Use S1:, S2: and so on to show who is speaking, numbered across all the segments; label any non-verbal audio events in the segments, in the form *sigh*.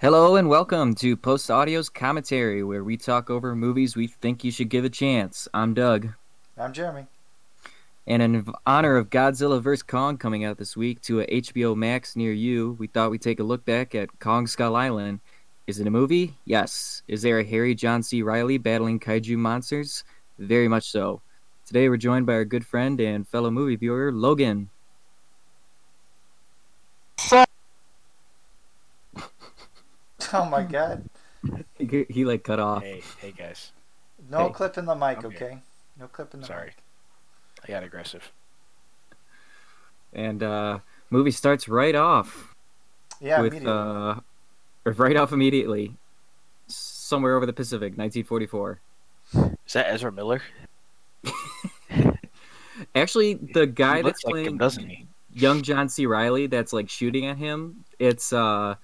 S1: Hello and welcome to Post Audio's commentary, where we talk over movies we think you should give a chance. I'm Doug.
S2: I'm Jeremy. *laughs*
S1: And in honor of Godzilla vs. Kong coming out this week to a HBO Max near you, we thought we'd take a look back at Kong Skull Island. Is it a movie? Yes. Is there a Harry John C. Riley battling kaiju monsters? Very much so. Today we're joined by our good friend and fellow movie viewer, Logan.
S2: Oh my god.
S1: He, he like cut off.
S3: Hey, hey guys.
S2: No
S1: Hey.
S2: clipping the mic,
S3: I'm
S2: okay?
S3: here.
S2: No clipping the
S3: Sorry.
S2: mic.
S3: I got aggressive.
S1: And uh movie starts right off.
S2: Yeah,
S1: with
S2: immediately.
S1: uh, or right off immediately, somewhere over the Pacific, 1944.
S3: Is that Ezra Miller?
S1: Actually, the guy
S3: he
S1: that's
S3: looks like him,
S1: playing
S3: doesn't he?
S1: young John C. Riley, that's like shooting at him. It's uh,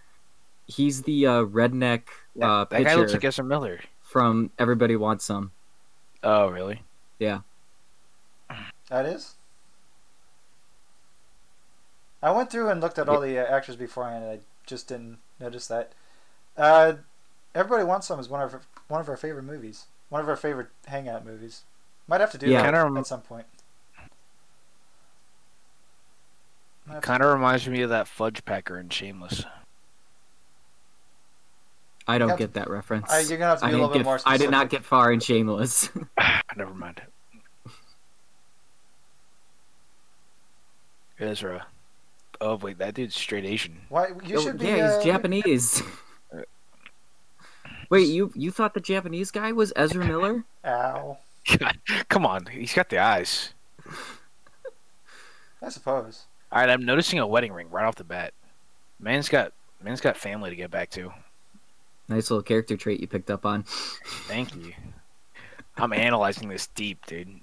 S1: he's the uh, redneck
S3: That,
S1: uh,
S3: that guy
S1: pitcher
S3: looks like Ezra Miller.
S1: from Everybody Wants Some.
S3: Oh, really?
S2: That is? I went through and looked at all the uh, actors beforehand, and I just didn't notice that. Uh, Everybody Wants Some is one of our, one of our favorite movies. One of our favorite hangout movies. Might have to do
S1: Yeah.
S2: that
S3: Kinda rem-
S2: at some point. Might have to-
S3: Kind of reminds me of that fudge packer in Shameless.
S1: I don't
S2: Yep.
S1: get that reference.
S2: Uh, you're gonna have to
S1: I
S2: be a little
S1: didn't
S2: bit
S1: get.
S2: more
S1: I
S2: specific.
S1: did not get far in Shameless.
S3: Ah, Never mind. Ezra. Oh, wait, that dude's straight Asian. *laughs*
S2: Why you
S1: *laughs* Oh,
S2: should be?
S1: yeah,
S2: uh, *laughs*
S1: he's Japanese. Wait, you you thought the Japanese guy was Ezra Miller?
S2: Ow.
S3: God, come on. He's got the eyes.
S2: I suppose.
S3: All right, I'm noticing a wedding ring right off the bat. Man's got man's got family to get back to.
S1: Nice little character trait you picked up on.
S3: Thank you. I'm analyzing this deep, dude.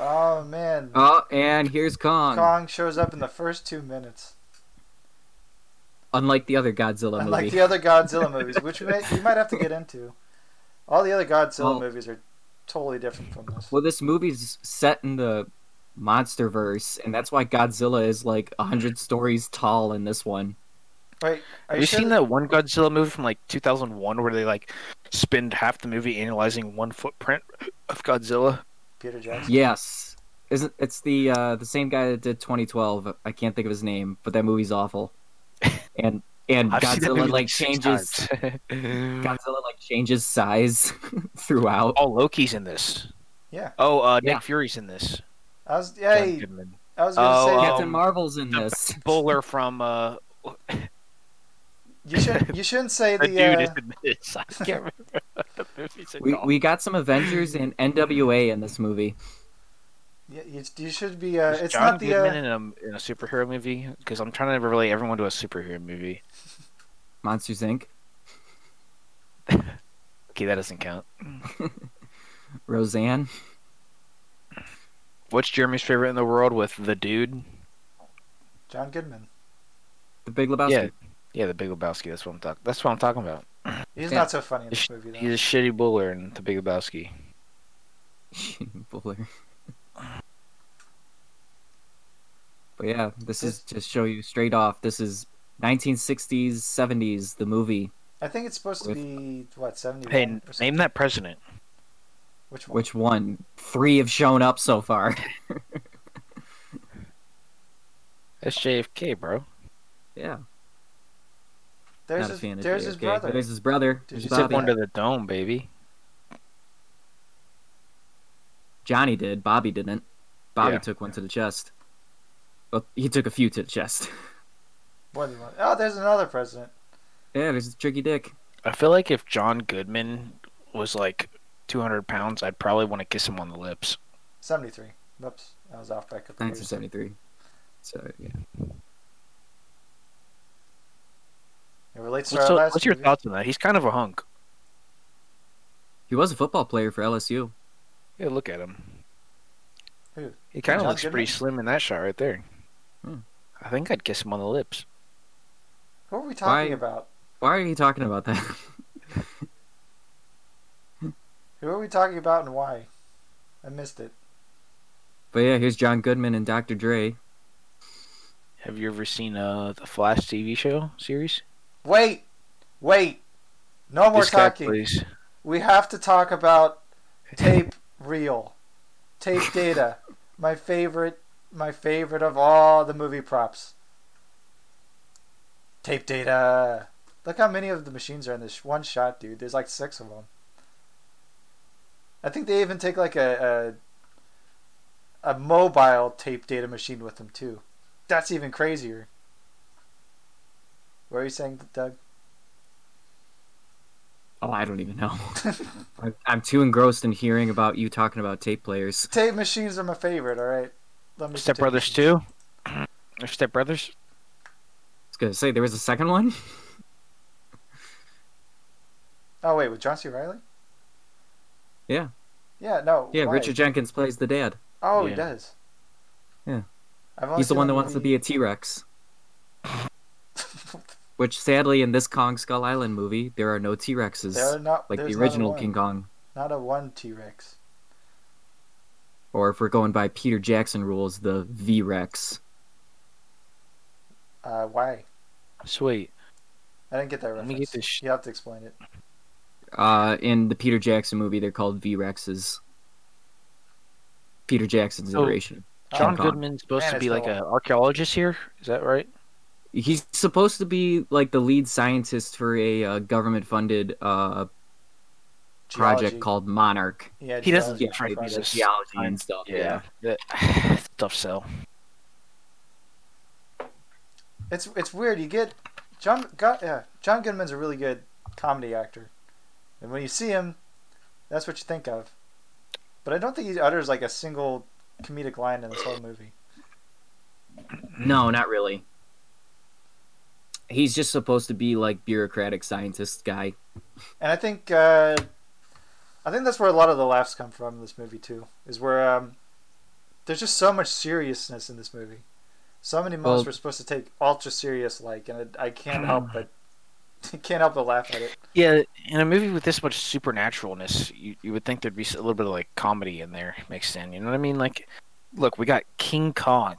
S2: Oh man.
S1: Oh, and here's Kong.
S2: Kong shows up in the first two minutes,
S1: Unlike the other Godzilla
S2: *laughs* unlike
S1: movie.
S2: the other Godzilla movies, which we, may, we might have to get into. All the other Godzilla
S1: Well-
S2: movies are totally different from this.
S1: Well, this movie's set in the monster verse, and that's why Godzilla is like a hundred stories tall in this one.
S2: Wait, are
S3: Have
S2: you,
S3: you
S2: sure
S3: seen that one Godzilla movie from like 2001 where they like spend half the movie analyzing one footprint of Godzilla?
S2: Peter Jackson?
S1: Yes, isn't it's the uh, the same guy that did 2012? I can't think of his name, but that
S2: *laughs*
S1: movie's awful. And and
S3: I've seen that
S1: Godzilla
S3: movie,
S1: like
S3: six
S1: changes
S3: times.
S1: *laughs* Godzilla like changes size *laughs* throughout.
S3: oh, Loki's in this.
S2: Yeah.
S3: Oh, uh,
S1: Yeah.
S3: Nick Fury's in this.
S2: I was,
S3: John
S2: yeah,
S3: Goodman.
S2: I was gonna
S3: Oh,
S2: say
S1: Captain
S3: um,
S1: Marvel's in
S3: the-
S1: this.
S3: Bowler from uh,
S2: you should you shouldn't say the.
S3: the, dude is
S2: uh,
S3: in this. *laughs* I can't remember what the movie's
S1: We
S3: called.
S1: we got some Avengers and NWA in this movie.
S2: you, you- you should be. Uh,
S3: Is
S2: it's
S3: John
S2: not the.
S3: Goodman
S2: Uh,
S3: in, a, in a superhero movie because I'm trying to relate everyone to a superhero movie.
S1: Monsters Inc.
S3: Okay, that doesn't count.
S1: Roseanne.
S3: What's Jeremy's favorite in the world with the dude?
S2: John Goodman.
S1: The Big Lebowski.
S3: Yeah, yeah, the Big Lebowski. That's what I'm talking. That's what I'm talking about.
S2: He's
S1: Yeah.
S2: not so funny in this movie though.
S3: He's a shitty bowler in The Big Lebowski.
S1: *laughs* Buller. But yeah, this is to show you straight off. This is 1960s, 70s, the movie.
S2: I think it's supposed to
S1: With-
S2: be what seventy.
S3: Hey, n- name that president.
S2: Which one?
S1: Which one? Three have shown up so far. *laughs*
S3: That's JFK, bro.
S1: yeah,
S2: There's
S1: not a
S2: his,
S1: fan of
S2: there's
S1: JFK,
S2: his
S1: but
S2: brother.
S1: There's his brother.
S2: Did
S1: his
S2: you
S3: He
S2: say
S3: took
S1: Bobby.
S3: one to the dome, baby.
S1: Johnny did. Bobby didn't. Bobby
S3: Yeah.
S1: took one to the chest. Well, he took a few to the chest. *laughs*
S2: More than one. Oh, there's another president.
S1: yeah, there's a tricky dick.
S3: I feel like if John Goodman was like 200 pounds, I'd probably want to kiss him on the lips.
S2: Seventy-three. Oops, I was off by a couple years.
S1: 1973. So yeah.
S2: It relates to
S3: What's,
S2: our
S3: the-
S2: last
S3: what's your
S2: movie.
S3: thoughts on that? He's kind of a hunk.
S1: he was a football player for LSU.
S3: Yeah, look at him.
S2: Who?
S3: He kind of
S2: John
S3: looks pretty
S2: Goodman?
S3: slim in that shot right there.
S1: Hmm.
S3: I think I'd kiss him on the lips.
S2: Who are we talking
S1: Why-
S2: about?
S1: Why are you talking about that? *laughs*
S2: Who are we talking about and why? I missed it.
S1: but yeah, here's John Goodman and Dr. Dre.
S3: Have you ever seen uh, the Flash TV show series?
S2: Wait, Wait, no more
S3: this guy
S2: talking.
S3: plays.
S2: We have to talk about tape reel, tape data. My favorite, my favorite of all the movie props. Tape data. Look how many of the machines are in this one shot, dude. There's like six of them. I think they even take like a a, a mobile tape data machine with them too. That's even crazier. What are you saying, Doug? *laughs*
S1: Oh, I don't even know. *laughs* I'm, I'm too engrossed in hearing about you talking about tape players.
S2: Tape machines are my favorite. All right, let me.
S3: Step Brothers
S2: too.
S3: too. *clears throat* Or Step Brothers.
S1: I was gonna say there was a second one. *laughs*
S2: Oh wait, with John C. Riley?
S1: Yeah.
S2: Yeah. No.
S1: Yeah,
S2: why?
S1: Richard Jenkins plays the dad.
S2: Oh, he
S3: Yeah.
S2: does.
S1: Yeah.
S2: I've only
S1: He's the
S2: seen
S1: one
S2: that
S1: that wants to
S2: movie-
S1: be a T Rex. Which sadly, in this Kong Skull Island movie, there are no
S2: *laughs*
S1: T
S2: There are
S1: Rexes
S2: not
S1: like the
S2: there's not
S1: original
S2: a one,
S1: King Kong.
S2: Not a one T Rex.
S1: Or if we're going by Peter Jackson rules, the V Rex.
S2: Uh, why?
S3: Sweet.
S2: I didn't get that
S3: Let
S2: reference.
S3: me get this sh-
S2: You have to explain it.
S1: Uh, in the Peter Jackson movie, they're called V Rexes. Peter Jackson's
S3: Oh.
S1: iteration.
S3: John
S2: Um,
S1: King Kong.
S3: Goodman's supposed
S2: Man,
S3: to
S2: it's
S3: be
S2: been a
S3: like an archaeologist here. Is that right?
S1: He's supposed to be like the lead scientist for a uh, government-funded uh,
S2: Geology.
S1: project called Monarch.
S2: Yeah.
S3: He doesn't
S2: geology
S1: Yeah, they do the
S3: Right,
S2: project.
S3: he's a
S1: geology and stuff. Yeah.
S3: That- *sighs* Tough sell.
S2: It's it's weird. You get John. Go, yeah, John Goodman's a really good comedy actor, and when you see him, that's what you think of. But I don't think he utters like a single comedic line in this whole movie.
S1: No, not really. He's just supposed to be like bureaucratic scientist guy.
S2: And I think uh, I think that's where a lot of the laughs come from in this movie too. Is where um, there's just so much seriousness in this movie. So many moments
S1: Well-
S2: we're supposed to take ultra serious, like, and I, I can't help but *laughs* can't help but laugh at it.
S3: Yeah, in a movie with this much supernaturalness, you, you would think there'd be a little bit of like comedy in there mixed in. You know what I mean? Like, look, we got King Kong,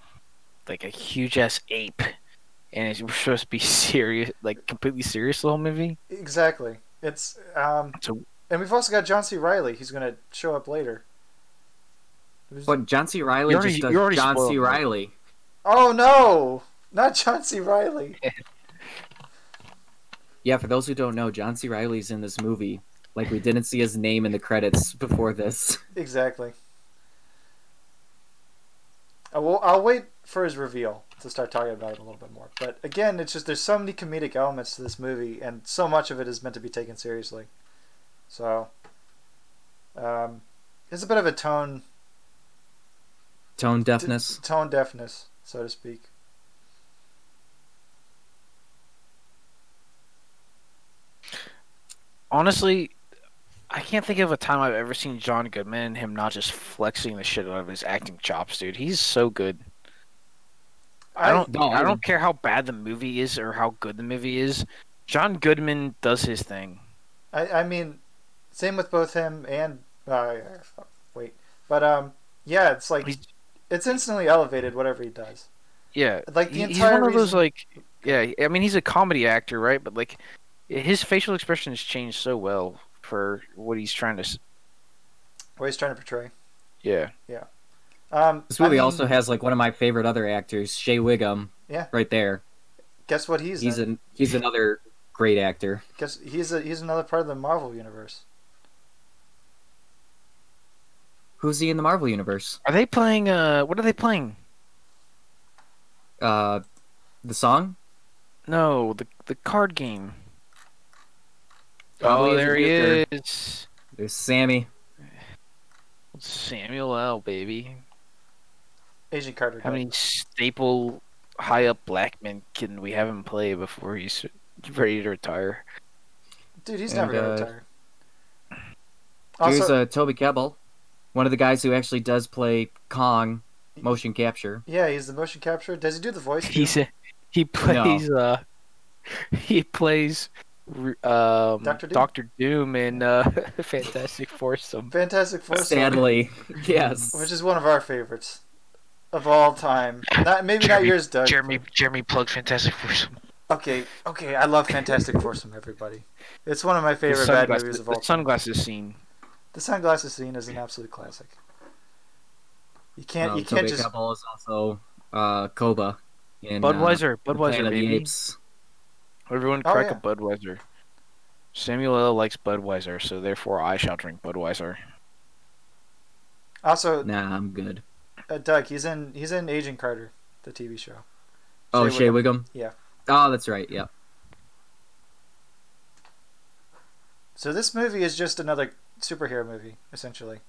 S3: like a huge ass ape, and it's, we're supposed to be *laughs* serious, like completely serious the whole movie.
S2: Exactly. It's um,
S3: So-
S2: and we've also got John C. Riley, who's gonna show up later. Who's-
S1: But John C. Riley
S3: You already-
S1: just
S3: you already
S1: does John C.
S3: spoiled it.
S1: Riley.
S2: oh no, not John C. Riley.
S1: Yeah, for those who don't know, John C. Riley's in this movie. Like we didn't see his name in the credits before this.
S2: Exactly. I will, I'll wait for his reveal to start talking about it a little bit more. But again, it's just there's so many comedic elements to this movie, and so much of it is meant to be taken seriously. So, um, it's a bit of a tone
S1: Tone deafness.
S2: tone deafness, so to speak.
S3: Honestly, I can't think of a time I've ever seen John Goodman and him not just flexing the shit out of his acting chops, dude. He's so good. I don't.
S1: No, I
S3: I don't
S1: wouldn't.
S3: care how bad the movie is or how good the movie is. John Goodman does his thing.
S2: I, I mean, same with both him and uh, wait, but um, yeah, it's like
S3: He's-
S2: it's instantly elevated whatever he does.
S3: Yeah,
S2: Like the
S3: he- he's
S2: entire
S3: one of those
S2: reason-
S3: like, yeah. I mean, he's a comedy actor, right? But like, his facial expression has changed so well for what he's trying to. s-
S2: What he's trying to portray.
S3: Yeah,
S2: Um,
S1: This
S2: I
S1: movie
S2: mean,
S1: also has like one of my favorite other actors, Shea Wiggum.
S2: Yeah.
S1: Right there.
S2: guess what he's,
S1: He's
S2: in.
S1: an he's another great actor.
S2: Guess he's a, he's another part of the Marvel universe.
S1: Who's he in the Marvel universe?
S3: are they playing? Uh, what are they playing?
S1: Uh the song?
S3: No, the the card game.
S1: Probably
S3: oh,
S1: is
S3: there he
S1: Joker.
S3: is,
S1: There's Sammy.
S3: Samuel L. Baby.
S2: Agent Carter.
S3: How many staple high up black men can we have him play before he's ready to retire?
S2: Dude, he's
S1: And,
S2: never gonna
S1: uh,
S2: retire.
S1: Here's
S2: Also,
S1: uh, Toby Kebbell, one of the guys who actually does play Kong motion capture.
S2: yeah, he's the motion capture. Does he do the
S3: *laughs*
S2: voice? too?
S3: He's a, he plays uh he plays r- um
S2: Dr.
S3: Doctor
S2: Doom.
S3: Doom, in uh *laughs* Fantastic Foursome.
S2: Fantastic voice.
S1: Sadly, *laughs* yes.
S2: Which is one of our favorites of all time. Not maybe not
S3: Jeremy-
S2: yours, Doug.
S3: Jeremy Jeremy plugged Fantastic Foursome.
S2: Okay, okay, I love Fantastic Foursome, everybody. It's one of my
S3: The
S2: favorite bad
S3: sunglass-
S2: movies of
S3: the
S2: all time.
S3: sunglasses scene.
S2: The sunglasses scene is an absolute classic. You can't,
S1: Um,
S2: you can't
S1: Tobacco
S2: just.
S1: Ball is also uh, Koba. In, uh,
S3: Budweiser,
S1: The
S3: Budweiser,
S1: Planet of the
S3: baby.
S1: Apes.
S3: Everyone
S2: Oh,
S3: crack
S2: yeah.
S3: a Budweiser. Samuel L. likes Budweiser, so therefore I shall drink Budweiser.
S2: Also,
S1: Nah, I'm good.
S2: uh, Doug, he's in, he's in Agent Carter, the TV show.
S1: Oh,
S2: Shea
S1: Shea Wiggum.
S2: Yeah.
S1: Oh, that's right. Yeah.
S2: So this movie is just another superhero movie, essentially.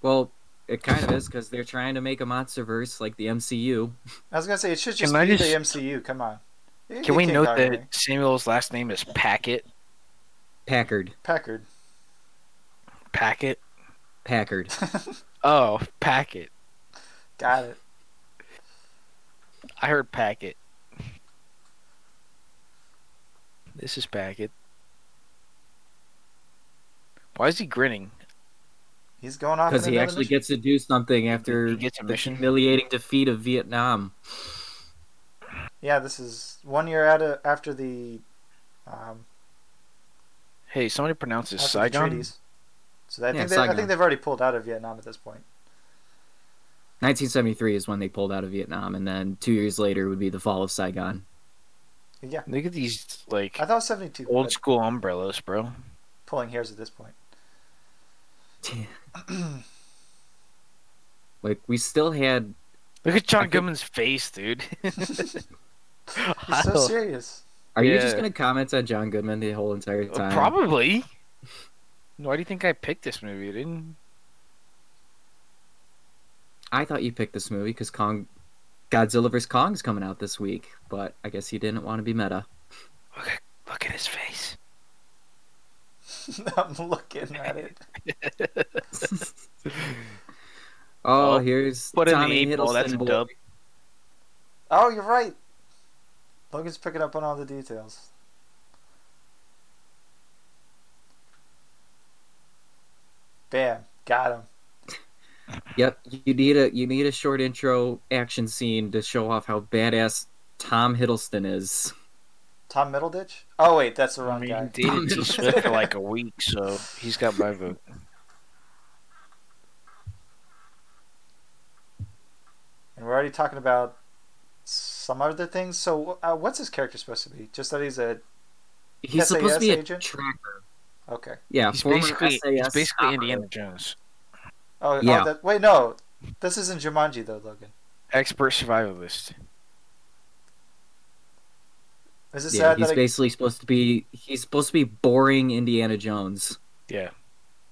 S1: Well, it kind of is because they're trying to make a MonsterVerse like the MCU.
S2: I was gonna say it should just
S3: Can I
S2: be
S3: just-
S2: the MCU. Come on. It-
S3: Can
S2: it
S3: we
S2: can't
S3: note
S2: go
S3: that
S2: anywhere.
S3: Samuel's last name is Packet?
S1: Packard.
S2: Packard?
S3: Packet?
S1: Packard.
S3: Oh, Packet.
S2: *laughs* Got it.
S3: I heard Packet. This is Packet. Why is he grinning?
S2: He's going off
S1: Because
S2: in
S1: he
S2: another
S1: actually
S2: mission.
S1: gets to do something after
S3: He gets a
S1: the
S3: mission.
S1: humiliating defeat of Vietnam.
S2: Yeah, this is one year out of, after the um,
S3: Hey, somebody pronounces
S2: after the
S3: Saigon.
S2: treaties. So I
S1: Yeah,
S2: think they, I
S1: Saigon.
S2: think they've already pulled out of Vietnam at this point.
S1: 1973 is when they pulled out of Vietnam, and then two years later would be the fall of Saigon. *laughs*
S2: Yeah,
S3: Look at these like
S2: I thought it was seventy-two.
S3: old
S2: but
S3: school umbrellas, bro.
S2: pulling hairs at this
S3: *laughs*
S2: point. *laughs*
S1: like we still had
S3: Look at
S1: I
S3: John
S1: think-
S3: Goodman's face, dude. *laughs*
S2: He's so serious. *laughs*
S1: Are you just
S3: Yeah. Uh,
S1: gonna comment on John Goodman the whole entire time?
S3: Probably. Why do you think I picked this movie? I didn't.
S1: I thought you picked this movie because Kong, Godzilla vs Kong's coming out this week, but I guess you didn't want to be
S3: *laughs*
S1: meta. *laughs*
S3: Look at, look at his face.
S2: I'm looking at it.
S1: oh,
S3: Oh,
S1: here's
S3: put in the
S1: Tommy
S3: eight ball,
S1: Hiddleston
S3: that's a
S1: boy.
S3: dub.
S2: Oh, you're right. Logan's picking up on all the details. Bam, got him.
S1: Yep, you need a you need a short intro action scene to show off how badass Tom Hiddleston is.
S2: Tom Middleditch? Oh wait, that's the
S3: I
S2: wrong
S3: mean,
S2: guy.
S3: he *laughs* dated T Swift for like a week, so he's got my vote.
S2: And we're already talking about some other things. So uh, what's his character supposed to be? Just that he's a
S1: He's
S2: SAS
S1: supposed to be a
S2: agent?
S1: tracker.
S2: okay.
S1: Yeah,
S3: He's
S1: former
S3: basically,
S1: SAS.
S3: he's basically
S1: operative.
S3: Indiana Jones,
S2: Oh,
S1: Yeah.
S2: oh that, wait, no. This isn't Jumanji though, Logan.
S3: expert survivalist.
S2: Is it
S1: Yeah,
S2: sad
S1: he's
S2: that I,
S1: basically supposed to be he's supposed to be boring Indiana Jones.
S3: Yeah,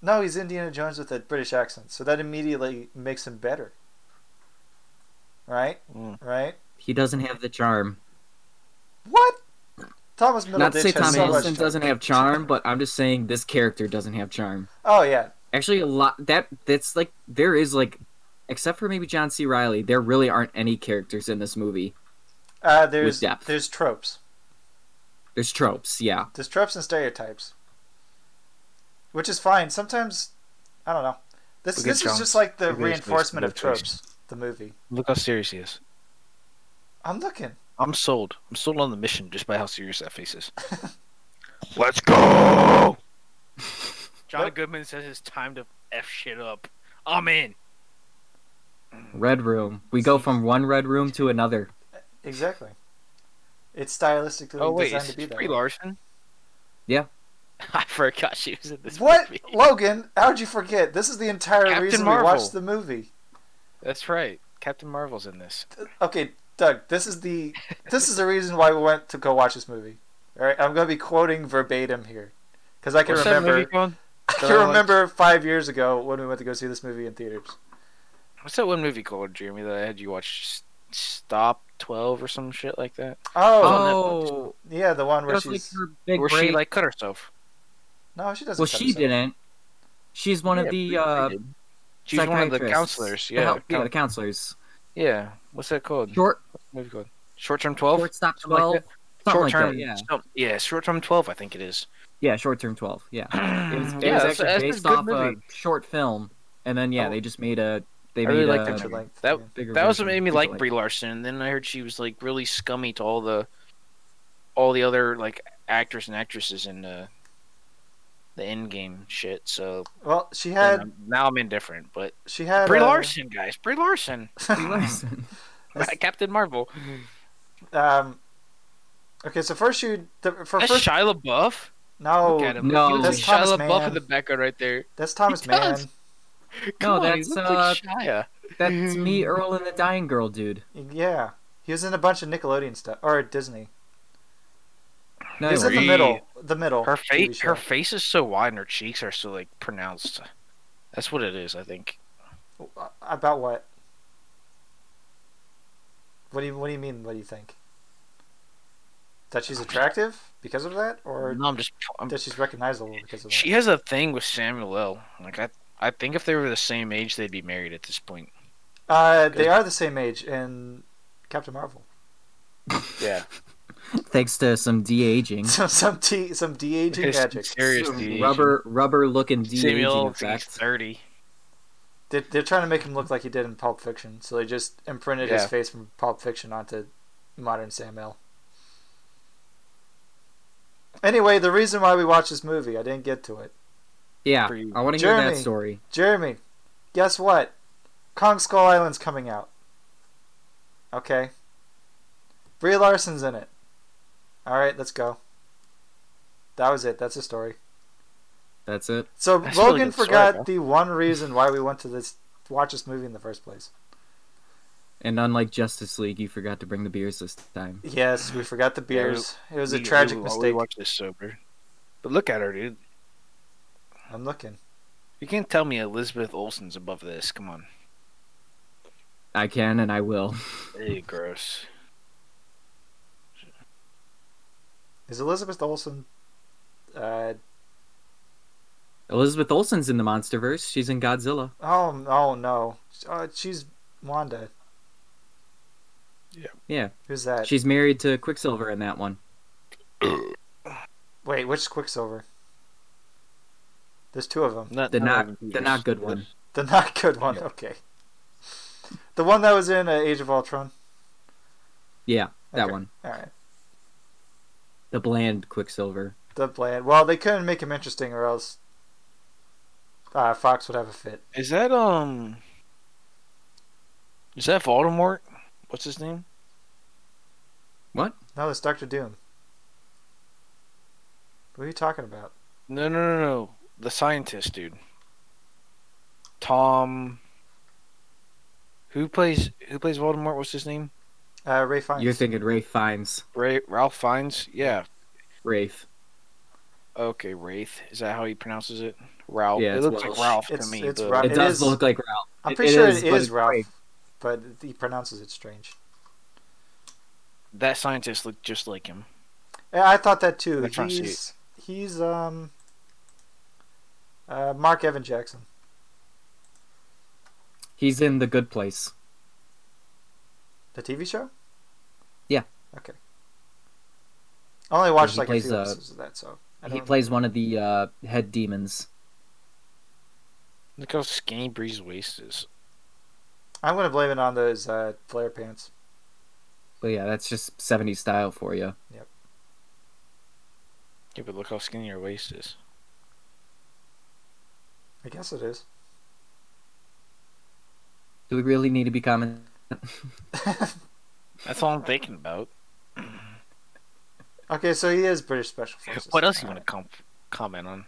S2: no? He's Indiana Jones with a British accent, so that immediately makes him better. Right,
S3: Mm.
S2: right.
S1: He doesn't have the charm.
S2: What? Thomas Middleditch
S1: Not to say
S2: has
S1: Tom
S2: so much
S1: Hiddleston
S2: talent.
S1: doesn't have charm, but I'm just saying this character doesn't have charm.
S2: Oh yeah,
S1: Actually, a lot that that's like there is like, except for maybe John C. Riley, there really aren't any characters in this movie.
S2: uh, there's
S1: depth.
S2: there's tropes,
S1: There's tropes, yeah.
S2: there's tropes and stereotypes, which is fine. Sometimes I don't know. This
S3: Look at
S2: this is
S3: Jones.
S2: just like the
S3: Look at his
S2: reinforcement of
S3: face. Look at his
S2: tropes. The movie.
S3: look how serious he is.
S2: I'm looking. *laughs*
S3: I'm sold. I'm sold on the mission just by how serious that face is. Let's go. *laughs* John Goodman says it's time to f shit up. Oh, I'm in.
S1: Red Room. We go from one red room to another.
S2: Exactly. It's stylistically
S3: Oh wait,
S2: designed
S3: is
S2: to be
S3: it
S2: that.
S3: Brie
S2: way.
S3: Larson?
S1: Yeah.
S3: *laughs* I forgot she was in this
S2: What,
S3: movie.
S2: Logan? How'd you forget? This is the entire
S3: Captain
S2: reason
S3: Marvel.
S2: we watched the movie.
S3: That's right. Captain Marvel's in this.
S2: Okay, Doug. This is the this is the reason why we went to go watch this movie. All right, I'm gonna be quoting verbatim here because I can
S3: What's that
S2: remember.
S3: movie called?
S2: I
S3: They're
S2: can
S3: like-
S2: remember five years ago when we went to go see this movie in theaters.
S3: What's that one movie called, Jeremy, that I had you watch? S- Stop 12 or some shit like that?
S2: Oh,
S1: Oh,
S2: yeah, the one
S1: that
S2: where
S1: was
S2: she's
S1: like her big
S3: Where she,
S1: break.
S3: like, cut herself.
S2: no, she doesn't.
S1: well,
S2: cut
S1: she
S2: herself.
S1: didn't. She's one
S3: Yeah,
S1: of the
S3: Brie
S1: uh,
S3: did. She's one of the
S1: psychiatrists.
S3: counselors.
S1: The
S3: Yeah.
S1: hel- yeah, the counselors.
S3: yeah. What's that called?
S1: Short,
S3: What's the movie called? Short Term 12?
S1: short stop
S3: Oh, Something like
S1: twelve.
S3: that.
S1: something like
S3: term,
S1: that, yeah.
S3: yeah, short term twelve, I think it is.
S1: Yeah, short term twelve. Yeah, it
S3: *clears throat*
S1: was, it
S3: Yeah,
S1: was
S3: that's-
S1: actually
S3: that's a
S1: based
S3: good
S1: off
S3: movie.
S1: a short film, and then yeah,
S3: Oh.
S1: they just made a. They
S3: I
S1: made
S3: really
S1: a
S3: like that
S2: Feature
S3: movie.
S2: length,
S3: That
S2: yeah.
S1: bigger
S3: that was what
S1: version.
S3: made me
S1: It's
S3: like
S1: like-
S3: Brie Larson. And then I heard she was like really scummy to all the all the other like actors and actresses in the the end game shit. So
S2: Well, she
S3: you know,
S2: had
S3: now I'm indifferent. But
S2: she had
S3: Brie
S2: uh, *laughs*
S3: Larson, guys, Brie Larson, *laughs* Captain Marvel.
S2: um, okay, so first you the, for
S3: That's
S2: first
S3: Shia LaBeouf.
S2: no
S3: Look at him.
S1: no.
S3: he looks
S2: That's
S3: like Shia
S2: Thomas
S3: LaBeouf
S2: Mann.
S3: in the background right there.
S2: that's Thomas
S3: He
S2: Mann.
S3: does. Come on, he
S1: that's,
S3: looks
S1: uh,
S3: like Shia.
S1: *laughs* That's me, Earl, and the Dying Girl, dude.
S2: Yeah, he was in a bunch of Nickelodeon stuff or Disney.
S1: No,
S2: He was in the
S3: Three.
S2: middle, the middle.
S3: Her
S2: TV
S3: face,
S2: show.
S3: her face is so wide, and her cheeks are so like pronounced. That's what it is, I think.
S2: About what? What do you What do you mean? What do you think? That she's attractive because of that, or
S3: no, I'm just. I'm,
S2: that she's recognizable because of
S3: she
S2: that?
S3: has a thing with Samuel L. Like I, I think if they were the same age, they'd be married at this point.
S2: Uh, they are the same age in Captain Marvel.
S3: Yeah,
S1: Thanks to some de aging,
S3: Mm-hmm.
S2: Some *laughs* some de- some de aging magic.
S3: serious de-aging.
S1: rubber rubber looking de aging
S3: Samuel L. He's
S1: effect.
S3: thirty.
S2: They're, they're trying to make him look like he did in Pulp Fiction, so they just imprinted his
S3: Yeah.
S2: face from Pulp Fiction onto modern Sam L. Anyway, the reason why we watched this movie, I didn't get to it.
S1: Yeah,
S3: for you.
S1: I want to hear that
S2: Jeremy.
S1: story.
S2: Jeremy, guess what? Kong Skull Island's coming out. Okay. Brie Larson's in it. All right, let's go. That was it. That's the story.
S1: That's it.
S2: So
S3: That's a really
S2: Logan
S3: good story,
S2: forgot
S3: bro.
S2: the one reason why we went to this watch this movie in the first place.
S1: And unlike Justice League, you forgot to bring the beers this time.
S2: Yes, we forgot the
S3: Yeah, we-
S2: beers. it was a
S3: We-
S2: tragic
S3: we- we
S2: mistake.
S3: watched this sober, but look at her, dude.
S2: I'm looking.
S3: You can't tell me Elizabeth Olsen's above this. Come on,
S1: I can and I will. *laughs*
S3: Ew, gross.
S2: Is Elizabeth Olsen? Uh,
S1: Elizabeth Olsen's in the MonsterVerse. She's in Godzilla.
S2: oh, oh no, uh, she's Wanda.
S1: Yeah,
S2: Who's that?
S1: she's married to Quicksilver in that one.
S2: Wait, which Quicksilver? There's two of them.
S3: Not
S1: The not-
S3: even
S1: the
S3: Peters.
S1: not good one.
S2: The not good one. Okay. The one that was in uh, Age of Ultron.
S1: Yeah, that
S2: Okay.
S1: one.
S2: All right.
S1: The bland Quicksilver.
S2: The bland. Well, they couldn't make him interesting, or else uh, Fox would have a fit.
S3: Is that um? Is that Voldemort? What's his name?
S2: No, it's Doctor Doom. What are you talking about?
S3: No, no, no, no. The scientist dude. Tom. Who plays Who plays Voldemort? What's his name?
S2: Uh, Ray Fiennes.
S1: You're thinking Rafe Fiennes.
S3: Ray Ralph Fiennes. Yeah.
S1: Rafe.
S3: Okay, Wraith. Is that how he pronounces it? Ralph.
S1: Yeah,
S3: it
S1: it's
S3: looks
S1: Welsh.
S3: like Ralph
S2: It's-
S3: to me.
S2: it's
S3: but-
S2: Ralph.
S1: It,
S2: Uh, It
S1: does
S2: is-
S1: look like Ralph.
S2: I'm
S1: It-
S2: pretty
S1: it
S2: sure
S1: is,
S2: it
S1: but
S2: is
S1: it's
S2: Ralph,
S1: Rafe.
S2: but he pronounces it strange.
S3: That scientist looked just like him.
S2: Yeah, I thought that too.
S3: That's from
S2: He's he's um uh, Mark Evan Jackson.
S1: He's in The Good Place.
S2: The TV show?
S1: Yeah.
S2: Okay. I only watched
S1: he
S2: like
S1: plays,
S2: a few
S1: uh,
S2: episodes of that, so I
S1: He
S2: don't.
S1: plays one of the uh, head demons.
S3: Look how skinny Bree's waist is.
S2: I'm gonna blame it on those uh, flare pants.
S1: But yeah, that's just 70s style for you.
S3: Yeah, but look how skinny her waist is.
S2: I guess it is. *laughs*
S1: Do we really need to be comment?
S3: That's all I'm thinking about.
S2: okay, so he is British Special Forces.
S3: *laughs* What else you want
S2: Alright.
S3: to com- comment on?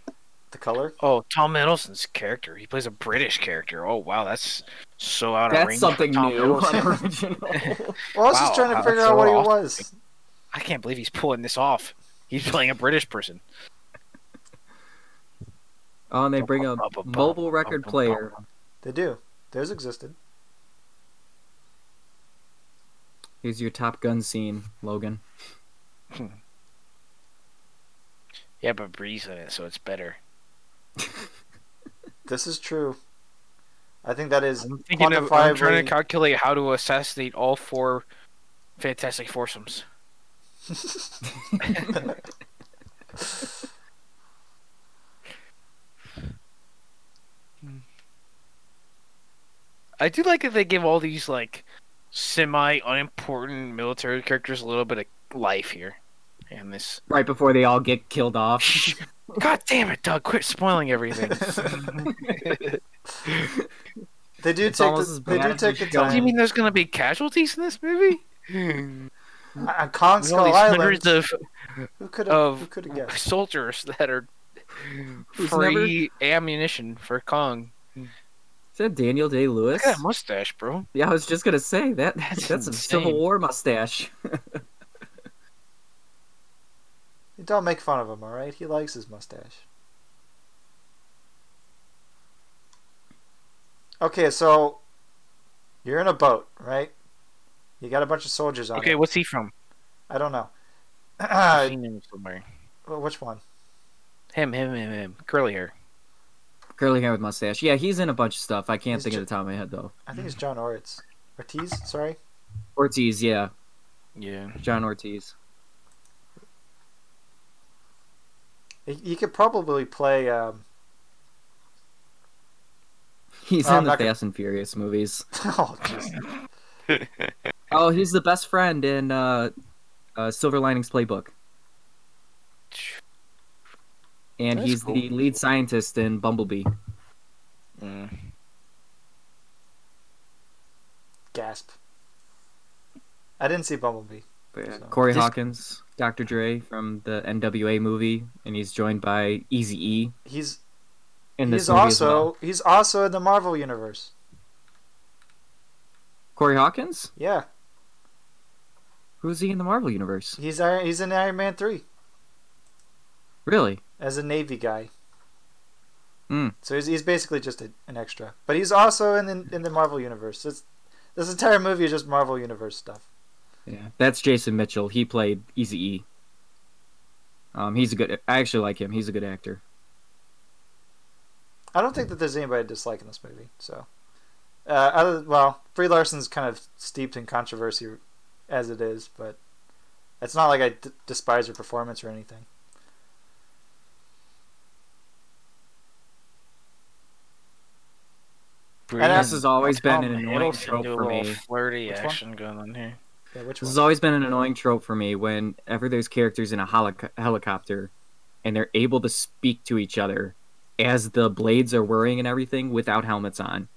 S2: The color?
S3: Oh, Tom Hiddleston's character. He plays a British character. Oh wow, that's so out of
S1: That's
S3: range.
S1: something
S3: Tom
S1: new, *laughs*
S3: Hiddleston.
S1: unoriginal.
S2: Well, I was just
S3: Wow,
S2: trying to
S3: that's
S2: figure out
S3: so
S2: what he
S3: off.
S2: was.
S3: I can't believe he's pulling this off. He's playing a British person.
S1: *laughs* Oh, and they bring a mobile record
S3: Um,
S1: player.
S2: They do. Those existed.
S1: Here's your Top Gun scene, Logan. *laughs*
S3: Yeah, but Bree's in it, so it's better.
S2: This is true. I think that is
S3: I'm thinking of I'm
S2: quantifiably-
S3: trying to calculate how to assassinate all four fantastic foursomes. I do like that they give all these like semi unimportant military characters a little bit of life here. and this.
S1: right before they all get killed off.
S3: *laughs* God damn it, Doug! Quit
S1: *laughs*
S3: spoiling everything.
S2: *laughs* They do
S1: It's
S2: take
S1: almost
S2: the,
S1: as
S2: they
S1: bad
S2: do
S1: as
S2: take
S1: the
S2: the
S1: show.
S2: time.
S3: Do you mean there's gonna be casualties in this movie? On
S2: on Kong
S3: all
S2: Skull
S3: these
S2: Island,
S3: hundreds of
S2: who could have who
S3: of
S2: could have guessed?
S3: soldiers that are
S1: Who's
S3: free ammunition for Kong.
S1: Is that Daniel Day
S3: Look
S1: Lewis?
S3: at that mustache, bro.
S1: Yeah, I was just gonna say that. That's,
S3: That's
S1: a Civil
S3: insane.
S1: War mustache.
S2: Don't make fun of him, all right? He likes his mustache. Okay, so you're in a boat, right? You got a bunch of soldiers on
S3: Okay,
S2: it.
S3: what's he from?
S2: I don't know.
S3: I've
S1: Uh,
S2: *clears throat* Well,
S3: seen him somewhere.
S2: Which one?
S3: Him, him, him, him. Curly hair.
S1: Curly hair with mustache. Yeah, he's in a bunch of stuff. I can't
S2: He's
S1: think
S2: ju-
S1: of the top of my head though.
S2: I think it's
S3: Hmm.
S2: John Ortiz. Ortiz, sorry.
S1: Ortiz, yeah,
S3: Yeah.
S1: John Ortiz.
S2: He, he could probably play. Um... *laughs*
S1: He's
S2: Oh, I'm
S1: in the
S2: not gonna-
S1: Fast and Furious movies.
S2: Oh, jeez.
S1: Oh, he's the best friend in uh, uh, Silver Linings Playbook, and
S3: That's
S1: he's
S3: cool.
S1: the lead scientist in Bumblebee.
S3: Mm.
S2: Gasp. I didn't see Bumblebee. So-
S1: Corey
S3: This-
S1: Hawkins, Dr. Dre from the NWA movie, and he's joined by Easy E
S2: He's
S1: in this
S2: he's
S1: movie
S2: also
S1: as well.
S2: he's also in the Marvel universe.
S1: Corey Hawkins?
S2: Yeah,
S1: Who's he in the Marvel universe?
S2: he's Iron- he's in Iron Man three.
S1: Really?
S2: as a Navy guy.
S1: Hmm.
S2: So he's, he's basically just a, an extra, but he's also in the, in the Marvel universe. It's, this entire movie is just Marvel universe stuff.
S1: Yeah. That's Jason Mitchell. He played Easy E. Um, he's a good. I actually like him. He's a good actor.
S2: I don't think that there's anybody disliking this movie. So, uh, other well, Brie Larson's kind of steeped in controversy as it is, but it's not like I d- despise her performance or anything. And
S1: This has always been an
S3: Tom
S1: annoying
S3: Hiddleston
S1: trope
S3: do a
S1: for
S3: little
S1: me.
S3: Flirty
S2: Which one?
S3: action going on here.
S2: Yeah, which
S1: This
S2: one?
S1: has always been an annoying trope for me whenever there's characters in a holoc- helicopter and they're able to speak to each other as the blades are whirring and everything without helmets on.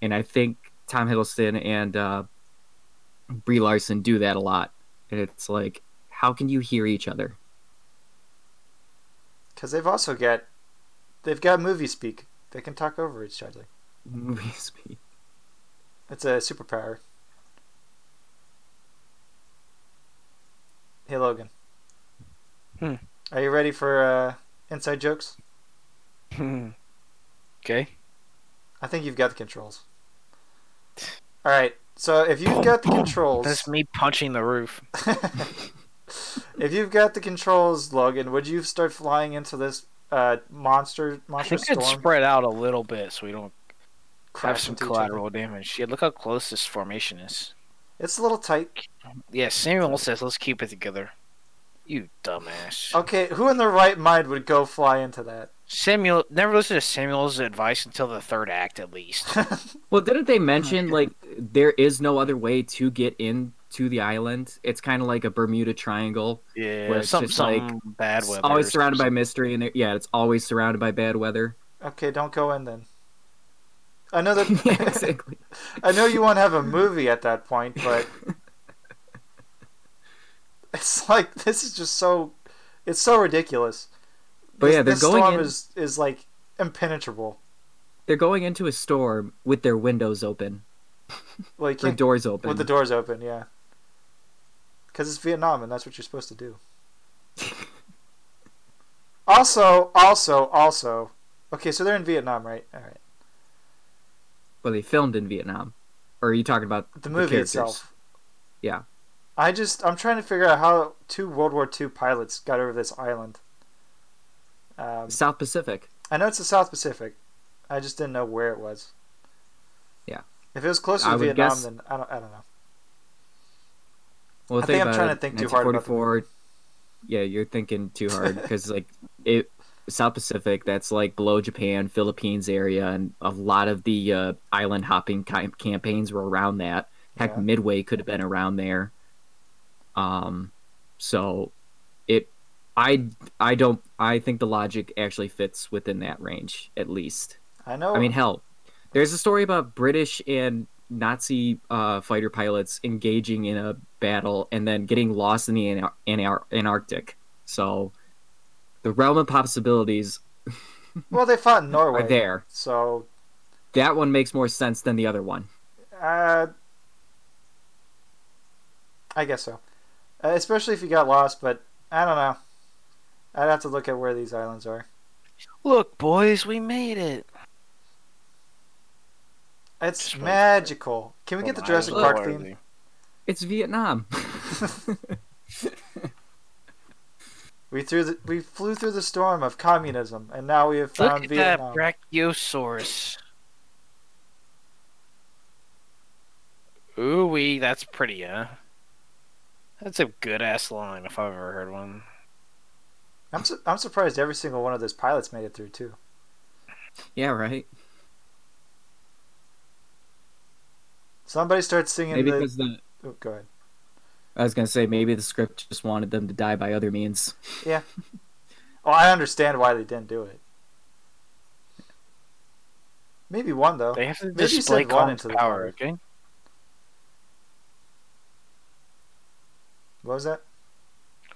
S1: And I think Tom Hiddleston and uh, Brie Larson do that a lot. And it's like, how can you hear each other? *laughs*
S2: Because they've also got they've got movie speak. They can talk over each other.
S1: Movie speak.
S2: It's a superpower. Hey Logan.
S3: Hmm.
S2: Are you ready for uh, inside jokes?
S1: Hmm.
S3: *laughs* okay.
S2: I think you've got the controls. All right. So if you've got the
S3: That's
S2: controls,
S3: me punching the roof.
S2: *laughs* if you've got the controls, Logan, would you start flying into this uh, monster
S3: I
S2: monster
S3: think I'd
S2: storm?
S3: spread out a little bit so we don't have
S2: crash
S3: some
S2: into each other?
S3: collateral damage. Yeah, look how close this formation is.
S2: It's a little tight.
S3: Yeah, Samuel says, let's keep it together. You dumbass.
S2: Okay, who in their right mind would go fly into that? *laughs*
S3: Samuel, never listen to Samuel's advice until the third act,
S2: *laughs*
S3: at least.
S1: Well, didn't they mention like there is no other way to get into the island? It's kind of like a Bermuda Triangle.
S3: Yeah,
S1: Where it's
S3: some,
S1: just
S3: some bad
S1: It's
S3: weather.
S1: always
S3: or
S1: surrounded by
S3: something.
S1: mystery, and there- yeah, it's always surrounded by bad weather.
S2: Okay, don't go in then. I know that
S1: *laughs* yeah, exactly.
S2: *laughs* I know you won't have a movie at that point,
S1: *laughs*
S2: but it's like this is just so it's so ridiculous.
S1: But
S2: this,
S1: yeah, they're
S2: this
S1: going
S2: storm
S1: in-
S2: is is like impenetrable.
S1: They're going into a storm with their windows open,
S2: Like
S1: their doors open.
S2: with the doors open, yeah. Because it's Vietnam, and that's what you're supposed to
S1: *laughs*
S2: do. also, also, also. Okay, so they're in Vietnam, right? All right.
S1: well, they filmed in Vietnam. Or are you talking about
S2: the movie
S1: characters?
S2: itself.
S1: Yeah.
S2: I just I'm trying to figure out how two World War II pilots got over this island. Um,
S1: South Pacific?
S2: I know it's the South Pacific. I just didn't know where it was.
S1: Yeah.
S2: If it was closer
S1: I
S2: to
S1: would
S2: Vietnam,
S1: guess-
S2: then I don't I don't know.
S1: Well,
S2: I think I'm
S1: about
S2: trying
S1: it,
S2: to think too hard about the
S1: 1944, yeah, you're thinking too hard
S2: *laughs*
S1: because like it, South Pacific. That's like below Japan, Philippines area, and a lot of the uh, island hopping ki- campaigns were around that. Heck,
S2: Yeah.
S1: Midway could have been around there. Um, so it I I don't I think the logic actually fits within that range at least.
S2: I know.
S1: I mean, *laughs* hell, there's a story about British and Nazi uh, fighter pilots engaging in a battle and then getting lost in the Anar- Anar- Antarctic. So, the realm of possibilities
S2: well, they fought in
S1: are
S2: Norway,
S1: there.
S2: so
S1: That one makes more sense than the other one.
S2: uh, I guess so. Uh, especially if you got lost, but I don't know. I'd have to look at where these islands are.
S3: Look, boys, we made it.
S2: It's
S3: Just wait for-
S2: magical. Can we get the
S3: Well,
S2: Jurassic
S3: I-
S2: Park theme?
S1: It's Vietnam. *laughs*
S2: We threw the, we flew through the storm of communism, and now we have
S3: Look
S2: found
S3: at
S2: Vietnam.
S3: that brachiosaurus. Ooh wee, that's pretty, huh? That's a good ass line if I've ever heard one.
S2: I'm su- I'm surprised every single one of those pilots made it through too.
S1: yeah, right.
S2: Somebody starts singing
S1: Maybe
S2: the.
S1: because the
S2: Oh, go ahead.
S1: I was gonna say maybe the script just wanted them to die by other means.
S2: Oh, I understand why they didn't do it. Maybe one though.
S3: They have to
S2: Maybe you
S3: display
S2: said one
S3: Colin's
S2: to the
S3: power,
S2: public.
S3: okay?
S2: What was that?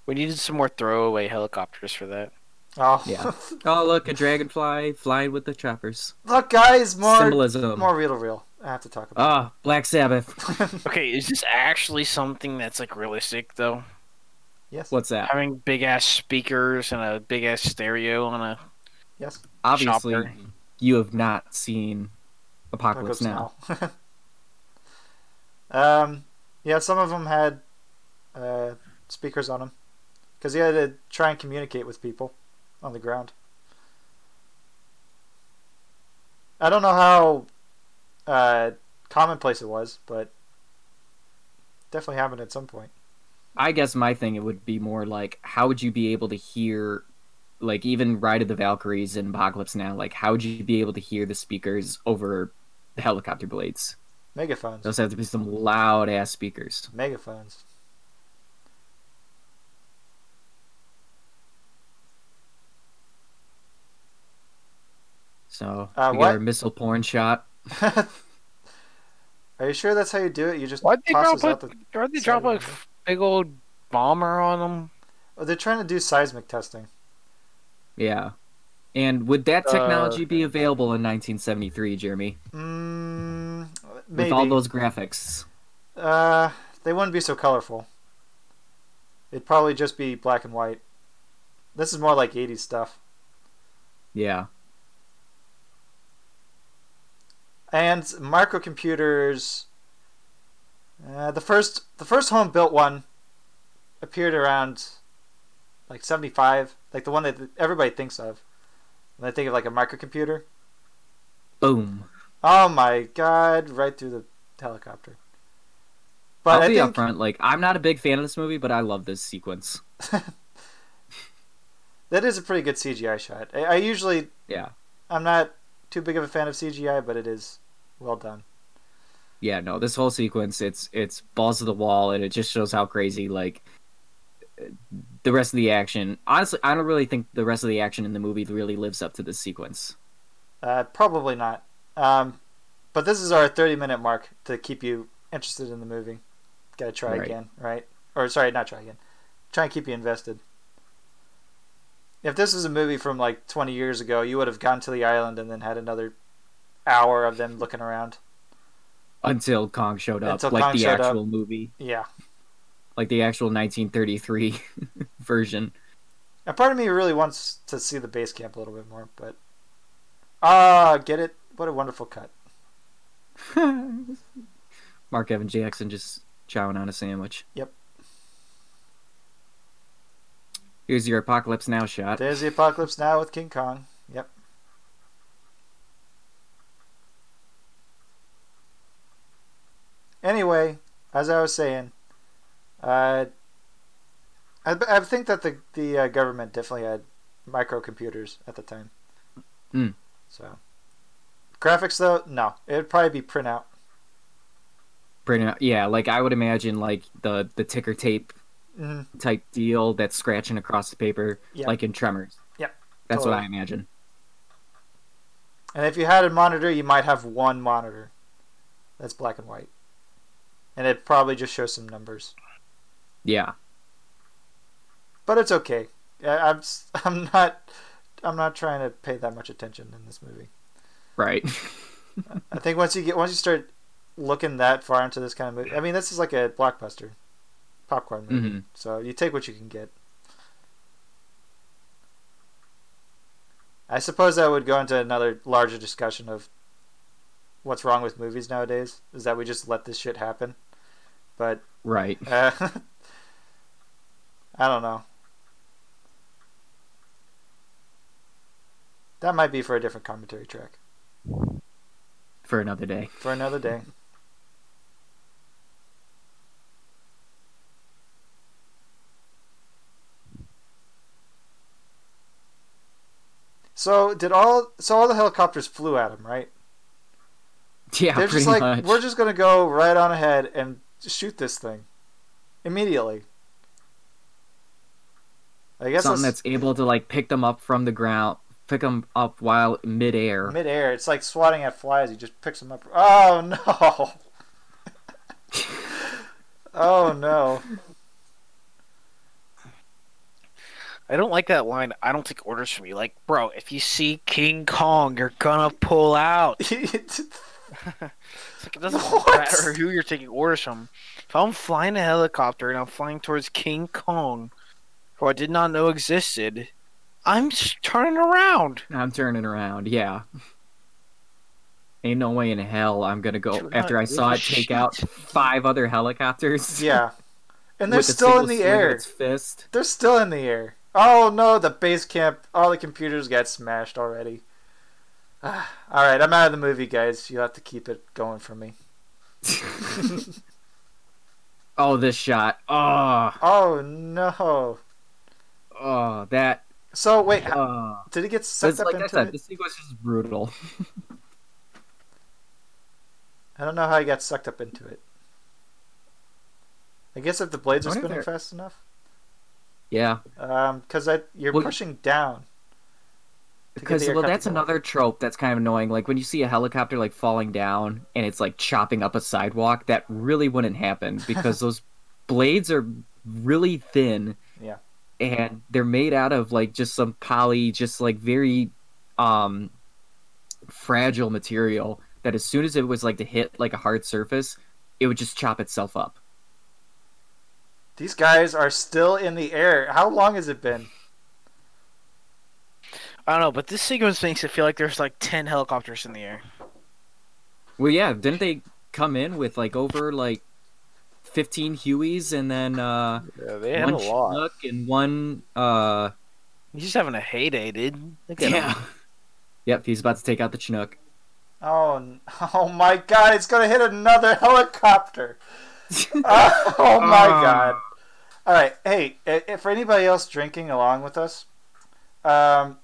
S3: We needed some more throwaway helicopters for that.
S2: Oh,
S1: Yeah. Oh, look, a dragonfly flying with the choppers.
S2: *laughs* Look, guys, more
S1: Symbolism.
S2: more real to real. I have to talk about.
S1: Ah, Black Sabbath.
S3: Okay, is this actually something that's like realistic though?
S2: *laughs* yes.
S1: What's that?
S3: Having big ass speakers and a big ass stereo on a
S2: Yes.
S1: Obviously,
S3: Chopper.
S1: you have not seen Apocalypse
S2: Apocalypse
S1: Now.
S2: Now. *laughs* um, yeah, some of them had uh, speakers on them because you had to try and communicate with people on the ground. I don't know how uh, commonplace it was, but definitely happened at some point.
S1: I guess my thing it would be more like, how would you be able to hear, like even Ride of the Valkyries and Apocalypse Now? Like, how would you be able to hear the speakers over the helicopter blades?
S2: Megaphones.
S1: Those have to be some loud ass speakers.
S2: Megaphones. *laughs*
S1: So
S2: Uh,
S1: we
S2: what?
S1: got our missile porn shot.
S2: Are you sure that's how you do it? You just
S3: Why'd they
S2: tosses
S3: drop
S2: out the.
S3: a, why'd they drop a
S2: Saturday.
S3: big old bomber on them?
S2: Oh, they're trying to do seismic testing.
S1: Yeah. And would that
S3: Uh,
S1: technology be available in 1973, Jeremy?
S2: Mm, maybe.
S1: With all those graphics.
S2: Uh, they wouldn't be so colorful. It'd probably just be black and white. This is more like 80s stuff.
S1: Yeah.
S2: And microcomputers. Uh, the first the first home built one appeared around like 75, like the one that everybody thinks of. When they think of like a microcomputer.
S1: Boom.
S2: Oh my god, right through the helicopter. But
S1: I'll
S2: I
S1: be
S2: think
S1: upfront. Like, I'm not a big fan of this movie, but I love this sequence.
S2: that is a pretty good CGI shot. I, I usually
S1: Yeah.
S2: I'm not too big of a fan of CGI, but it is well done.
S1: Yeah, no, this whole sequence, it's it's balls to the wall, and it just shows how crazy like the rest of the action. Honestly, I don't really think the rest of the action in the movie really lives up to this sequence.
S2: Uh, probably not. Um, but this is our 30 minute mark to keep you interested in the movie. Gotta try
S1: Right.
S2: again, right? Or sorry, not try again. Try and keep you invested. If this was a movie from like 20 years ago, you would have gone to the island and then had another hour of them looking around.
S1: Until Kong showed up,
S2: Until
S1: like
S2: Kong
S1: the
S2: showed up.
S1: actual movie,
S2: Yeah.
S1: like the actual 1933 *laughs*
S2: *laughs*
S1: version.
S2: A part of me really wants to see the base camp a little bit more, but ah, get it? What a wonderful cut.
S1: Mark Evan Jackson just chowing on a sandwich.
S2: Yep.
S1: Here's your apocalypse now shot.
S2: There's the apocalypse now with King Kong. Yep. Anyway, as I was saying, uh, I, I think that the the uh, government definitely had microcomputers at the time.
S1: Hmm.
S2: So, graphics though, no, it'd probably be printout.
S1: Pretty mu- yeah, like I would imagine like the the ticker tape
S2: hmm
S1: type deal that's scratching across the paper,
S2: Yeah.
S1: like in Tremors.
S2: Yep,
S1: That's what
S2: totally.
S1: I imagine.
S2: And if you had a monitor, you might have one monitor that's black and white. And it probably just shows some numbers.
S1: Yeah.
S2: But it's okay. I- I'm s- *laughs* I'm not I'm not trying to pay that much attention in this movie.
S1: Right. *laughs*
S2: I think once you get once you start looking that far into this kind of movie, I mean, this is like a blockbuster popcorn movie.
S1: Mhm.
S2: So you take what you can get. I suppose that would go into another larger discussion of what's wrong with movies nowadays is that we just let this shit happen. But
S1: Right.
S2: uh, *laughs* I don't know. That might be for a different commentary track
S1: For another day. *laughs*
S2: for another day. So did all so all the helicopters flew at him, right?
S1: Yeah,
S2: They're
S1: pretty
S2: just like
S1: much.
S2: we're just gonna go right on ahead and shoot this thing immediately. I guess
S1: Something
S2: it's
S1: that's able to like pick them up from the ground, pick them up while midair.
S2: midair. It's like swatting at flies. He just picks them up. Oh no! *laughs* oh no!
S3: I don't like that line. I don't take orders from you. Like, bro, if you see King Kong, you're gonna pull out. It's like, it doesn't
S2: What?
S3: matter who you're taking orders from. If I'm flying a helicopter and I'm flying towards King Kong, who I did not know existed, I'm s- turning around.
S1: I'm turning around. Yeah. Ain't no way in hell I'm gonna go
S3: Dude,
S1: after
S3: not
S1: I saw it
S3: with a
S1: take out
S3: shit.
S1: five other helicopters.
S2: *laughs* Yeah. And they're
S1: with a
S2: still in
S1: single
S2: the
S1: swing of
S2: air.
S1: Its fist. *laughs*
S2: They're still in the air. Oh no, the base camp. All the computers got smashed already. *sighs* all right, I'm out of the movie, guys. You'll have to keep it going for me. *laughs*
S1: Oh, this shot. Oh,
S2: Oh no.
S1: oh, that.
S2: So wait, how-
S1: Oh.
S2: did he get sucked
S1: It's
S2: up
S1: like I
S2: into
S1: said,
S2: it?
S1: this sequence is brutal.
S2: I don't know how he got sucked up into it. I guess if the blades
S1: I
S2: are
S1: wonder if
S2: spinning
S1: they're-
S2: fast enough,
S1: Yeah,
S2: Um 'cause because you're
S1: Well-
S2: pushing down. to get
S1: because
S2: the
S1: well,
S2: aircraft
S1: that's
S2: to go up.
S1: another trope that's kind of annoying. Like when you see a helicopter like falling down and it's like chopping up a sidewalk, that really
S2: *laughs*
S1: wouldn't happen because those blades are really thin.
S2: Yeah.
S1: and they're made out of like just some poly, just like very um fragile material that as soon as it was like to hit like a hard surface, it would just chop itself up.
S2: These guys are still in the air. How long has it been?
S3: I don't know, but this sequence makes it feel like there's like 10 helicopters in the air.
S1: Well, yeah, didn't they come in with like over like fifteen Hueys and then uh,
S4: Yeah, they had
S1: one
S4: a lot.
S1: Chinook and one uh,
S3: He's just having a heyday, dude. Look at him.
S1: yeah, *laughs* yep, he's about to take out the Chinook. *laughs*
S2: Oh, n- *laughs* oh my god, it's gonna hit another *laughs* helicopter! *laughs* oh my
S1: Ah.
S2: god. Alright, hey, i- if for anybody else drinking along with us, um,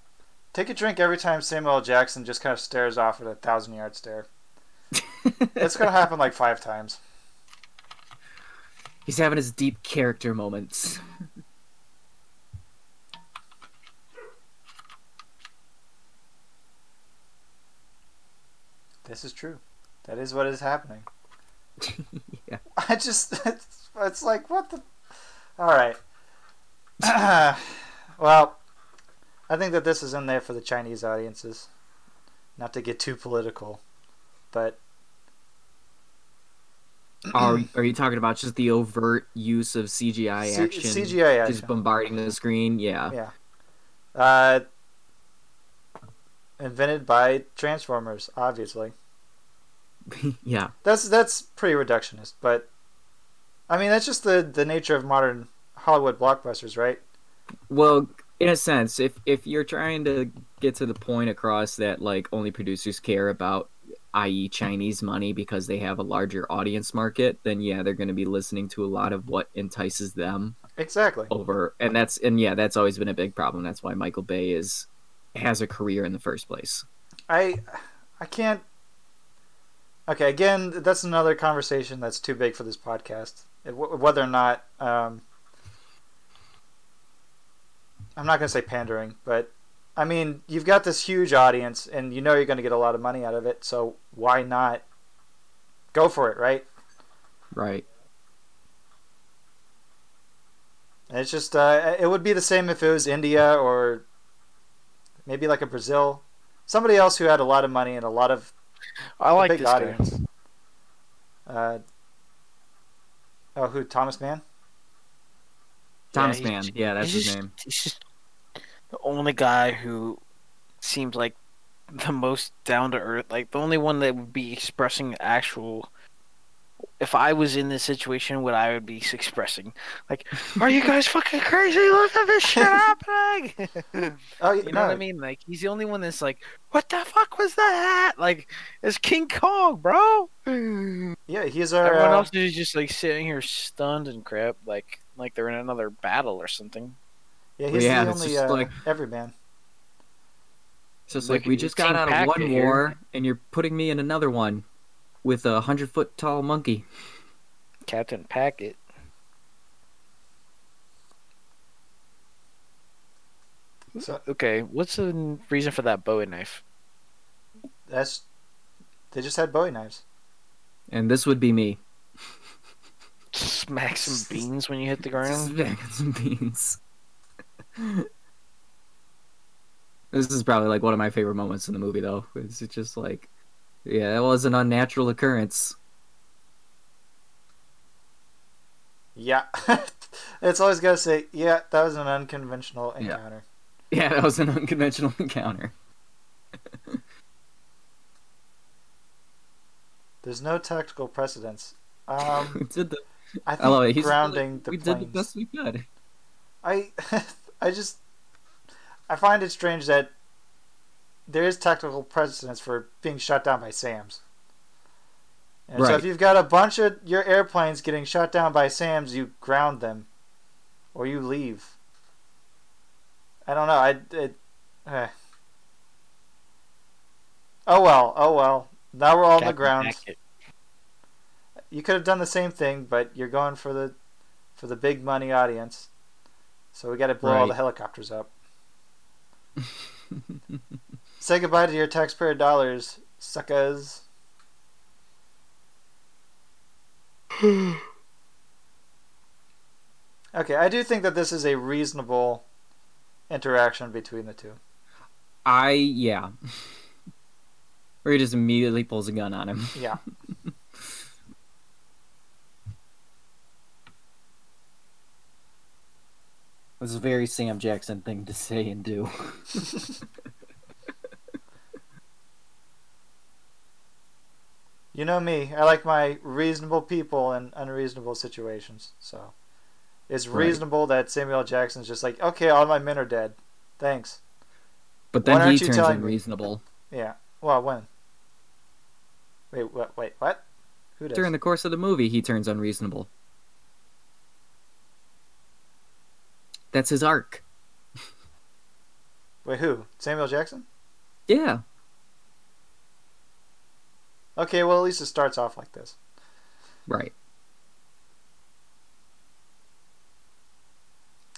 S2: take a drink every time Samuel L. Jackson just kind of stares off at a thousand yard stare. it's gonna happen like five times.
S1: He's having his deep character moments.
S2: This is true. That is what is happening.
S1: Yeah.
S2: *laughs* I just, it's, it's like, what the? Alright. *clears throat* well, I think that this is in there for the Chinese audiences. Not to get too political, but
S1: Are are you talking about just the overt use of CGI
S2: C-
S1: action?
S2: CGI action.
S1: just bombarding the screen. Yeah, *laughs*
S2: yeah. Uh, invented by Transformers, obviously.
S1: yeah.
S2: That's that's pretty reductionist, but I mean that's just the the nature of modern Hollywood blockbusters, right?
S1: Well, in a sense, if if you're trying to get to the point across that like only producers care about i.e. Chinese money because they have a larger audience market, then yeah, they're going to be listening to a lot of what entices them
S2: Exactly.
S1: over and that's and yeah, that's always been a big problem. That's why Michael Bay is has a career in the first place.
S2: I I can't Okay, again, that's another conversation that's too big for this podcast. Wh- Whether or not um, I'm not going to say pandering, but I mean, you've got this huge audience and you know you're going to get a lot of money out of it, so why not go for it, right?
S1: Right.
S2: And it's just, uh, it would be the same if it was India or maybe like a Brazil, somebody else who had a lot of money and a lot of
S3: I like
S2: a big
S3: this guy.
S2: audience. Uh, oh, who? Thomas Mann?
S1: Thomas
S3: he's-
S1: Mann. Yeah, that's his
S3: he's just-
S1: name.
S3: He's just the only guy who seems like the most down to earth, like the only one that would be expressing actual. If I was in this situation, what I would be expressing, like, "Are you guys fucking crazy? Look at
S1: *laughs*
S3: this shit happening!" *laughs*
S2: Oh,
S3: you know what I mean? Like, he's the only one that's like, "What the fuck was that?" Like, it's King Kong, bro.
S1: Uh,
S2: Yeah, he's our.
S3: Everyone
S2: uh,
S3: else is just like sitting here stunned and crap, like, like they're in another battle or something.
S2: Yeah, he's
S1: Yeah,
S2: the
S1: it's
S2: only
S1: just
S2: uh,
S1: like-
S2: everyman.
S1: It's just
S3: Like,
S1: like we just got
S3: King
S1: out of
S3: Packet
S1: one
S3: here.
S1: war, and you're putting me in another one with a hundred foot tall monkey.
S3: Captain Packet.
S2: So-
S3: okay, what's the n- reason for that Bowie knife?
S2: That's they just had Bowie knives.
S1: And this would be me.
S3: Smack some beans when you hit the ground.
S1: Smack some beans. *laughs* this is probably like one of my favorite moments in the movie, though. It's just like, yeah, that was an unnatural occurrence. *laughs*
S2: Yeah, *laughs* it's always gotta say yeah. That was an unconventional
S1: Yeah.
S2: encounter.
S1: Yeah, that was an unconventional *laughs* encounter.
S2: There's no tactical precedence. Um,
S1: *laughs* We did the,
S2: I
S1: I love it.
S2: think
S1: He's
S2: grounding the
S1: we
S2: planes.
S1: did the best we could. *laughs*
S2: I *laughs* I just I find it strange that there is tactical precedence for being shot down by SAMs. And so
S1: Right.
S2: if you've got a bunch of your airplanes getting shot down by SAMs, you ground them or you leave. I don't know. I it, eh. Oh well, oh well. Now we're all on the
S3: Captain
S2: ground.
S3: Packet.
S2: You could have done the same thing, but you're going for the for the big money audience. So we got to blow all
S1: Right.
S2: the helicopters up. Say goodbye to your taxpayer dollars,
S1: *sighs*
S2: suckers. okay, I do think that this is a reasonable interaction between the two.
S1: I yeah. *laughs* Where he just immediately pulls a gun on him. *laughs*
S2: Yeah.
S1: It's a very Sam Jackson thing to say and do.
S2: You know me. I like my reasonable people in unreasonable situations. So it's
S1: Right.
S2: reasonable that Samuel L. Jackson's just like, okay, all my men are dead. Thanks.
S1: But
S2: Why
S1: then he
S2: aren't you
S1: turns
S2: telling me?
S1: unreasonable
S2: Yeah. Well, when? Wait, what? Wait, what? Who does?
S1: during the course of the movie. He turns unreasonable. That's his arc.
S2: Wait, who? Samuel L. Jackson?
S1: Yeah,
S2: Okay, well, at least it starts off like this.
S1: right.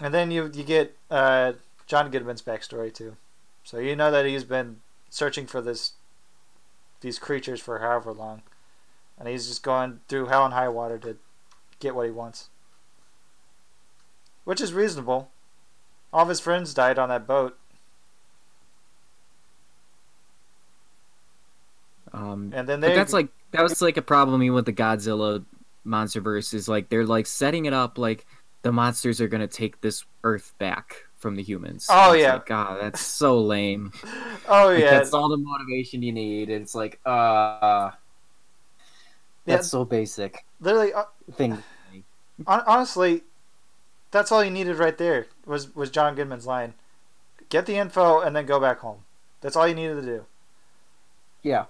S2: And then you you get uh, John Goodman's backstory too, so you know that he's been searching for this these creatures for however long, and he's just going through hell and high water to get what he wants, which is reasonable. All of his friends died on that boat,
S1: Um,
S2: and then
S1: But
S2: they
S1: that's like that was like a problem even with the Godzilla MonsterVerse is like they're like setting it up like the monsters are gonna take this Earth back from the humans.
S2: Oh,
S1: It's
S2: yeah.
S1: like, God, that's so lame.
S2: *laughs* oh
S1: Like,
S2: yeah,
S1: that's all the motivation you need. and It's like uh, that's
S2: Yeah.
S1: so basic
S2: literally uh,
S1: thing.
S2: hon- honestly, that's all you needed right there was was John Goodman's line, get the info and then go back home. That's all you needed to do.
S1: Yeah,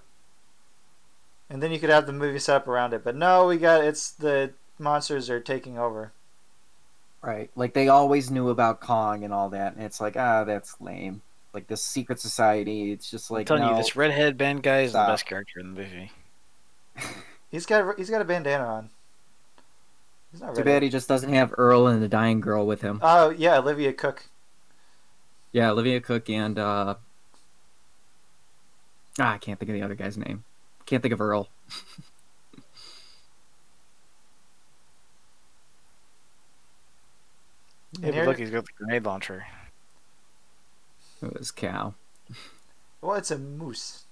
S2: and then you could have the movie set up around it. But no, we got it's the monsters are taking over.
S4: Right. Like they always knew about Kong and all that, and it's like, ah, that's lame. Like this secret society, it's just
S3: I'm
S4: like
S3: telling you,
S4: no.
S3: this redhead band guy is
S4: Stop.
S3: the best character in the movie.
S2: He's got he's got a bandana on. He's not
S1: too
S2: ready.
S1: bad he just doesn't have Earl and the dying girl with him.
S2: Oh yeah, Olivia Cook.
S1: Yeah, Olivia Cook and uh ah, I can't think of the other guy's name. Can't think of Earl.
S3: Yeah, but
S2: here-
S3: look, he's got the grenade launcher.
S1: It was Cal.
S2: Well, it's a moose,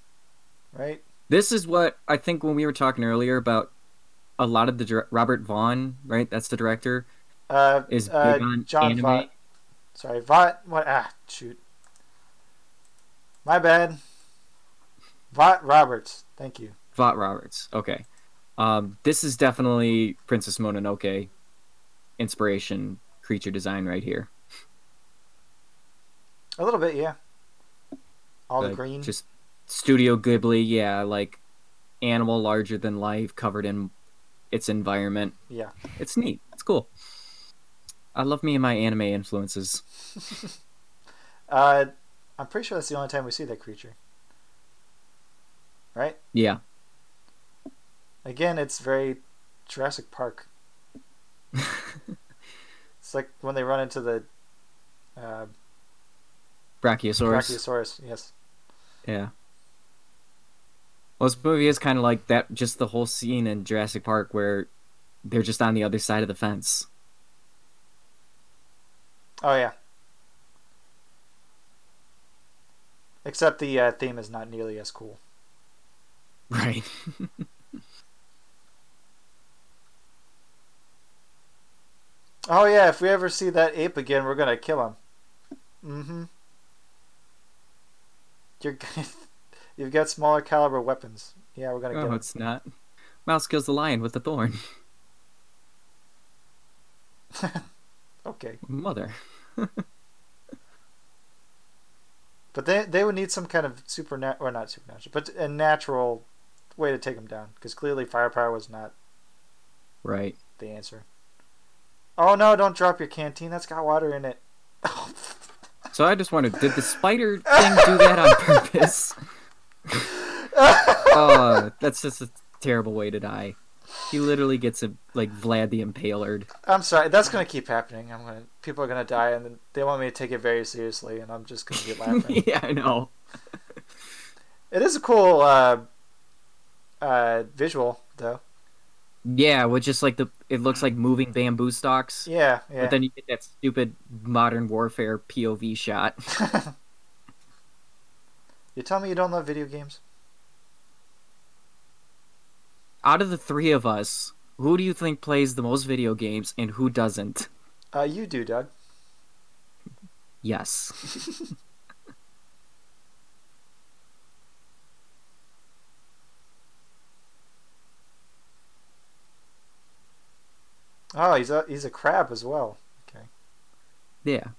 S2: right?
S1: This is what I think when we were talking earlier about a lot of the dir- Robert Vaughn, right? That's the director.
S2: Uh,
S1: Is big
S2: uh,
S1: on
S2: John
S1: anime.
S2: Vaught. Sorry, Vought. What? Ah, shoot. My bad. Vought Roberts. Thank you.
S1: Vaught Roberts. Okay. Um, this is definitely Princess Mononoke inspiration creature design right here.
S2: A little bit, yeah. All the
S1: Like,
S2: green.
S1: Just Studio Ghibli, yeah, like animal larger than life covered in its environment.
S2: Yeah.
S1: It's neat. It's cool. I love me and my anime influences.
S2: *laughs*
S1: *laughs*
S2: Uh, I'm pretty sure that's the only time we see that creature. Right?
S1: Yeah.
S2: Again, it's very Jurassic Park. it's like when they run into the uh,
S1: Brachiosaurus.
S2: Brachiosaurus. Yes.
S1: Yeah. Well, this movie is kind of like that, just the whole scene in Jurassic Park where they're just on the other side of the fence. *laughs*
S2: Oh yeah. Except the uh, theme is not nearly as cool.
S1: Right.
S2: Oh yeah, if we ever see that ape again, we're gonna kill him. Mm-hmm. You're gonna, *laughs* you've got smaller caliber weapons. Yeah, we're gonna kill
S1: Oh,
S2: him.
S1: it's not. Mouse kills the lion with a thorn. *laughs*
S2: Okay,
S1: Mother.
S2: but they they would need some kind of supernatural, or not supernatural, but a natural way to take him down, because clearly firepower was not
S1: Right.
S2: the answer. Oh no! Don't drop your canteen. That's got water in it. *laughs* Oh,
S1: So I just wondered, did the spider thing do that
S2: *laughs*
S1: on purpose? oh, that's just a terrible way to die. He literally gets a like Vlad the Impalered.
S2: I'm sorry. That's gonna keep happening. I'm gonna. People are gonna die, and then they want me to take it very seriously, and I'm just gonna get laughing.
S1: *laughs* yeah, I know.
S2: It is a cool uh, uh, visual, though.
S1: Yeah, with just like the it looks like moving bamboo stalks.
S2: Yeah, yeah.
S1: But then you get that stupid modern warfare POV shot.
S2: *laughs* you tell me you don't love video games?
S1: Out of the three of us, who do you think plays the most video games and who doesn't?
S2: Uh, you do, Doug. *laughs*
S1: Yes.
S2: Oh, he's a he's a crab as well.
S1: Yeah.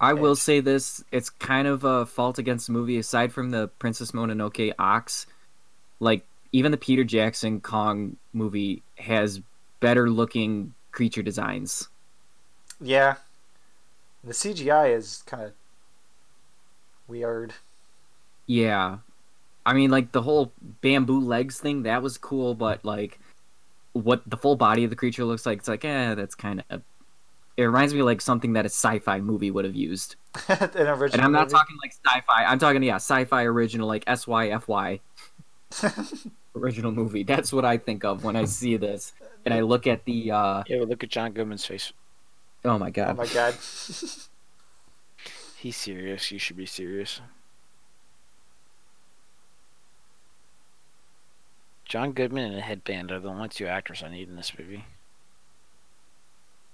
S1: I will say this, it's kind of a fault against the movie, aside from the Princess Mononoke ox. Like, even the Peter Jackson Kong movie has better looking creature designs.
S2: Yeah. The CGI is kind of weird. *laughs*
S1: Yeah. I mean, like, the whole bamboo legs thing, that was cool, but, like, what the full body of the creature looks like, it's like, eh, that's kind of. It reminds me of, like something that a sci fi movie would have used.
S2: An original.
S1: And I'm not
S2: movie.
S1: talking like sci-fi. I'm talking yeah, sci-fi original, like S Y F Y original movie. That's what I think of when I see this, and I look at the. uh
S3: Yeah, but look at John Goodman's face.
S1: Oh my god!
S2: Oh my
S1: *laughs*
S2: god.
S3: He's serious. You should be serious. John Goodman and a headband are the only two actors I need in this movie.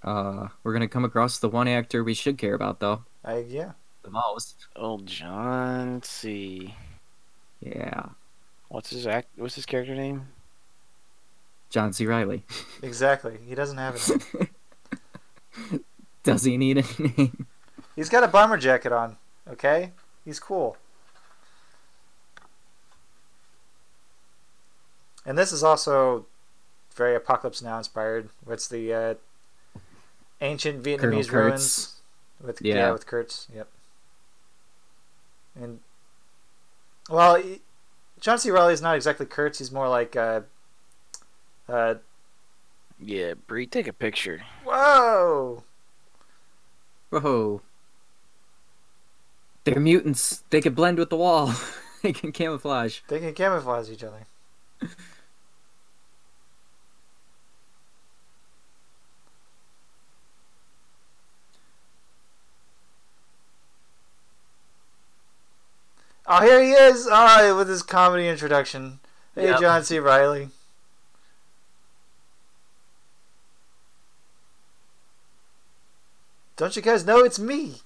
S1: Uh, we're gonna come across the one actor we should care about though
S2: I, yeah.
S1: the most.
S3: Old John C.
S1: Yeah,
S3: What's his act? What's his character name?
S1: John C. Riley.
S2: Exactly. He doesn't have it.
S1: *laughs* Does he need a name?
S2: He's got a bomber jacket on. Okay. He's cool. And this is also very apocalypse now inspired. What's the uh, ancient
S1: Colonel
S2: Vietnamese ruins
S1: Kurtz.
S2: with yeah.
S1: Yeah.
S2: with Kurtz. Yep. And well, he- John C. Riley is not exactly Kurtz. He's more like uh, uh,
S3: Yeah, Bree, take a picture.
S2: whoa.
S1: Whoa. They're mutants. They can blend with the wall. *laughs* they can camouflage.
S2: They can camouflage each other. oh, here he is! Ah, with his comedy introduction. Hey,
S3: Yep.
S2: John C. Riley. Don't you guys know it's me?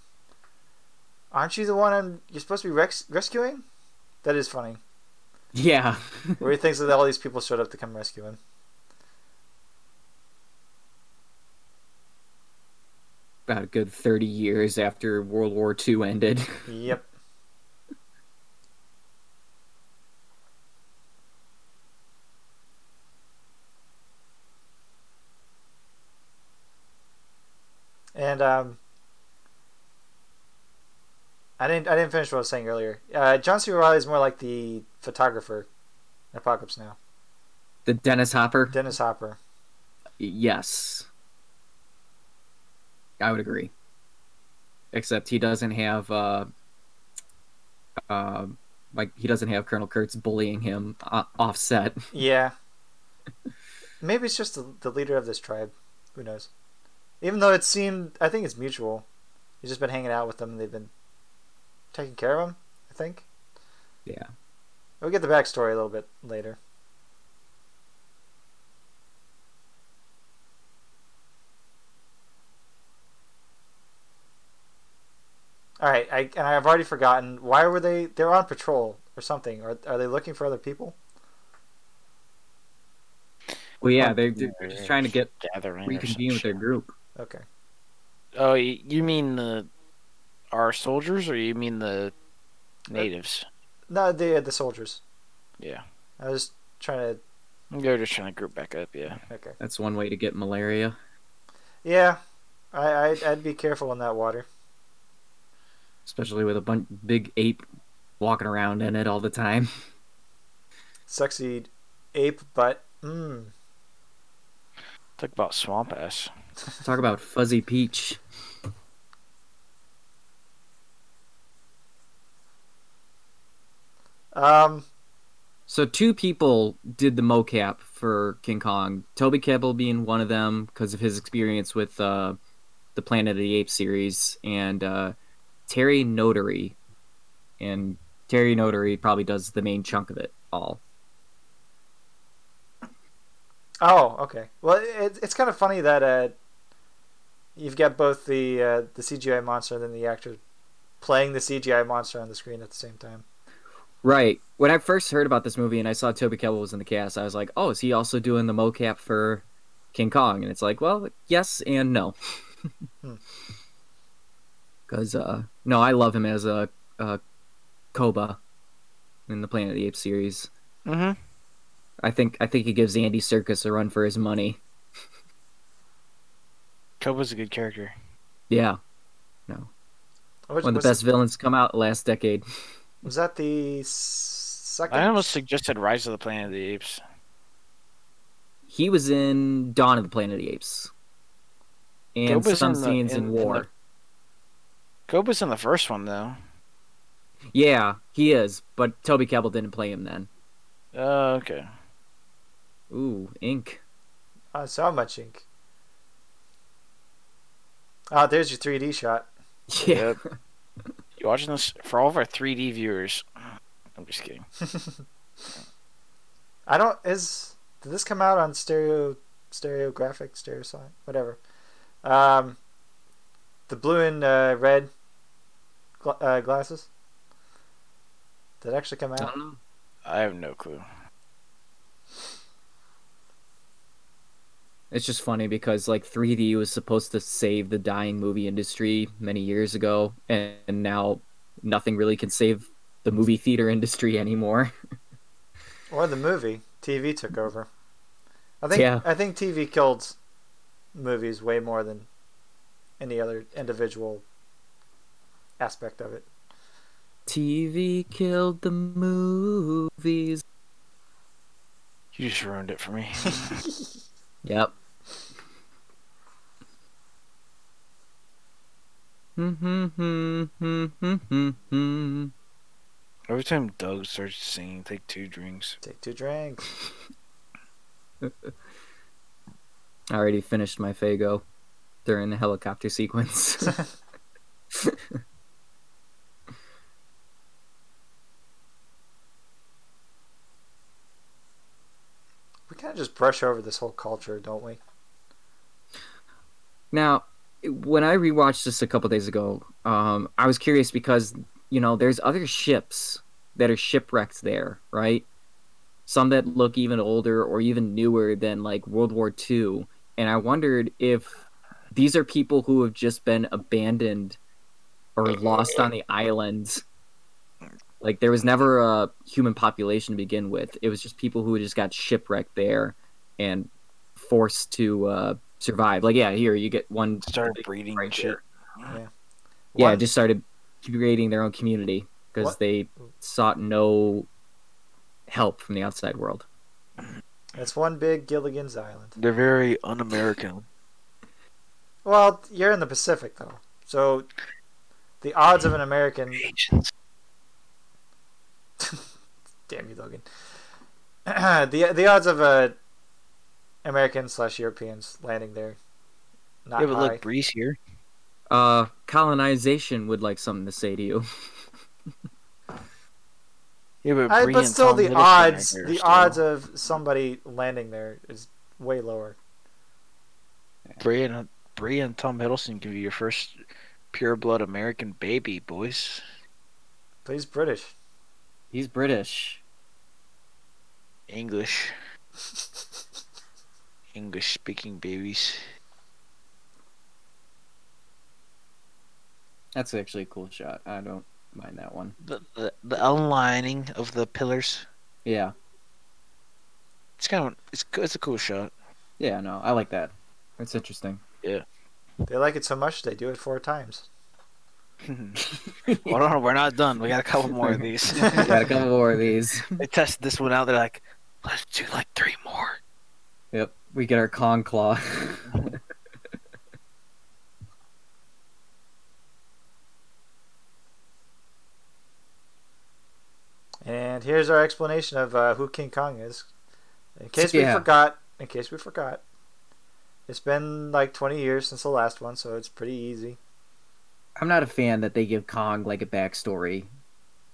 S2: Aren't you the one I'm, you're supposed to be rex- rescuing? That is funny.
S1: Yeah.
S2: Where he thinks that all these people showed up to come rescue him.
S1: About a good 30 years after World War II ended.
S2: Yep. And um, I didn't I didn't finish what I was saying earlier. Uh, John C. Riley is more like the photographer, in Apocalypse Now.
S1: The Dennis Hopper?
S2: Dennis Hopper.
S1: Yes. I would agree. Except he doesn't have uh um like he doesn't have Colonel Kurtz bullying him uh, offset.
S2: Yeah. Maybe it's just the, the leader of this tribe. Who knows? Even though it seemed, I think it's mutual. He's just been hanging out with them. and They've been taking care of him. I think.
S1: Yeah.
S2: We'll get the backstory a little bit later. All right, I, and I've already forgotten. Why were they? They're on patrol or something. Are are they looking for other people?
S1: Well yeah, they're, they're just trying to get
S3: gathering. or some
S1: reconvene with their
S3: shit.
S1: group.
S2: Okay.
S3: Oh, y- you mean the our soldiers, or you mean the Uh, natives?
S2: No, the the soldiers.
S3: Yeah,
S2: I was trying
S3: they're just trying to group back up. Yeah,
S2: to. Okay.
S1: That's one way to get malaria.
S2: Yeah, I I'd, I'd be careful in that water.
S1: Especially with a bun- big ape walking around in it all the time.
S2: Sexy ape butt. Mmm.
S3: talk about swamp ass.
S1: Talk about fuzzy peach.
S2: Um.
S1: So two people did the mocap for King Kong. Toby Kebbell being one of them because of his experience with uh, the Planet of the Apes series, and uh, Terry Notary. And Terry Notary probably does the main chunk of it all.
S2: Oh, okay. Well, it, it's kind of funny that uh, you've got both the uh, the CGI monster and then the actor playing the CGI monster on the screen at the same time.
S1: Right. When I first heard about this movie and I saw Toby Kebbell was in the cast, I was like, "Oh, is he also doing the mocap for King Kong?" And it's like, well, yes and no.
S2: Hmm.
S1: Because uh, no, I love him as a, a Koba in the Planet of the Apes series.
S3: Mm-hmm.
S1: I think I think he gives Andy Circus a run for his money.
S3: Koba's a good character.
S1: Yeah,
S2: Which,
S1: one of
S2: was,
S1: the best villains to come out last decade.
S2: was that the s- second?
S3: I almost suggested Rise of the Planet of the Apes.
S1: He was in Dawn of the Planet of the Apes, and
S3: Koba's
S1: some
S3: in the-
S1: scenes in,
S3: in- in
S1: War.
S3: Koba's in the first one though.
S1: Yeah, he is, but Toby Kebbell didn't play him then.
S3: Oh, okay.
S1: Ooh, ink. *laughs*
S2: I saw Oh, much ink. Ah, there's your 3D shot.
S1: Yeah.
S3: You watching this for all of our 3D viewers? I'm just kidding.
S2: *laughs* I don't is did this come out on stereo stereo graphic stereo sign whatever. Um, the blue and uh, red gla- uh, glasses. Did it actually come
S1: I
S2: out?
S1: don't know.
S3: I have no clue.
S1: It's just funny because like 3D was supposed to save the dying movie industry many years ago, and, and now nothing really can save the movie theater industry *laughs* anymore.
S2: Or the movie TV took over. I think
S1: Yeah.
S2: I think TV killed movies way more than any other individual aspect of it.
S1: TV killed the movies.
S3: You just ruined it for me.
S1: Yep. hmm, That's
S3: Every time Doug starts singing, take two drinks.
S2: Take two drinks.
S1: I already finished my Fago during the helicopter sequence. *laughs*
S2: We kind of just brush over this whole culture, don't we?
S1: now, when I rewatched this a couple days ago, um, I was curious because you know there's other ships that are shipwrecked there, right? Some that look even older or even newer than like World War II, and I wondered if these are people who have just been abandoned or lost on the island. Like there was never a human population to begin with. It was just people who just got shipwrecked there and forced to uh, survive. Like yeah, here you get one
S3: Start breeding
S1: right
S3: and shit.
S1: there. Yeah,
S2: One-
S1: just started creating their own community because
S2: What?
S1: they sought no help from the outside world.
S2: It's one big Gilligan's Island.
S3: They're very un-American.
S2: Well, you're in the Pacific though, so the odds of an American.
S3: Asians.
S2: *laughs* Damn you, Logan. *clears throat* the the odds of a American slash Europeans landing there, *laughs* not
S3: yeah, but
S2: high.
S3: look, Bree's here.
S1: Uh, colonization would like something to say to you. *laughs*
S3: Yeah, but
S2: I,
S3: Bree
S2: but
S3: and
S2: still,
S3: Tom
S2: the
S3: Hiddleston are
S2: odds
S3: here
S2: the
S3: still.
S2: odds of somebody landing there is way lower.
S3: Bree and Bree and Tom Hiddleston can be your first pure blood American baby, boys.
S2: But he's British. *laughs*
S4: He's British.
S3: English, English speaking babies.
S4: That's actually a cool shot. I don't mind that one.
S3: The, the the aligning of the pillars.
S4: Yeah.
S3: It's kind of it's it's a cool shot. *laughs*
S4: Yeah, no, I like that. That's interesting. *laughs*
S2: They like it so much they do it four times.
S3: Hold on, we're not done. We got a couple more
S2: *laughs*
S3: of these. *laughs*
S4: We got a couple more of
S1: *laughs*
S4: these.
S3: they tested this one out. They're like, let's do like three more.
S4: Yep. We get our Kong Claw. *laughs*
S2: And here's our explanation of uh, who King Kong is. In case we
S4: Yeah.
S2: forgot, in case we forgot, it's been like 20 years since the last one, so it's pretty easy.
S4: I'm not a fan that they give Kong like a backstory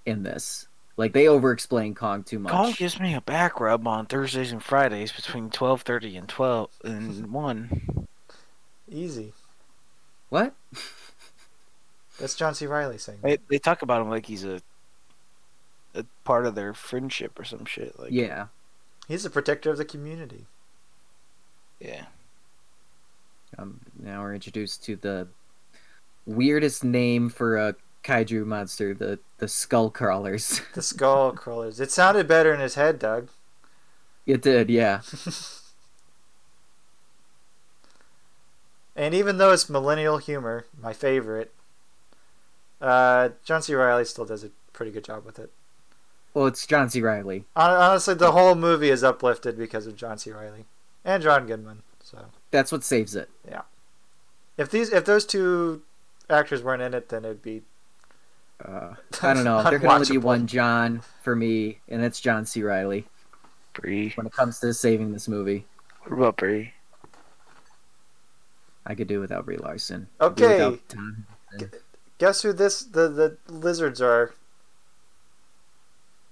S4: in this. Like they over explain Kong too much.
S3: Kong gives me a back rub on Thursdays and Fridays between twelve thirty and twelve *laughs* and one.
S2: Easy.
S4: what?
S2: *laughs* That's John C. Riley saying. that.
S3: They they talk about him like he's a a part of their friendship or some shit. Like
S4: yeah.
S2: He's a protector of the community.
S3: yeah.
S4: Um, now we're introduced to the weirdest name for a kaiju monster, the the skull crawlers. *laughs*
S2: The skull crawlers. It sounded better in his head, Doug. *laughs*
S4: it did, yeah.
S2: And even though it's millennial humor, my favorite, uh, John C. Riley still does a pretty good job with it.
S4: Well, it's John C. Riley.
S2: Hon- Honestly, the whole movie is uplifted because of John C. Riley and John Goodman. So
S4: That's what saves it.
S2: if these, if those two actors weren't in it, then it'd be
S4: Uh, *laughs* I
S2: *laughs*
S4: don't know. There can only be
S2: Unwatchable.
S4: one John for me, and that's John C. Riley
S3: Bree.
S4: when it comes to saving this movie.
S3: What about Bree?
S4: I could do without Brie Larson. I could do
S2: Okay.
S4: without Tom.
S2: guess who this the the lizards are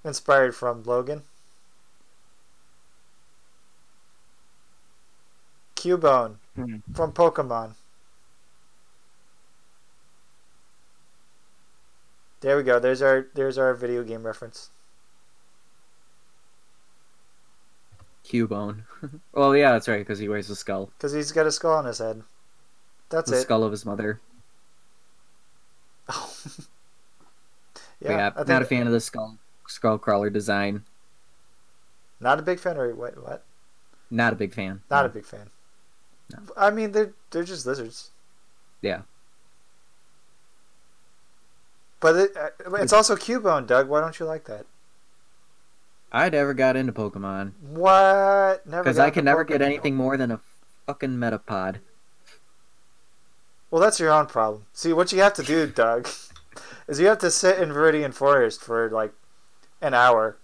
S2: inspired from Logan. Cubone
S3: Hmm.
S2: from Pokemon. There we go. There's our there's our video game reference.
S4: Cubone. *laughs* well, yeah, that's right, because he wears the skull.
S2: Because he's got a skull on his head. That's
S4: the
S2: it.
S4: skull of his mother.
S2: *laughs* Yeah,
S4: yeah
S2: I think-
S4: not a fan of the skull skull crawler design.
S2: Not a big fan, or what? What?
S4: Not a big fan.
S2: Not a big fan.
S4: No.
S2: I mean, they're they're just lizards.
S4: Yeah.
S2: But it, uh, it's also Cubone, Doug. Why don't you like that?
S4: I never got into Pokemon
S2: What? Never.
S4: because
S2: got
S4: I can
S2: the
S4: never get
S2: Pokemon.
S4: anything more than a fucking Metapod.
S2: Well, that's your own problem. See, what you have to do, Doug, is you have to sit in Viridian Forest for like an hour,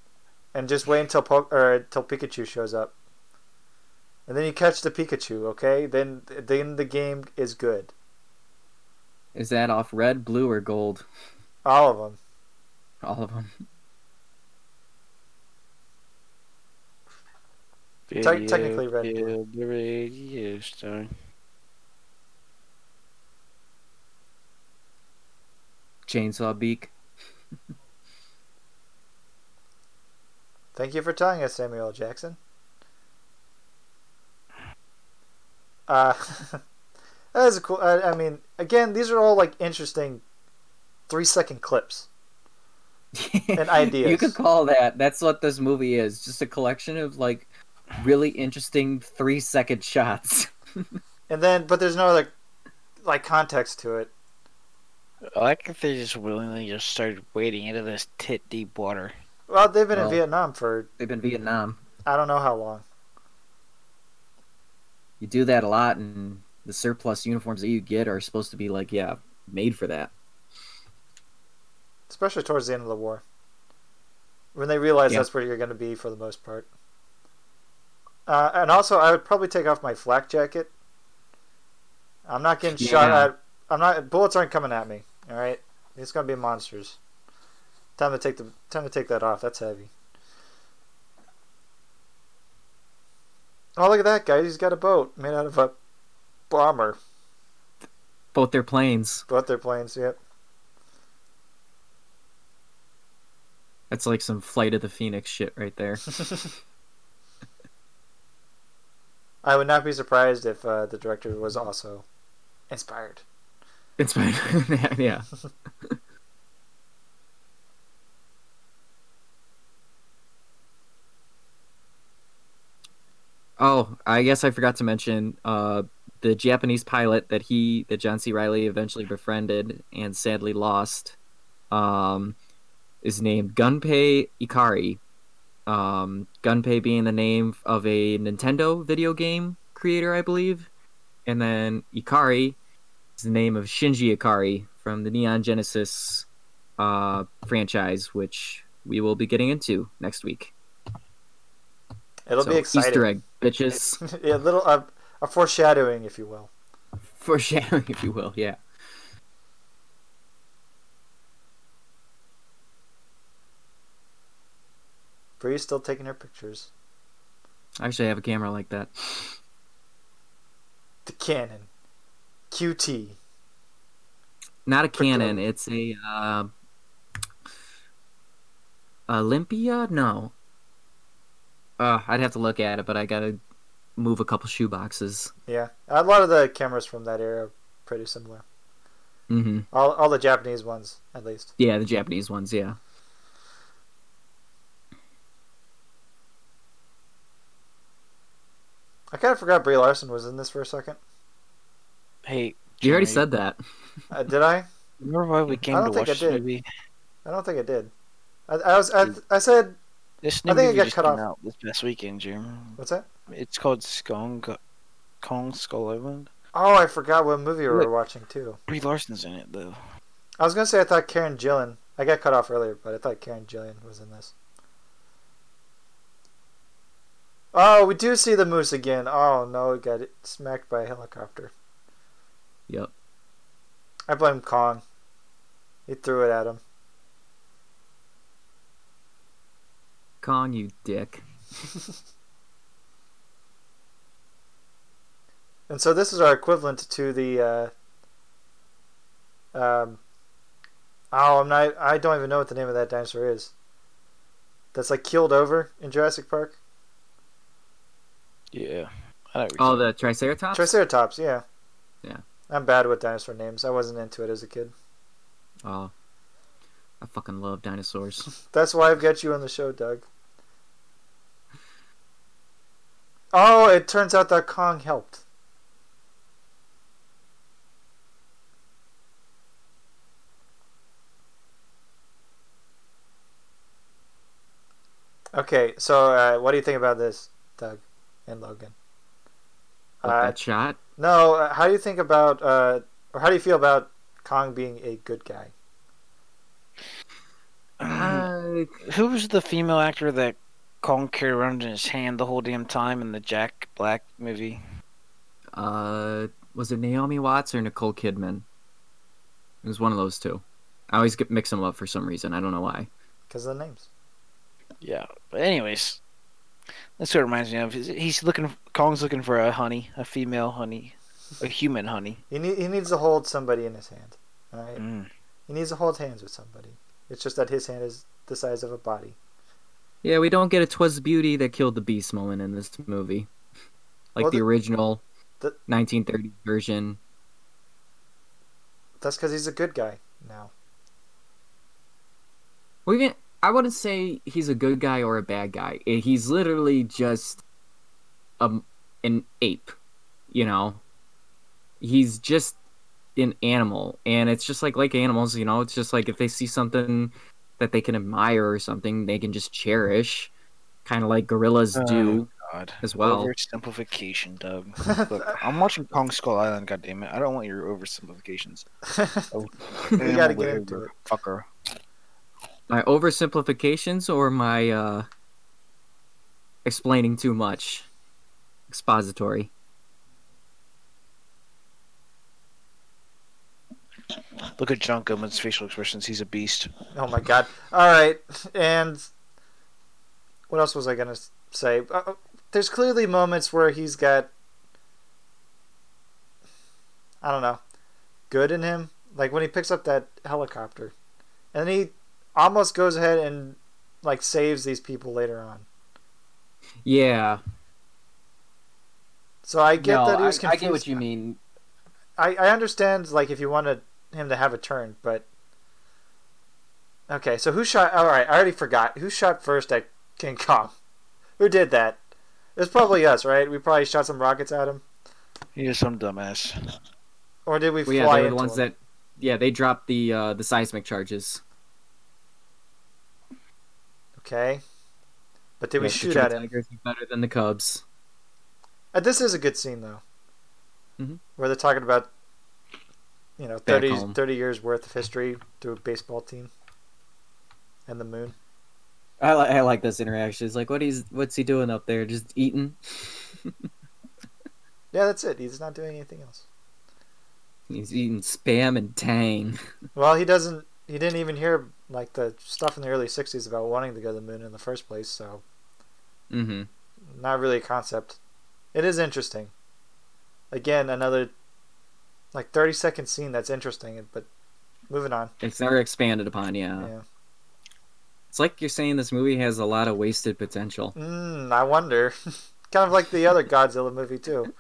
S2: and just wait until po- or until Pikachu shows up, and then you catch the Pikachu. Okay, then then the game is good.
S4: Is that off red, blue, or gold?
S2: All of them.
S4: All of them.
S2: Te- technically red,
S3: Video
S2: blue.
S3: killed the radio star.
S4: Chainsaw beak. *laughs*
S2: Thank you for telling us, Samuel L. Jackson. Uh, *laughs* that is a cool. I, I mean, again, these are all like interesting three-second clips. And ideas.
S4: You could call that. That's what this movie is. Just a collection of like really interesting three second shots. *laughs*
S2: And then, but there's no other like context to it.
S3: I like if they just willingly just started wading into this tit deep water.
S2: Well, they've been in
S4: Well-
S2: Vietnam for
S4: They've been Vietnam.
S2: I don't know how long.
S4: You do that a lot, and the surplus uniforms that you get are supposed to be like, yeah, made for that.
S2: especially towards the end of the war, when they realize
S4: Yeah.
S2: that's where you're going to be for the most part. Uh, and also, I would probably take off my flak jacket. I'm not getting shot
S4: Yeah.
S2: at. I'm not. Bullets aren't coming at me. All right, it's going to be monsters. Time to take the time to take that off. That's heavy. Oh, look at that guy! He's got a boat made out of a bomber.
S4: Both their planes.
S2: Both their planes. Yep.
S4: That's like some Flight of the Phoenix shit right there.
S2: I would not be surprised if uh, the director was also inspired.
S4: It's
S1: *laughs*
S4: been, yeah.
S1: Oh, I guess I forgot to mention uh, the Japanese pilot that he, that John C. Riley eventually befriended and sadly lost, um, is named Gunpei Ikari. Um, Gunpei being the name of a Nintendo video game creator, I believe, and then Ikari is the name of Shinji Ikari from the Neon Genesis uh, franchise, which we will be getting into next week.
S2: It'll
S1: So,
S2: be exciting.
S1: Easter egg, bitches. *laughs*
S2: yeah, *laughs* a little uh, a foreshadowing, if you will.
S1: foreshadowing, if you will. Yeah.
S2: Bree's still taking her pictures.
S1: I actually have a camera like that.
S2: The cannon, QT.
S1: Not a
S2: Crypto.
S1: Canon. It's a uh, Olympia. No. Uh, I'd have to look at it, but I gotta move a couple shoe boxes.
S2: Yeah, a lot of the cameras from that era are pretty similar.
S1: hmm
S2: All all the Japanese ones, at least.
S1: Yeah, the Japanese ones. Yeah.
S2: I kind of forgot Brie Larson was in this for a second.
S3: Hey,
S1: You already
S3: Jeremy,
S1: said that.
S2: Uh, did I?
S3: Remember why we came
S2: I
S3: to
S2: don't think
S3: watch
S2: I
S3: this
S2: did.
S3: movie?
S2: I don't think I did. I, I was I, I said
S3: This
S2: I
S3: new
S2: think it
S3: movie
S2: got
S3: just
S2: cut
S3: came
S2: off.
S3: out this past weekend, Jeremy.
S2: what's that?
S3: It's called Skong Kong Skull Island.
S2: Oh, I forgot what movie we were
S3: Look.
S2: watching too.
S3: Brie Larson's in it though.
S2: I was gonna say I thought Karen Gillan. I got cut off earlier, but I thought Karen Gillan was in this. Oh, we do see the moose again. Oh no, it got smacked by a helicopter.
S1: Yep.
S2: I blame Kong. He threw it at him.
S1: Con you dick.
S2: And so this is our equivalent to the. Uh, um, oh, I'm not. I don't even know what the name of that dinosaur is. That's like keeled over in Jurassic Park.
S3: Yeah. I don't
S1: Oh, the Triceratops.
S2: Triceratops, yeah.
S1: Yeah.
S2: I'm bad with dinosaur names. I wasn't into it as a kid.
S1: oh, I fucking love dinosaurs.
S2: That's why I've got you on the show, Doug. Oh, it turns out that Kong helped. Okay, so uh, what do you think about this, Doug and Logan?
S1: Love
S2: Uh,
S1: that shot.
S2: no, uh, how do you think about uh, Or how do you feel about Kong being a good guy?
S1: Uh,
S3: Who was the female actor that Kong carried around in his hand the whole damn time in the Jack Black movie?
S1: uh, was it Naomi Watts or Nicole Kidman? It was one of those two. I always get mix them up for some reason. I don't know why.
S2: Because of the names.
S3: Yeah. But anyways, that's what it reminds me of. He's- He's looking. Kong's looking for a honey, a female honey, a human honey.
S2: He, need, he needs to hold somebody in his hand. All right?
S3: Mm.
S2: He needs to hold hands with somebody. It's just that his hand is the size of a body.
S1: Yeah, we don't get a "Twas Beauty that killed the beast" moment in this movie, *laughs* like
S2: Well,
S1: the,
S2: the-
S1: original
S2: the-
S1: 1930 version.
S2: That's because he's a good guy now.
S1: Well, even I wouldn't say he's a good guy or a bad guy. Eh, He's literally just um an ape, you know. He's just an animal, and it's just like like animals, you know. It's just like if they see something that they can admire or something, they can just cherish, kind of like gorillas do
S3: God.
S1: as well.
S3: Oversimplification, Doug. Look, I'm watching Kong Skull Island. God damn it! I don't want your oversimplifications.
S2: *laughs* we gotta get into it.
S3: Fucker.
S1: My oversimplifications or my uh, explaining too much, expository.
S3: Look at John Goodman's facial expressions. He's a beast.
S2: Oh my god. All right. And what else was I going to say? Uh, uh, there's clearly moments where he's got I don't know, good in him, like when he picks up that helicopter. And then he almost goes ahead and like saves these people later on.
S1: Yeah,
S2: So I get
S4: no,
S2: that he was
S4: I, I
S2: confused.
S4: get what you mean.
S2: I, I understand like if you wanted him to have a turn, but okay. So who shot? All right, I already forgot who shot first at King Kong. *laughs* Who did that? It was probably us, right? We probably shot some rockets at him,
S3: He is some dumbass.
S2: or did we
S1: well,
S2: fly
S1: yeah, they were
S2: into
S1: the ones
S2: him?
S1: that, yeah, they dropped the uh, the seismic charges.
S2: Okay, but did we
S1: Yeah, the
S2: shoot
S1: Detroit
S2: at him?
S1: Tigers are better than the Cubs.
S2: Uh, this is a good scene though,
S1: Mhm.
S2: where they're talking about you know
S1: Back
S2: 30,
S1: home.
S2: 30 years worth of history through a baseball team and the moon.
S4: I, li- I like this interaction. It's like, what he's, what's he doing up there? Just eating?
S2: Yeah, that's it. He's not doing anything else.
S1: *laughs* He's eating spam and tang.
S2: Well, he doesn't. He didn't even hear like the stuff in the early '60s about wanting to go to the moon in the first place. So,
S1: Mm-hmm.
S2: not really a concept. It is interesting. Again, another like 30 second scene that's interesting. But moving on.
S1: It's never expanded upon. Yeah.
S2: Yeah.
S1: it's like you're saying this movie has a lot of wasted potential.
S2: Mm, I wonder. *laughs* kind of like the other Godzilla movie too.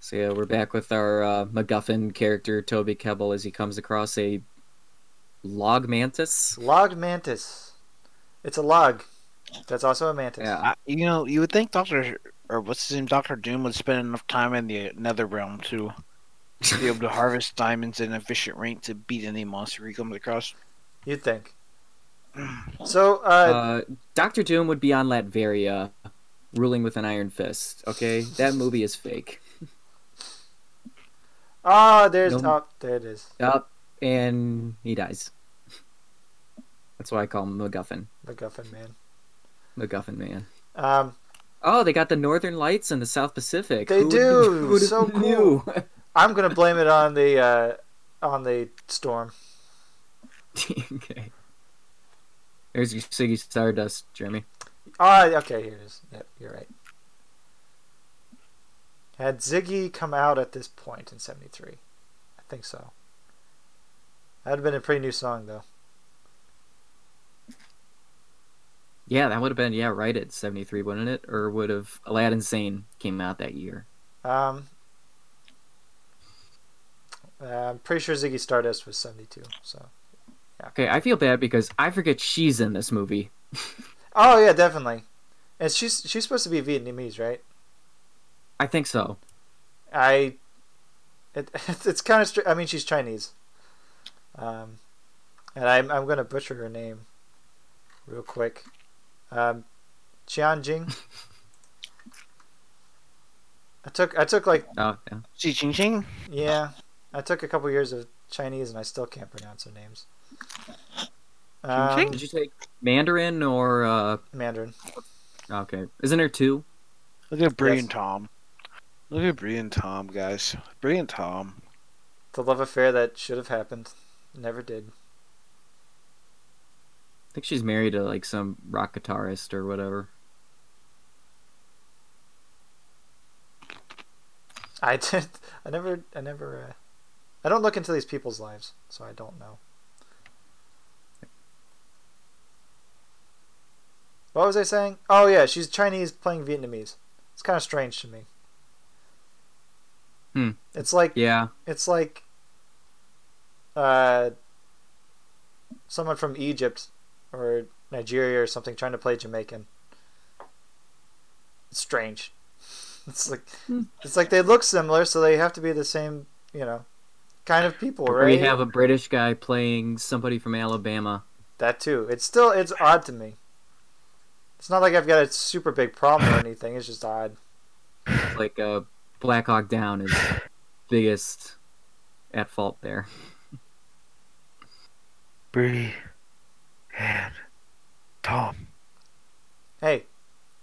S1: So yeah, we're back with our uh, MacGuffin character Toby Kebbell as he comes across a log mantis.
S2: Log mantis. It's a log. That's also a mantis.
S1: Yeah.
S3: I, you know, you would think Doctor or what's his name, Doctor Doom, would spend enough time in the Nether Realm to be *laughs* able to harvest diamonds at an efficient rate to beat any monster he comes across.
S2: You'd think. So, uh,
S1: Uh, Doctor Doom would be on Latveria, ruling with an iron fist. Okay, that movie is fake.
S2: ah, there's
S1: no-
S2: oh, there it is.
S1: Up and he dies. That's why I call him MacGuffin.
S2: MacGuffin man.
S1: MacGuffin man.
S2: Um,
S1: Oh, they got the Northern Lights and the South Pacific.
S2: They do.
S1: would've
S2: So cool.
S1: knew? *laughs*
S2: I'm gonna blame it on the uh, on the storm.
S1: okay. There's your Siggy Stardust, Jeremy.
S2: Ah, okay, here it is. Yep, you're right. Had Ziggy come out at this point in '73, I think so. That'd have been a pretty new song though.
S1: Yeah, that would have been yeah right at seventy three, wouldn't it? Or would have Aladdin Sane came out that year?
S2: Um, uh, I'm pretty sure Ziggy Stardust was '72. So,
S1: Okay, I feel bad because I forget she's in this movie.
S2: oh yeah, definitely. And she's she's supposed to be Vietnamese, right?
S1: I think so.
S2: I, it, *laughs* it's kind of. Str- I mean, she's Chinese. Um, and I'm I'm gonna butcher her name. Real quick, um, Qianjing. I took I took like
S1: Oh, yeah.
S3: Xi Jinping.
S2: yeah, I took a couple years of Chinese and I still can't pronounce their names. Um,
S1: Did you take Mandarin or uh
S2: Mandarin.
S1: okay. Isn't there two?
S3: Look at Brie
S2: Yes.
S3: and Tom. Look at Brie and Tom, guys. Brie and *sighs* Tom.
S2: The love affair that should have happened never did.
S1: I think she's married to like some rock guitarist or whatever.
S2: *laughs* I did. I never. I never. Uh, I don't look into these people's lives, so I don't know. What was I saying? Oh yeah, she's Chinese playing Vietnamese. It's kind of strange to me.
S1: Hmm.
S2: It's like
S1: Yeah.
S2: it's like uh, someone from Egypt or Nigeria or something trying to play Jamaican. It's strange. *laughs* It's like
S1: Hmm.
S2: it's like they look similar, so they have to be the same, you know, kind of people,
S1: Or
S2: right?
S1: you have a British guy playing somebody from Alabama.
S2: that too. It's still it's odd to me. It's not like I've got a super big problem or anything. It's just odd.
S1: It's Like uh Black Hawk Down is biggest at fault there.
S3: Brie and Tom.
S2: Hey,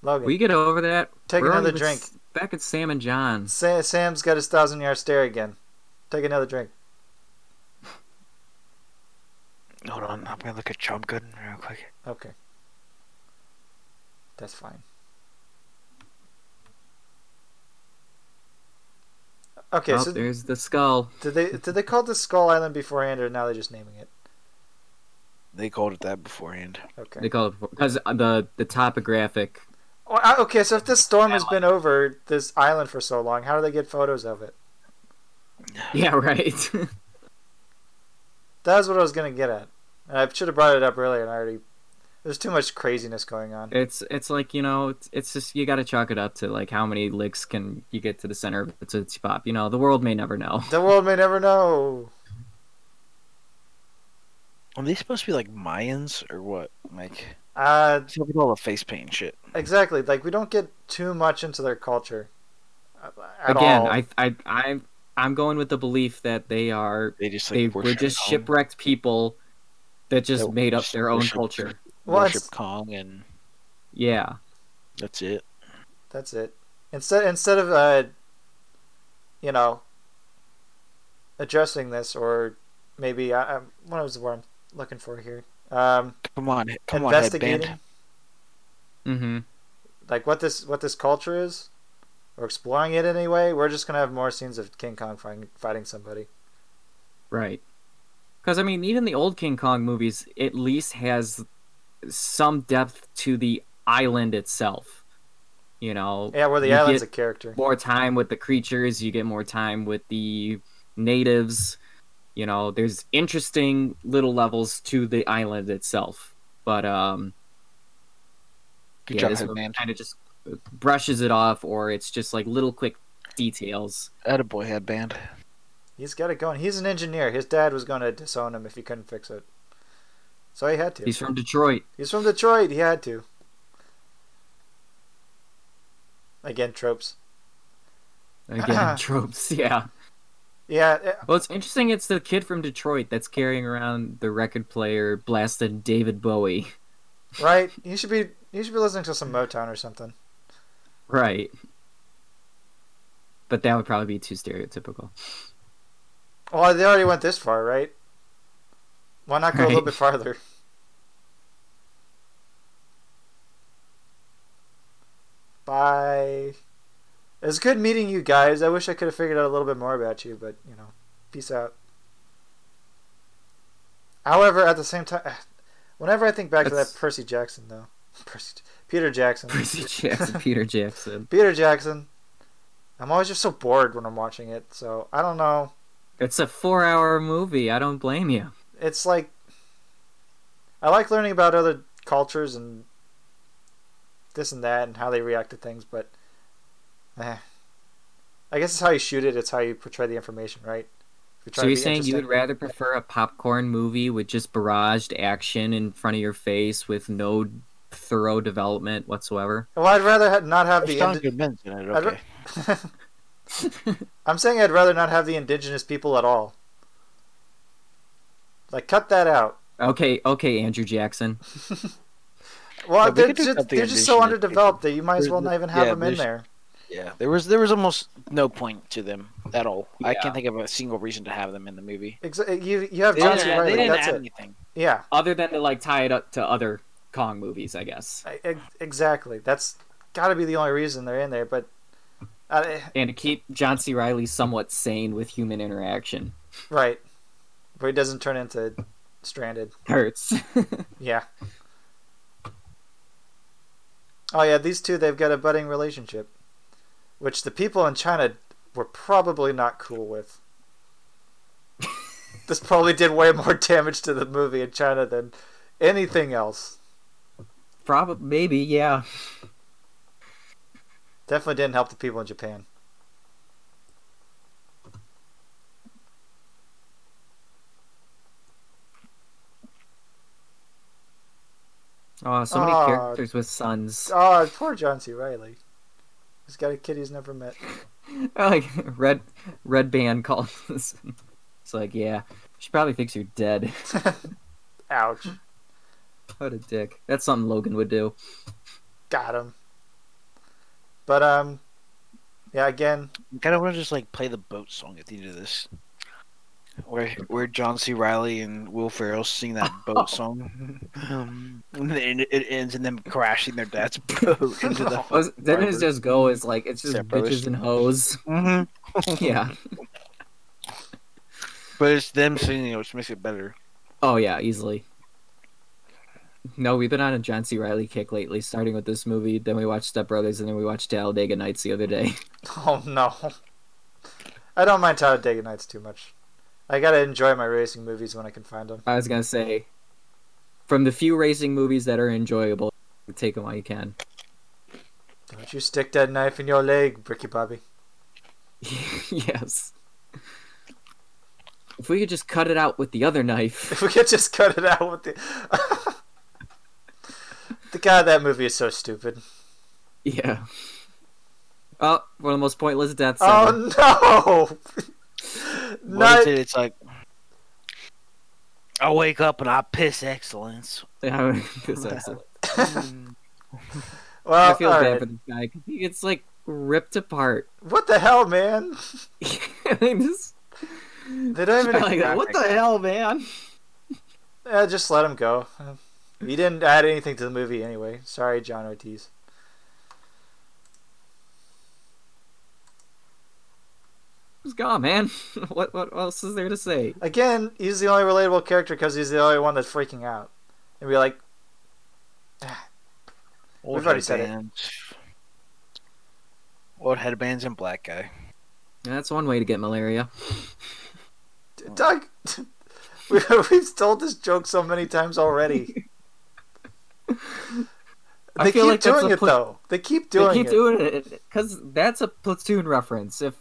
S2: Logan,
S1: We get over that.
S2: take
S1: We're
S2: another
S1: only with
S2: drink.
S1: S- Back at Sam and John's.
S2: Sa- Sam's got his thousand yard stare again. Take another drink.
S3: Hold on, I'm gonna look at John Gooden real quick.
S2: Okay. That's fine. Okay,
S1: oh,
S2: so
S1: there's the skull.
S2: did they did they call this Skull Island beforehand, or now they're just naming it?
S3: They called it that beforehand.
S2: Okay.
S1: They call it because the the topographic. *laughs*
S2: Well, I- okay, so if this storm has been over this island for so long, how do they get photos of it?
S1: Yeah, right. *laughs*
S2: That's what I was gonna get at. And I should have brought it up earlier, and I already there's too much craziness going on.
S1: it's it's like you know it's, it's just you got to chalk it up to like how many licks can you get to the center of the Tootsie Pop. You know the world may never know.
S2: The world may never know.
S3: Are they supposed to be like Mayans or what? Like,
S2: Uh,
S3: see look at all the face paint and shit.
S2: exactly. Like we don't get too much into their culture. uh, At
S1: Again,
S2: all.
S1: I I I I'm going with the belief that they are
S3: They just like
S1: they were
S3: worship
S1: just
S3: Kong.
S1: shipwrecked people that just
S3: They
S1: made up
S3: just
S1: their own
S3: worship-
S1: culture.
S2: Well,
S3: worship
S2: it's-
S3: Kong, and
S1: Yeah,
S3: that's it.
S2: That's it. Instead, instead of uh, you know, addressing this, or maybe I, I what was the word I'm looking for here? Um,
S3: Come on, come on,
S2: investigating,
S3: headband.
S1: mm-hmm.
S2: like what this what this culture is, or exploring it anyway. We're just gonna have more scenes of King Kong fighting, fighting somebody.
S1: right. Because I mean, even the old King Kong movies at least has some depth to the island itself. You know,
S2: Yeah, where the
S1: You
S2: island's
S1: get-
S2: a character.
S1: more time with the creatures, you get more time with the natives. You know, there's interesting little levels to the island itself. But um
S3: Good
S1: yeah,
S3: job,
S1: this
S3: headband.
S1: kind of just brushes it off or it's just like little quick details.
S3: Attaboy headband.
S2: He's got it going. He's an engineer. His dad was gonna disown him if he couldn't fix it, so he had to.
S1: He's from Detroit.
S2: He's from Detroit. He had to. Again, tropes.
S3: *laughs*
S1: Again, tropes, *laughs* yeah.
S2: Yeah, eh,
S1: Well, it's interesting it's the kid from Detroit that's carrying around the record player blasted David Bowie. *laughs*
S2: right. You should be you should be listening to some Motown or something.
S1: Right. But that would probably be too stereotypical. *laughs*
S2: Well, they already went this far, right? Why not go a little
S1: Right.
S2: bit farther? Bye. It was good meeting you guys. I wish I could have figured out a little bit more about you, but you know, peace out. However, at the same time, *sighs* whenever I think back to
S1: That's-
S2: that Percy Jackson, though, *laughs* Percy, Peter Jackson,
S1: Percy
S3: *laughs*
S1: Jackson, Peter Jackson.
S2: Peter Jackson. I'm always just so bored when I'm watching it, so I don't know.
S1: It's a four hour movie. I don't blame you.
S2: It's like I like learning about other cultures and this and that and how they react to things, but eh. I guess it's how you shoot it. It's how you portray the information, right? If you try
S1: So
S2: to
S1: you're
S2: be
S1: saying you would
S2: interesting.
S1: rather prefer a popcorn movie with just barraged action in front of your face with no thorough development whatsoever?
S2: *laughs* Well, I'd rather ha- not have
S3: It's
S2: the
S3: John
S2: end.
S3: Goodman's in it.
S2: I'd ra-
S3: Okay.
S2: *laughs* I'm saying I'd rather not have the indigenous people at all. Like, cut that out.
S1: Okay, okay, Andrew Jackson.
S2: Well,
S3: Yeah, we
S2: they're
S3: could do
S2: just
S3: cut the
S2: they're just so
S3: indigenous
S2: underdeveloped that you might as
S3: There's
S2: well
S3: no-
S2: not even have
S3: yeah,
S2: them in
S3: there's-
S2: there.
S3: Yeah, there was there was almost no point to them at all. I
S1: Yeah.
S3: can't think of a single reason to have them in the movie.
S2: Exa- you you have
S1: They
S2: John
S1: didn't-
S2: C.
S1: yeah,
S2: Reilly.
S1: they
S2: That's it.
S3: anything.
S2: Yeah,
S1: Other than to like tie it up to other Kong movies, I guess,
S2: I- ex- exactly. That's got to be the only reason they're in there. But uh, I,
S1: and to keep John C. Riley somewhat sane with human interaction
S2: right, where he doesn't turn into stranded.
S1: hurts. *laughs*
S2: Yeah. Oh yeah, these two they've got a budding relationship, which the people in China were probably not cool
S1: *laughs*
S2: with. this probably did way more damage to the movie in China than anything else.
S1: Probably, maybe, yeah.
S2: Definitely didn't help the people in Japan.
S1: Oh, so many
S2: Aw.
S1: characters with sons.
S2: Oh, poor John C. Riley. He's got a kid he's never
S1: *laughs*
S2: met.
S1: I like *laughs* red, red band calls. *laughs* this. It's like, yeah, she probably thinks you're dead. *laughs*
S2: Ouch.
S1: What a dick. That's something Logan would do.
S2: Got him. But um, yeah. Again, *laughs*
S3: Kind of want to just like play the boat song at the end of this, where where John C. Riley and Will Ferrell sing that
S2: *laughs*
S3: boat song, um, and then it ends in them crashing their dad's *laughs* boat into the.
S2: *laughs*
S1: Was, didn't it
S3: harbor.
S1: just go as like it's just
S3: Step Brothers.
S1: bitches and hoes? *laughs*
S3: Mhm.
S1: Yeah.
S3: But it's them singing, it, which makes it better.
S1: Oh yeah, easily. No, we've been on a John C. Riley kick lately, starting with this movie, then we watched Step Brothers, and then we watched Talladega Nights the other day. *laughs*
S2: oh no. I don't mind Talladega Nights too much. I gotta enjoy my racing movies when I can find them.
S1: I was gonna say, from the few racing movies that are enjoyable, take them while you can.
S2: Don't you stick that knife in your leg, Bricky Bobby. *laughs*
S1: *laughs* yes. If we could just cut it out with the other knife. *laughs*
S2: If we could just cut it out with the. *laughs* the God, that movie is so stupid.
S1: Yeah. Oh, one of the most pointless deaths ever.
S2: Oh no!
S3: What
S2: Not
S3: is it? It's like I wake up and I
S2: *laughs*
S3: piss excellence.
S1: *laughs* Yeah, it's excellent.
S3: Mm.
S2: well.
S1: I feel
S2: all
S1: bad
S2: right.
S1: for this guy 'cause he gets like ripped apart. *laughs*
S2: What the hell, man?
S1: I mean, this-
S2: They don't even.
S1: *laughs* like that. What the hell, man?
S2: Eh, just let him go. He didn't add anything to the movie anyway. Sorry, John Ortiz.
S1: What's gone, man? *laughs* What what else is there to say?
S2: Again, he's the only relatable character because he's the only one that's freaking out. And we're like, We've already said it.
S3: headbands. Old headbands and black guy.
S1: Yeah, that's one way to get malaria.
S2: Doug, *laughs* we- we've told this joke so many times already.
S1: *laughs* I
S2: They
S1: feel
S2: keep
S1: like that's
S2: doing
S1: a
S2: it
S1: pla-
S2: though. They keep doing
S1: they keep
S2: it.
S1: doing it because that's a platoon reference. If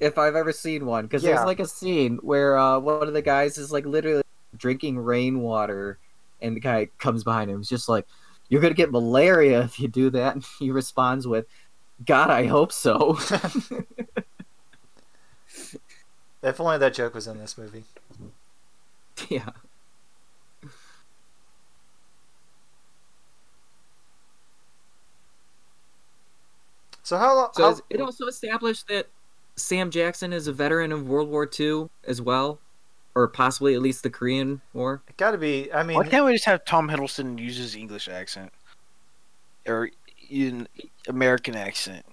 S1: if I've ever seen one, because
S2: Yeah.
S1: there's like a scene where uh, one of the guys is like literally drinking rainwater, and the guy comes behind him. He's just like, "You're gonna get malaria if you do that." And he responds with, "God, I hope so." *laughs*
S2: If only that joke was in this movie.
S1: yeah.
S2: So how long?
S1: So it also established that Sam Jackson is a veteran of World War II as well, or possibly at least the Korean War.
S2: it got to be. I mean,
S3: Why can't we just have Tom Hiddleston use his English accent or even American accent?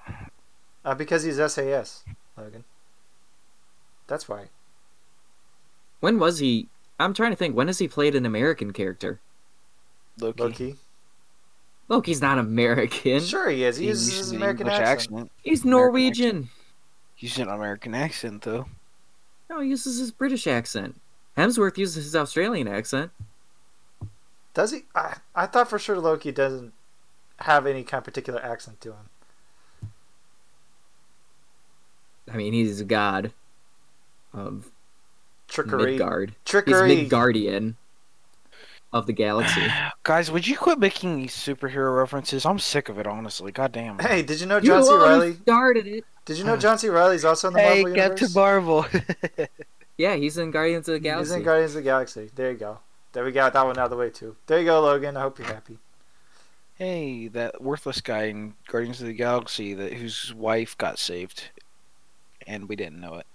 S2: uh, because he's SAS, Logan. That's why.
S1: When was he? I'm trying to think. When has he played an American character?
S3: Loki.
S2: Loki.
S1: Loki's not American.
S2: Sure, he is. He
S3: He
S2: uses
S3: uses
S2: his
S3: an
S2: American
S3: English
S2: accent.
S1: He's
S3: American
S1: Norwegian.
S3: He's an American accent though.
S1: No, he uses his British accent. Hemsworth uses his Australian accent.
S2: Does he? I, I thought for sure Loki doesn't have any kind of particular accent to him.
S1: I mean, he's a god of
S2: Trickery.
S1: Midgard.
S2: Trickery.
S1: He's Midgardian of
S2: *sighs*
S1: the galaxy.
S3: *sighs* Guys, would you quit making these superhero references? I'm sick of it, honestly. God damn.
S2: Hey, did you know
S1: You
S2: John C.
S1: all
S2: Oh, Riley?
S1: started it.
S2: Did you know John C. Riley's also in the
S3: Hey,
S2: Marvel
S3: get
S2: universe?
S3: to Marvel.
S1: Yeah, he's in Guardians of the Galaxy.
S2: He's in Guardians of the Galaxy. There you go. There we got that one out of the way too. There you go, Logan. I hope you're happy.
S3: hey, that worthless guy in Guardians of the Galaxy that whose wife got saved, and we didn't know it.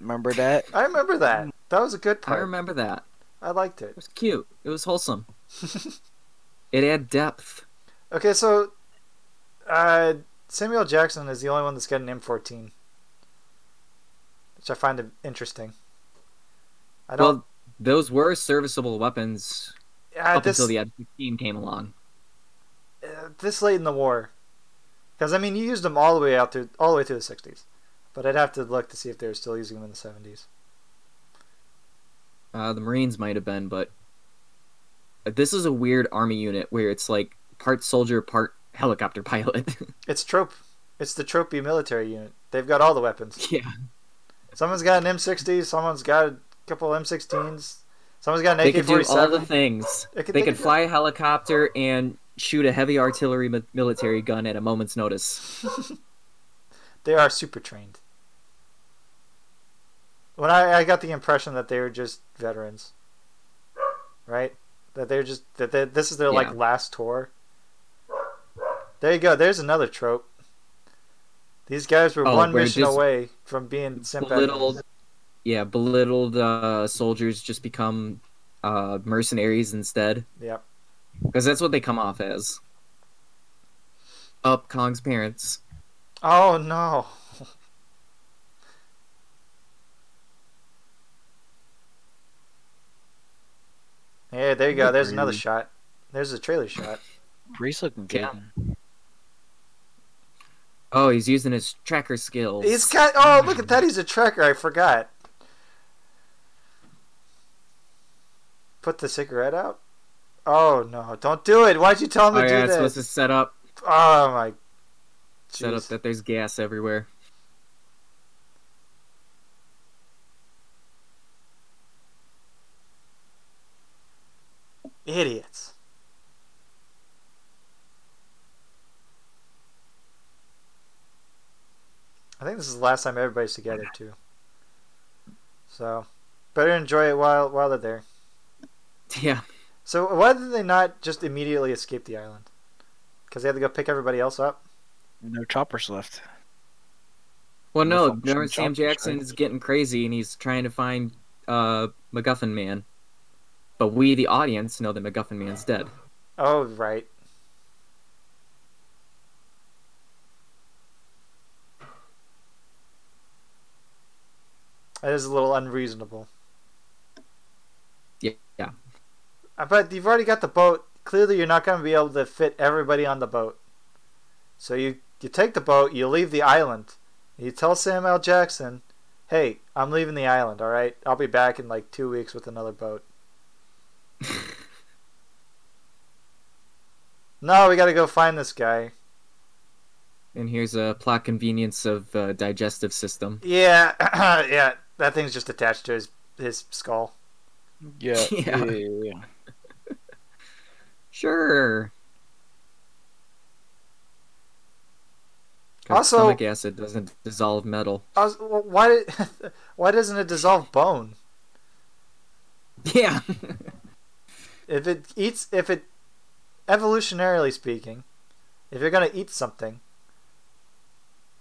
S3: Remember that?
S2: I remember that. That was a good
S1: Hmm. I
S2: part. I,
S1: remember that.
S2: liked
S1: It
S2: it. *laughs*
S1: was cute. It was wholesome. It had depth.
S2: okay, so uh, Samuel Jackson is the only one that's got an M14, which I find interesting. I don't.
S1: Well, those were serviceable weapons
S2: uh,
S1: up
S2: this,
S1: until the F-15 came along.
S2: uh, this late in the war, because I mean, you used them all the way out through all the way through the '60s, but I'd have to look to see if they were still using them in the '70s.
S1: Uh, the Marines might have been, but this is a weird army unit where it's like part soldier, part helicopter *laughs* pilot.
S2: It's trope. It's the tropey military unit. They've got all the weapons.
S1: *laughs* yeah.
S2: Someone's got an M60. Someone's got a couple M16s. Someone's got an
S1: They
S2: AK-47.
S1: could do all the things.
S2: *laughs* They could-
S1: they
S2: they
S1: could
S2: could-
S1: fly a helicopter and shoot a heavy artillery mi- military gun at a moment's notice.
S2: *laughs* they are super trained. When I, I got the impression that they were just veterans, right? That they're just that they, this is their
S1: Yeah.
S2: like last tour. There you go. There's another trope. These guys were
S1: Oh,
S2: one
S1: we're
S2: mission
S1: just
S2: away from being simp
S1: belittled, yeah, belittled uh, soldiers just become uh, mercenaries instead.
S2: Yep.
S1: Because that's what they come off as. Up Kong's parents.
S2: Oh no. *laughs* Yeah, there you go. There's another
S3: Agreed.
S2: shot. There's a trailer shot.
S3: Bree's looking good.
S1: Yeah. Oh, he's using his tracker skills.
S2: He's got. Oh, look at that. He's a tracker. I forgot. Put the cigarette out. Oh no! Don't do it. Why'd you tell him
S1: Oh,
S2: to
S1: yeah,
S2: do
S1: it's
S2: this?
S1: supposed to set up,
S2: Oh my.
S1: set up
S2: Jeez.
S1: that there's gas everywhere. *laughs*
S2: Idiots. I think this is the last time everybody's together too. So, better enjoy it while while they're there.
S1: Yeah.
S2: So why did they not just immediately escape the island? Because they had to go pick everybody else up.
S3: No choppers left.
S1: Well,
S3: No
S1: no,
S3: function,
S1: remember Sam
S3: choppers, right?
S1: Jackson's getting crazy and he's trying to find uh, MacGuffin Man. But we, the audience, know that MacGuffin Man's dead. *laughs*
S2: Oh right. That is a little unreasonable.
S1: Yeah. yeah.
S2: Uh, But you've already got the boat. Clearly, you're not going to be able to fit everybody on the boat. So you you take the boat, you leave the island. You tell Sam L. Jackson, "Hey, I'm leaving the island. All right, I'll be back in like two weeks with another boat." no, we got to go find this guy.
S1: And here's a plot convenience of uh, digestive system.
S2: Yeah, yeah, *clears throat* that thing's just attached to his his skull. *laughs*
S3: Yeah.
S1: *laughs* Yeah.
S3: yeah, yeah, yeah.
S1: Sure. 'Cause
S2: Also-
S1: stomach acid doesn't dissolve metal. *laughs*
S2: I was, well, why did- *laughs* why doesn't it dissolve bone?
S1: Yeah. *laughs*
S2: If it eats, if it evolutionarily speaking, if you're gonna eat something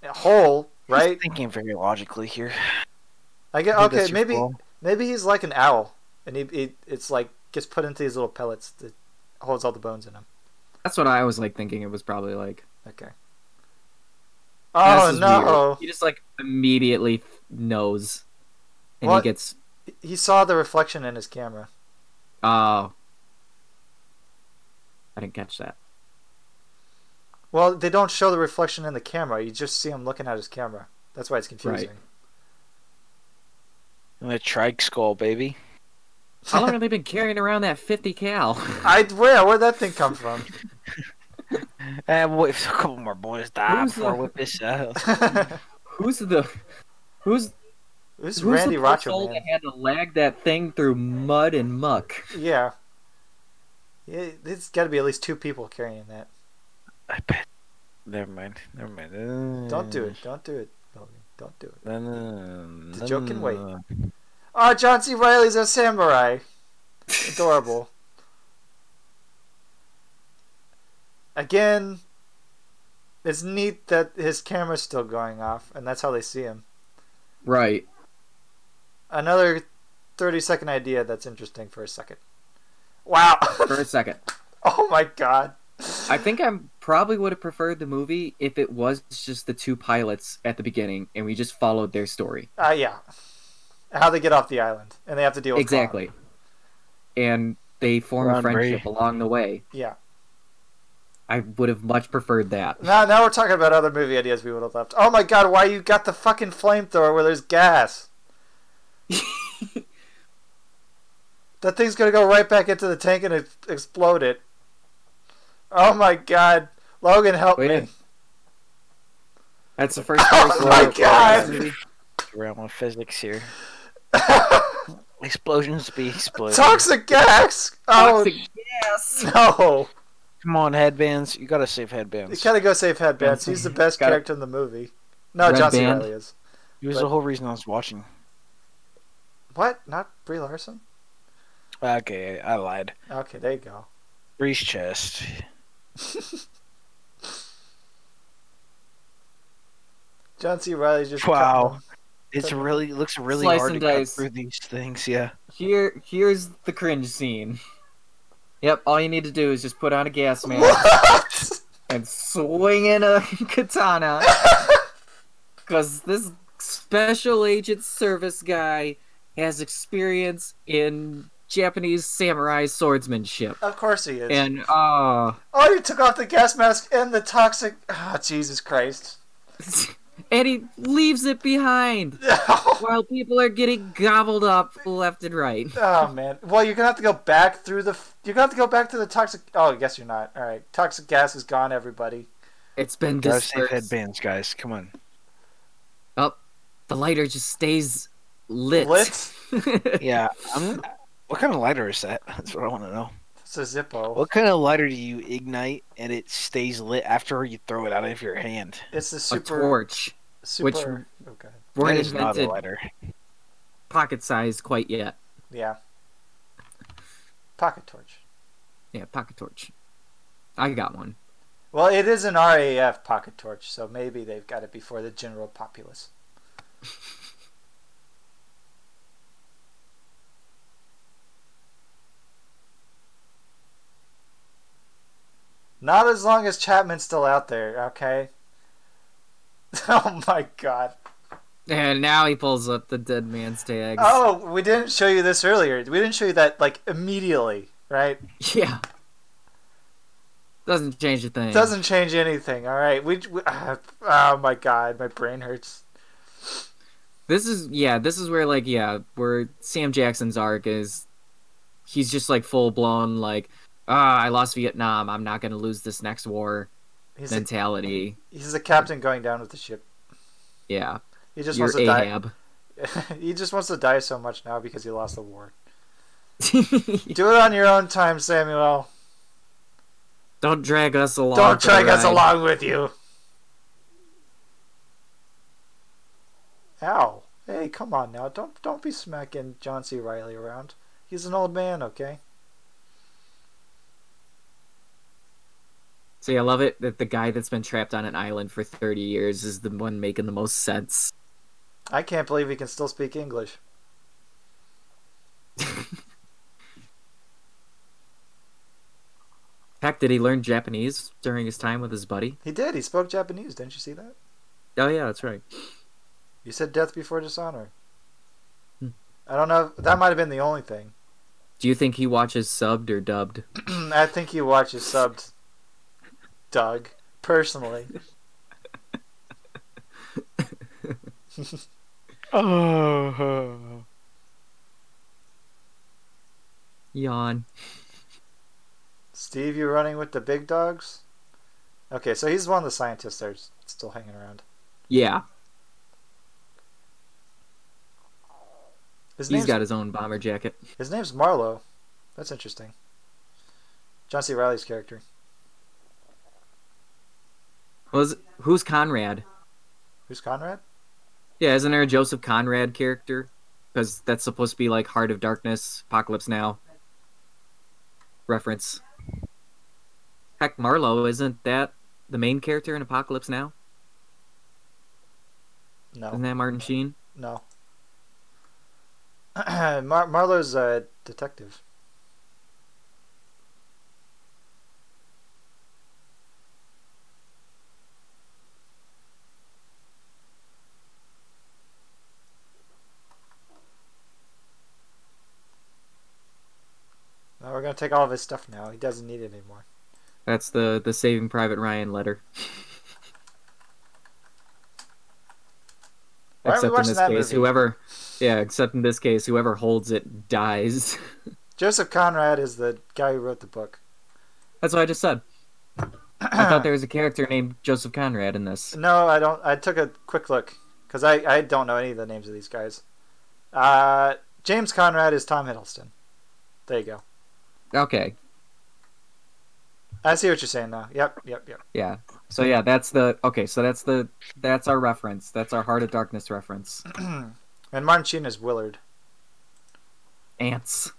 S2: whole, right?
S3: He's thinking very logically here.
S2: I get
S3: I think that's
S2: okay.
S3: your
S2: Maybe
S3: flaw.
S2: maybe he's like an owl, and he, he it's like gets put into these little pellets that holds all the bones in him.
S1: That's what I was like thinking it was probably like.
S2: Okay.
S1: This
S2: Oh
S1: is
S2: no!
S1: weird. He just like immediately knows, and
S2: What?
S1: he gets
S2: He saw the reflection in his camera.
S1: oh. I didn't
S2: *laughs*
S1: catch that.
S2: Well, they don't show the reflection in the camera. You just see him looking at his camera. That's why it's confusing.
S3: And the trike skull, baby.
S1: *laughs* How long have they been carrying around that 50 cal?
S2: *laughs* I where where'd that thing come
S1: *laughs*
S2: from? *laughs*
S3: And what if a couple more boys die
S1: Who's
S3: before
S1: the-
S3: we piss out?
S1: *laughs* Who's the who's
S2: Who's
S1: who's
S2: Randy
S1: the poor soul
S2: Rocho, man?
S1: that had to lag that thing through mud and muck?
S2: Yeah. Yeah, there's got to be at least two people carrying that.
S3: I bet Never mind. Never mind.
S2: Don't do it. Don't do it. Logan. Don't do it.
S3: No, no, no,
S2: The joke can
S3: no, no, no.
S2: Ah, John C. Riley's a samurai. Adorable. Again, it's neat that his camera's still going off, and that's how they see him.
S1: Right.
S2: Another 30 second idea that's interesting for a second. Wow. *laughs*
S1: For a second.
S2: oh my god.
S5: I think I probably would have preferred the movie if it was just the two pilots at the beginning and we just followed their story.
S2: Uh, yeah. How they get off the island, and they have to deal with Kong.
S5: exactly. And they form
S3: Ron
S5: a friendship
S3: Ray.
S5: along the way.
S2: Yeah.
S5: I would have much preferred that.
S2: Now, now we're talking about other movie ideas we would have left. Oh my god, why you got the fucking flamethrower where
S5: *laughs*
S2: there's gas? that thing's gonna go right back into the tank and ex- explode it. Oh my god. Logan, help
S5: Wait a
S2: me.
S5: That's the first
S2: Oh
S5: person
S2: my
S5: I would have thought of.
S3: Realm of physics here. Explosions be
S2: *laughs*
S3: explosions.
S2: Toxic gas! Oh
S5: Toxic gas.
S2: no.
S3: Come on, headbands. You gotta save
S2: You
S3: headbands.
S2: gotta go save headbands. He's the best
S5: Gotta-
S2: character in the movie. No,
S5: Red
S2: John C.
S5: band.
S2: Reilly is.
S3: It was the whole reason I was watching.
S2: What? Not Brie Larson?
S3: Okay, I lied.
S2: Okay, there you go. *laughs*
S3: Breeze chest.
S2: John C. Riley's just
S3: Wow.
S2: cutting
S3: It's really it looks really
S1: Slice
S3: hard to
S1: and
S3: cut
S1: dice.
S3: through these things. Yeah.
S1: Here, here's the cringe scene. Yep, all you need to do is just put on a gas
S2: them.
S1: mask
S2: *laughs* What?
S1: and swing in a *laughs*
S2: *laughs*
S1: katana. Because this special agent service guy has experience in Japanese samurai swordsmanship.
S2: Of course he is.
S1: And, uh,
S2: oh, you took off the gas mask and the toxic. Ah, Jesus Christ. *laughs*
S1: *laughs* and he leaves it behind
S2: oh
S1: while people are getting gobbled up left and right.
S2: Oh, man. Well, you're gonna have to go back through the. f- You're gonna have to go back to the toxic. Oh, I guess you're not. All right, toxic gas is gone, everybody.
S1: It's been
S3: Gotta save
S1: dispersed.
S3: headbands, guys. Come on.
S1: The lighter just stays lit. *laughs*
S2: Lit?
S3: Yeah. I'm, what kind of lighter is that? *laughs* That's what I want to know.
S2: It's a Zippo.
S3: What kind of lighter do you ignite and it stays lit after you throw it out of your hand?
S2: It's the
S1: a
S2: super.
S1: torch.
S2: super.
S1: which-
S2: Oh god.
S1: Weren't
S3: That is not a
S1: invented
S3: lighter.
S1: pocket sized quite yet.
S2: Yeah. Pocket torch.
S1: Yeah, pocket torch. I got one.
S2: Well, it is an RAF pocket torch, so maybe they've got it before the general populace. *laughs* Not as long as Chapman's still out there, okay? *laughs* Oh my god.
S1: And now he pulls up the dead man's tags.
S2: Oh, we didn't show you this earlier. We didn't show you that, like, immediately, right?
S1: *laughs* Yeah. Doesn't change a thing.
S2: Doesn't change anything, alright? We, we *sighs* ah, Oh my god, my brain hurts.
S1: This is yeah. This is where like yeah, where Sam Jackson's arc is. He's just like full blown like, ah, I lost Vietnam. I'm not gonna lose this next war
S2: He's a
S1: mentality.
S2: He's the captain going down with the ship.
S1: Yeah,
S2: He just
S1: you're
S2: wants to
S1: Ahab.
S2: die. *laughs* he just wants to die so much now because he lost the war. Do it on your own time, Samuel.
S1: *laughs* Don't drag us along.
S2: Don't
S1: for the
S2: drag us
S1: ride.
S2: along with you. Ow! Hey, come on now. Don't don't be smacking John C. Riley around. He's an old man, okay?
S1: See, I love it that the guy that's been trapped on an island for 30 years is the one making the most sense.
S2: I can't believe he can still speak English.
S1: Heck, did he learn Japanese during his time with his buddy?
S2: He did. He spoke Japanese. Didn't you see that?
S1: Oh yeah, that's right.
S2: You said death before dishonor.
S1: Hmm.
S2: I don't know. That might have been the only thing. *clears throat*
S1: Do you think he watches subbed or dubbed?
S2: I think he watches subbed, Doug,
S1: *laughs*
S2: personally.
S3: Oh.
S1: Yawn.
S2: Steve, you running with the big dogs? Okay, so he's one of the scientists that's still hanging around.
S1: Yeah,
S2: His
S1: he's
S2: name's,
S1: got his own bomber jacket.
S2: his name's Marlowe. That's interesting. John C. Riley's character.
S1: Was who's Conrad?
S2: Who's Conrad?
S1: Yeah, isn't there a Joseph Conrad character? Because that's supposed to be like Heart of Darkness, Apocalypse Now reference. Heck, Marlowe isn't that the main character in Apocalypse Now? Isn't
S2: No,
S1: that Martin Sheen?
S2: no. *clears throat* Mar- Marlowe's a detective. No, we're gonna take all of his stuff now. He doesn't need it anymore.
S1: That's the the Saving Private Ryan letter.
S2: *laughs* Why are we
S1: except in
S2: watching
S1: this
S2: that
S1: case,
S2: movie?
S1: whoever, yeah, except in this case, whoever holds it dies. *laughs*
S2: Joseph Conrad is the guy who wrote the book. *clears throat*
S1: That's what I just said. I thought there was a character named Joseph Conrad in this.
S2: No, I don't. I took a quick look because I, I don't know any of the names of these guys. Uh, James Conrad is Tom Hiddleston. There you go.
S1: Okay,
S2: I see what you're saying now. Yep, yep, yep. *clears throat*
S1: yeah. So yeah, that's the okay. So that's the that's our reference. That's our Heart of Darkness reference.
S2: And Martin Sheen is Willard.
S1: Ants.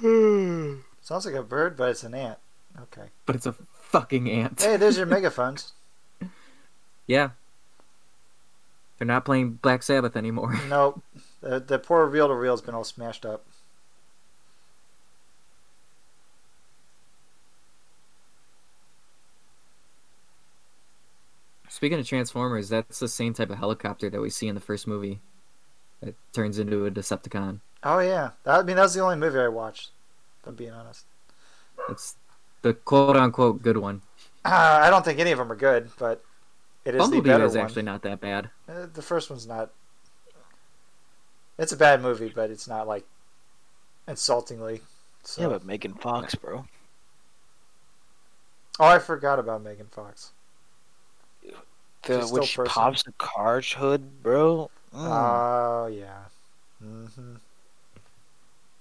S2: Sounds like a bird, but it's an ant. Okay.
S1: but it's a fucking ant.
S2: Hey,
S1: *laughs*
S2: there's your megaphones.
S1: Yeah. They're not playing Black Sabbath anymore. *laughs*
S2: Nope. The, the poor reel to reel's been all smashed up.
S1: Speaking of Transformers, that's the same type of helicopter that we see in the first movie. That turns into a Decepticon.
S2: Oh yeah. That, I mean, that was the only movie I watched. If I'm being honest. *clears throat*
S1: That's the quote unquote good one.
S2: Uh, I don't think any of them are good, but it is
S1: Bumblebee
S2: the better
S1: is
S2: one.
S1: actually not that bad.
S2: Uh, the first one's not. It's a bad movie, but it's not like insultingly. So.
S3: Yeah, but Megan Fox, bro.
S2: Oh, I forgot about Megan Fox.
S3: The
S2: She's still
S3: which
S2: person.
S3: pops the car's hood, bro.
S2: Oh
S3: Mm.
S2: yeah. hmm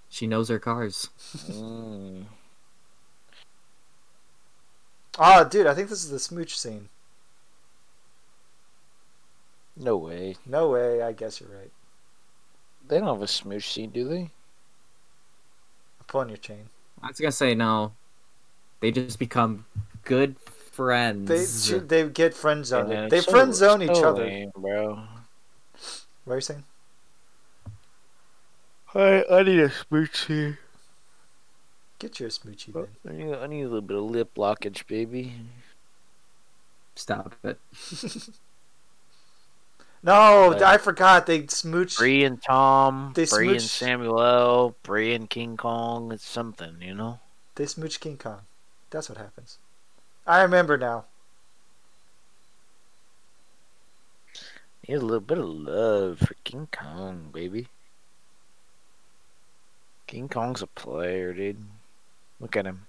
S1: She knows her cars.
S3: Mm.
S2: Oh, dude, I think this is the smooch scene.
S3: No way.
S2: No way. I guess you're right.
S3: They don't have a smooch scene, do they?
S2: I'm pulling your chain.
S1: I was gonna say no. They just become good friends.
S2: They she, they get friend zoned.
S3: Yeah,
S2: they
S3: so-
S2: friend zone each
S3: so
S2: other.
S3: lame, bro.
S2: What are you saying?
S3: I, I need a smooch here.
S2: Get your smoochie
S3: I
S2: then.
S3: need, I need a little bit of lip blockage, baby.
S1: Stop it.
S2: *laughs* No,
S3: Right.
S2: I forgot they smooch.
S3: Bree and Tom,
S2: They
S3: Bree and
S2: smooch-
S3: Samuel, L., Bree and King Kong. It's something, you know.
S2: They smooch King Kong. That's what happens. I remember now.
S3: Need a little bit of love for King Kong, baby. King Kong's a player, dude. Look at him.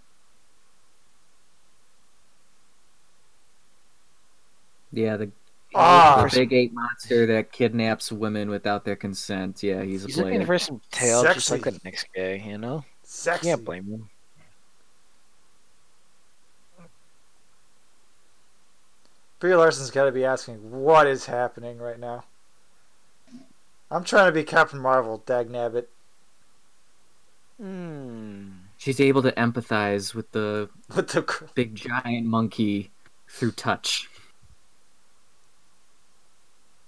S1: Yeah, the,
S2: Ah.
S1: the big ape monster that kidnaps women without their consent. Yeah, he's a
S3: He's looking
S1: player.
S3: for some tail, just like
S2: Sexy.
S3: the next guy, you know.
S2: Sexy.
S3: Can't blame him.
S2: Brie Larson's got to be asking, what is happening right now? I'm trying to be Captain Marvel, dag nabbit. *laughs*
S3: Hmm.
S1: She's able to empathize with the
S2: What the? cr-
S1: big giant monkey through touch.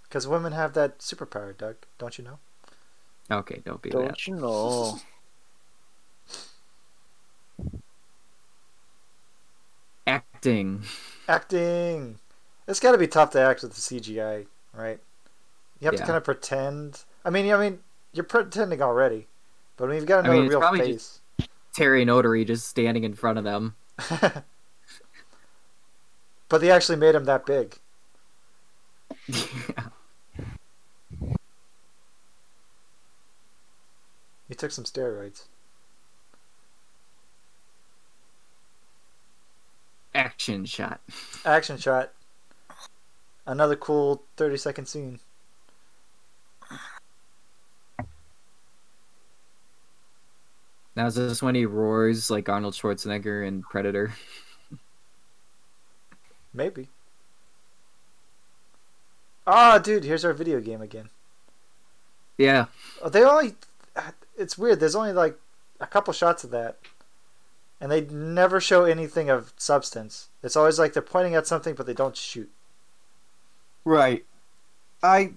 S2: Because women have that superpower, Doug. Don't you know?
S1: Okay, don't be that.
S3: Don't you know?
S1: Acting.
S2: Acting. It's got to be tough to act with the CGI, right? You have to
S1: Yeah.
S2: kind of pretend. I mean, I mean, you're pretending already, but when you've got
S1: I
S2: another
S1: mean, it's
S2: real
S1: probably
S2: face.
S1: Terry Notary just standing in front of them. *laughs*
S2: *laughs* but they actually made him that big. He took some steroids.
S1: Action shot.
S2: Action shot. Another cool 30 second scene.
S1: Now is this when he roars like Arnold Schwarzenegger in Predator?
S2: Maybe. Ah, dude, here's our video game again.
S1: Yeah.
S2: Oh, They only. It's weird. There's only like a couple shots of that. And they never show anything of substance. It's always like they're pointing at something, but they don't shoot.
S4: Right. I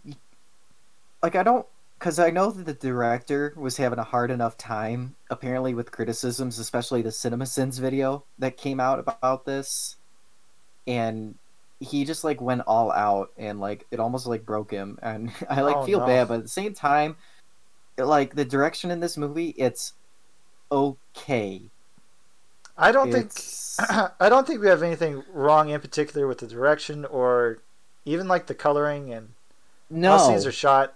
S4: like I don't cuz I know that the director was having a hard enough time apparently with criticisms especially the CinemaSins video that came out about this and he just like went all out and like it almost like broke him *laughs* and I like
S2: Oh,
S4: feel
S2: no.
S4: bad but at the same time like the direction in this movie it's okay.
S2: I don't
S4: It's-
S2: think. *clears throat* I don't think we have anything wrong in particular with the direction or even like the coloring and
S4: no.
S2: how scenes are shot.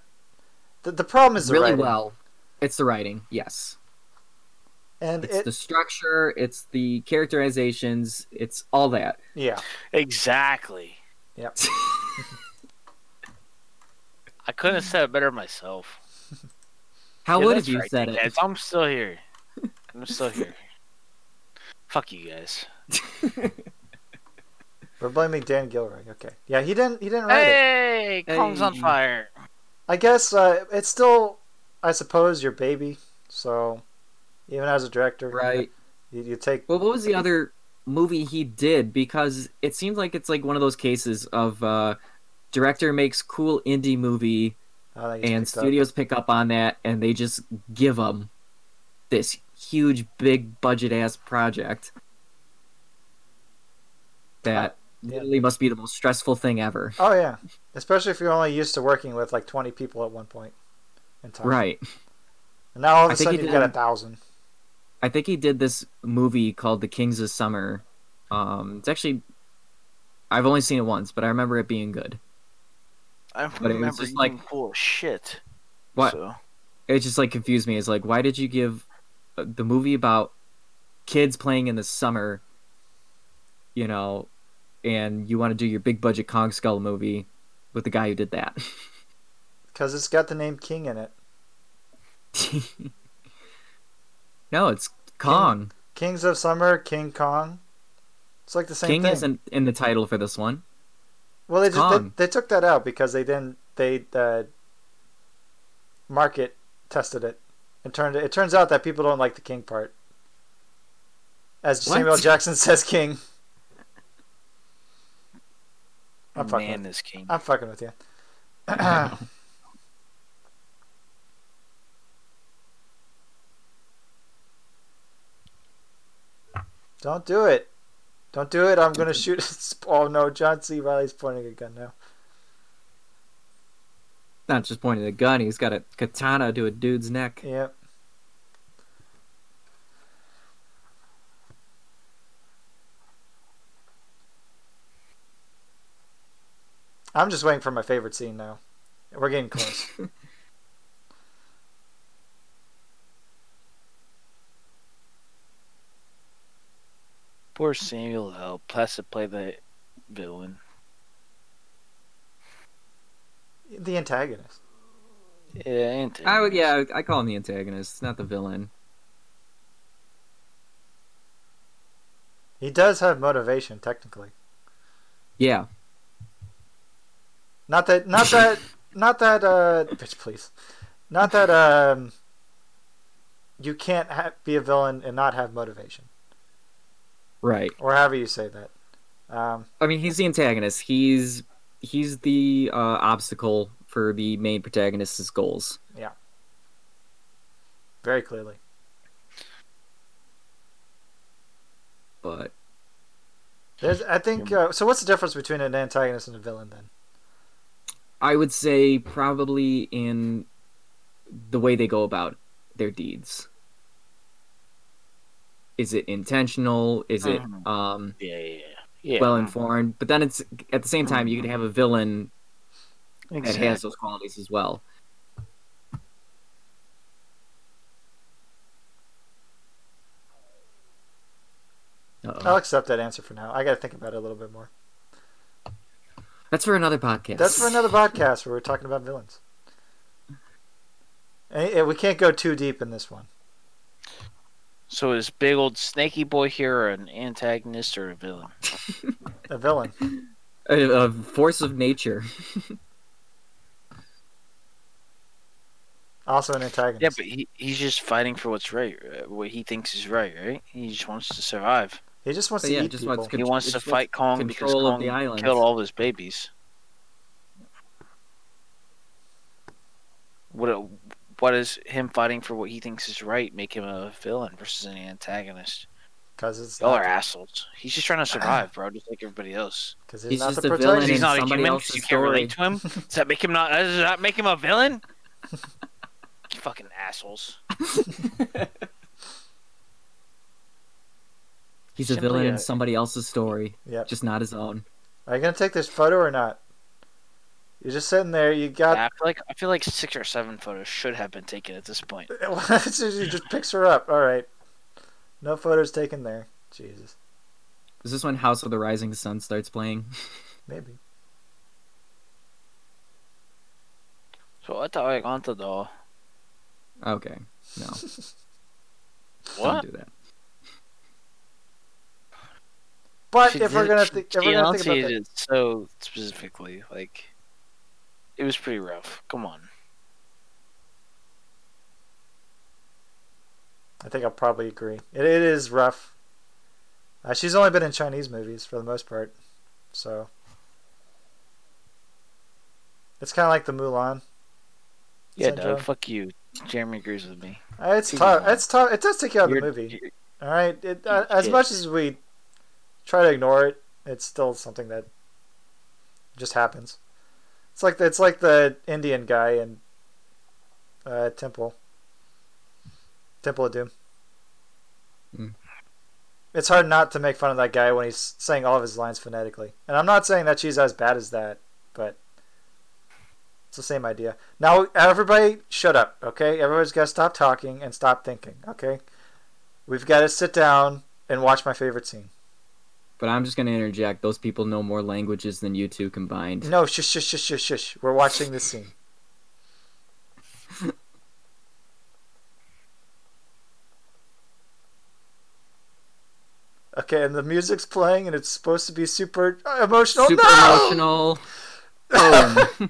S2: The, the problem is the
S1: really
S2: writing.
S1: well. It's the writing, yes.
S2: And
S1: It's
S2: it,
S1: the structure, it's the characterizations, it's all that. *laughs*
S2: yeah,
S3: Exactly. I couldn't have said it better myself.
S1: How
S3: Yeah,
S1: would
S3: that's
S1: have you
S3: right,
S1: said
S3: you
S1: it?
S3: guys. I'm still here. I'm
S1: *laughs*
S3: still here. Fuck you guys.
S2: we're blaming Dan Gilroy. Okay, yeah, he didn't. He didn't write it.
S3: Hey, Kong's on
S1: Hey.
S3: fire.
S2: I guess uh, it's still, I suppose, your baby. So, even as a director,
S1: *laughs* Right.
S2: You, you take
S1: Well, what was the other movie he did? Because it seems like it's like one of those cases of uh, director makes cool indie movie
S2: I think it's
S1: and
S2: picked up.
S1: studios pick up on that and they just give them this huge, big budget ass project that
S2: yeah.
S1: literally must be the most stressful thing ever.
S2: Oh yeah, especially if you're only used to working with like 20 people at one point in time.
S1: Right.
S2: And now all of
S1: I
S2: a
S1: think
S2: sudden
S1: he
S2: you
S1: did-
S2: got a thousand.
S1: I think he did this movie called The Kings of Summer. Um, it's actually I've only seen it once, but I remember it being good.
S3: I
S1: it was
S3: remember
S1: just
S3: you
S1: like-
S3: being full of shit.
S1: What?
S3: So.
S1: It just like confused me. It's like why did you give uh, the movie about kids playing in the summer, you know, and you want to do your big budget Kong Skull movie with the guy who did that? *laughs*
S2: because it's got the name King in it.
S1: no, it's Kong.
S2: Kings of Summer, King Kong. It's like the same
S1: King
S2: thing.
S1: isn't in the title for this one.
S2: well, they
S1: it's
S2: just they,
S1: Kong.
S2: they took that out because they didn't they uh, market tested it and turned it. It turns out that people don't like the King part. As
S1: What?
S2: Samuel Jackson *laughs* says, King. I'm fucking
S3: Man is king.
S2: I'm fucking with you. *clears throat* Don't do it. Don't do it. I'm gonna shoot. Oh no, John C. Riley's pointing a gun now.
S1: Not just pointing a gun, he's got a katana to a dude's neck.
S2: Yeah. I'm just waiting for my favorite scene now. We're getting close.
S3: Poor Samuel L. Placid played the villain.
S2: the antagonist.
S3: Yeah, ain't
S1: I would, yeah, I call him the antagonist, not the villain.
S2: He does have motivation, technically.
S1: Yeah,
S2: Not that, not
S3: *laughs*
S2: that, not that. Uh, bitch, please. Not that. Um, you can't ha- be a villain and not have motivation,
S1: right.
S2: or however you say that. Um,
S1: I mean, he's the antagonist. He's he's the uh, obstacle for the main protagonist's goals.
S2: very clearly.
S1: But
S2: There's, I think. Uh, so, what's the difference between an antagonist and a villain then?
S1: I would say probably in the way they go about their deeds. Is it intentional? Is it
S3: Mhm.
S1: um,
S3: Yeah, yeah, yeah.
S1: well informed? But then it's at the same time you could have a villain that
S3: Exactly.
S1: has those qualities as well.
S2: I'll
S3: Uh-huh.
S1: Uh-oh.
S2: accept that answer for now. I got to think about it a little bit more.
S1: That's for another podcast.
S2: That's for
S1: *laughs*
S2: another podcast where we're talking about villains. Eh, And, and we can't go too deep in this one.
S3: So is big old snaky boy here an antagonist or a villain?
S2: A villain.
S1: A, a Uh, force
S2: *laughs*
S1: of nature.
S2: Also an antagonist.
S3: Yeah, but he, he's just fighting for what's right, uh, what he thinks is right, right? He just wants to survive.
S2: he just wants
S1: But
S2: to
S1: yeah,
S2: eat
S1: just
S2: people.
S1: wants
S3: he
S1: Contr-
S3: wants to
S1: just
S3: fight Kong because
S1: control of
S3: Kong
S1: the islands.
S3: killed all his babies. What uh, what is him fighting for what he thinks is right make him a villain versus an antagonist?
S2: Because it's
S3: Y'all are
S2: not,
S3: assholes. He's just trying to survive, bro, just like everybody else.
S2: cause he's
S1: He's
S2: not
S1: just
S2: the
S1: a villain
S2: protagonist.
S3: Because
S1: in
S3: he's not a
S1: somebody
S3: human.
S1: else's
S3: Because you can't relate to him. Does that make him not? Does that make him
S1: *laughs*
S3: a villain? you fucking assholes.
S1: He's a
S3: Simply
S1: villain
S3: a-
S1: in somebody else's story,
S2: Yep.
S1: just not his own.
S2: Are you gonna take this photo or not? You're just sitting there. You *laughs*
S3: Yeah,
S2: got.
S3: I feel like I feel like six or seven photos should have been taken at this point.
S2: you just picks her up. All right. No photos taken there. Jesus.
S1: Is this when House of the Rising Sun starts playing?
S2: Maybe.
S3: So I thought I got to the
S1: Okay, no, don't
S3: what?
S1: do that.
S2: But
S3: She
S2: if we're
S3: did-
S2: gonna
S3: she-
S2: think, if
S3: she
S2: we're gonna think about
S3: enunciated
S2: that,
S3: it so specifically, like it was pretty rough. Come on,
S2: I think I'll probably agree. It, it is rough. Uh, she's only been in Chinese movies for the most part, so it's kind of like the Mulan.
S3: yeah,
S2: Syndrome.
S3: Doug, fuck you. Jeremy agrees with me.
S2: Uh, It's
S3: See,
S2: tough.
S3: Mulan.
S2: It's tough. It does take you out of the
S3: You're-
S2: movie.
S3: you're-
S2: All right. It, uh,
S3: You're
S2: as
S3: shit.
S2: much as we try to ignore it, it's still something that just happens. It's like it's like the Indian guy in uh, Temple Temple of Doom.
S1: Mm.
S2: It's hard not to make fun of that guy when he's saying all of his lines phonetically. And I'm not saying that she's as bad as that, but it's the same idea. Now everybody, shut up, okay? Everybody's got to stop talking and stop thinking, okay? We've got to sit down and watch my favorite scene.
S1: But I'm just gonna interject. Those people know more languages than you two combined.
S2: No, shush, shush, shush, shush, shush. We're watching this scene. Okay, and the music's playing, and it's supposed to be super emotional.
S1: Super
S2: Oh, no!
S1: emotional. Boom.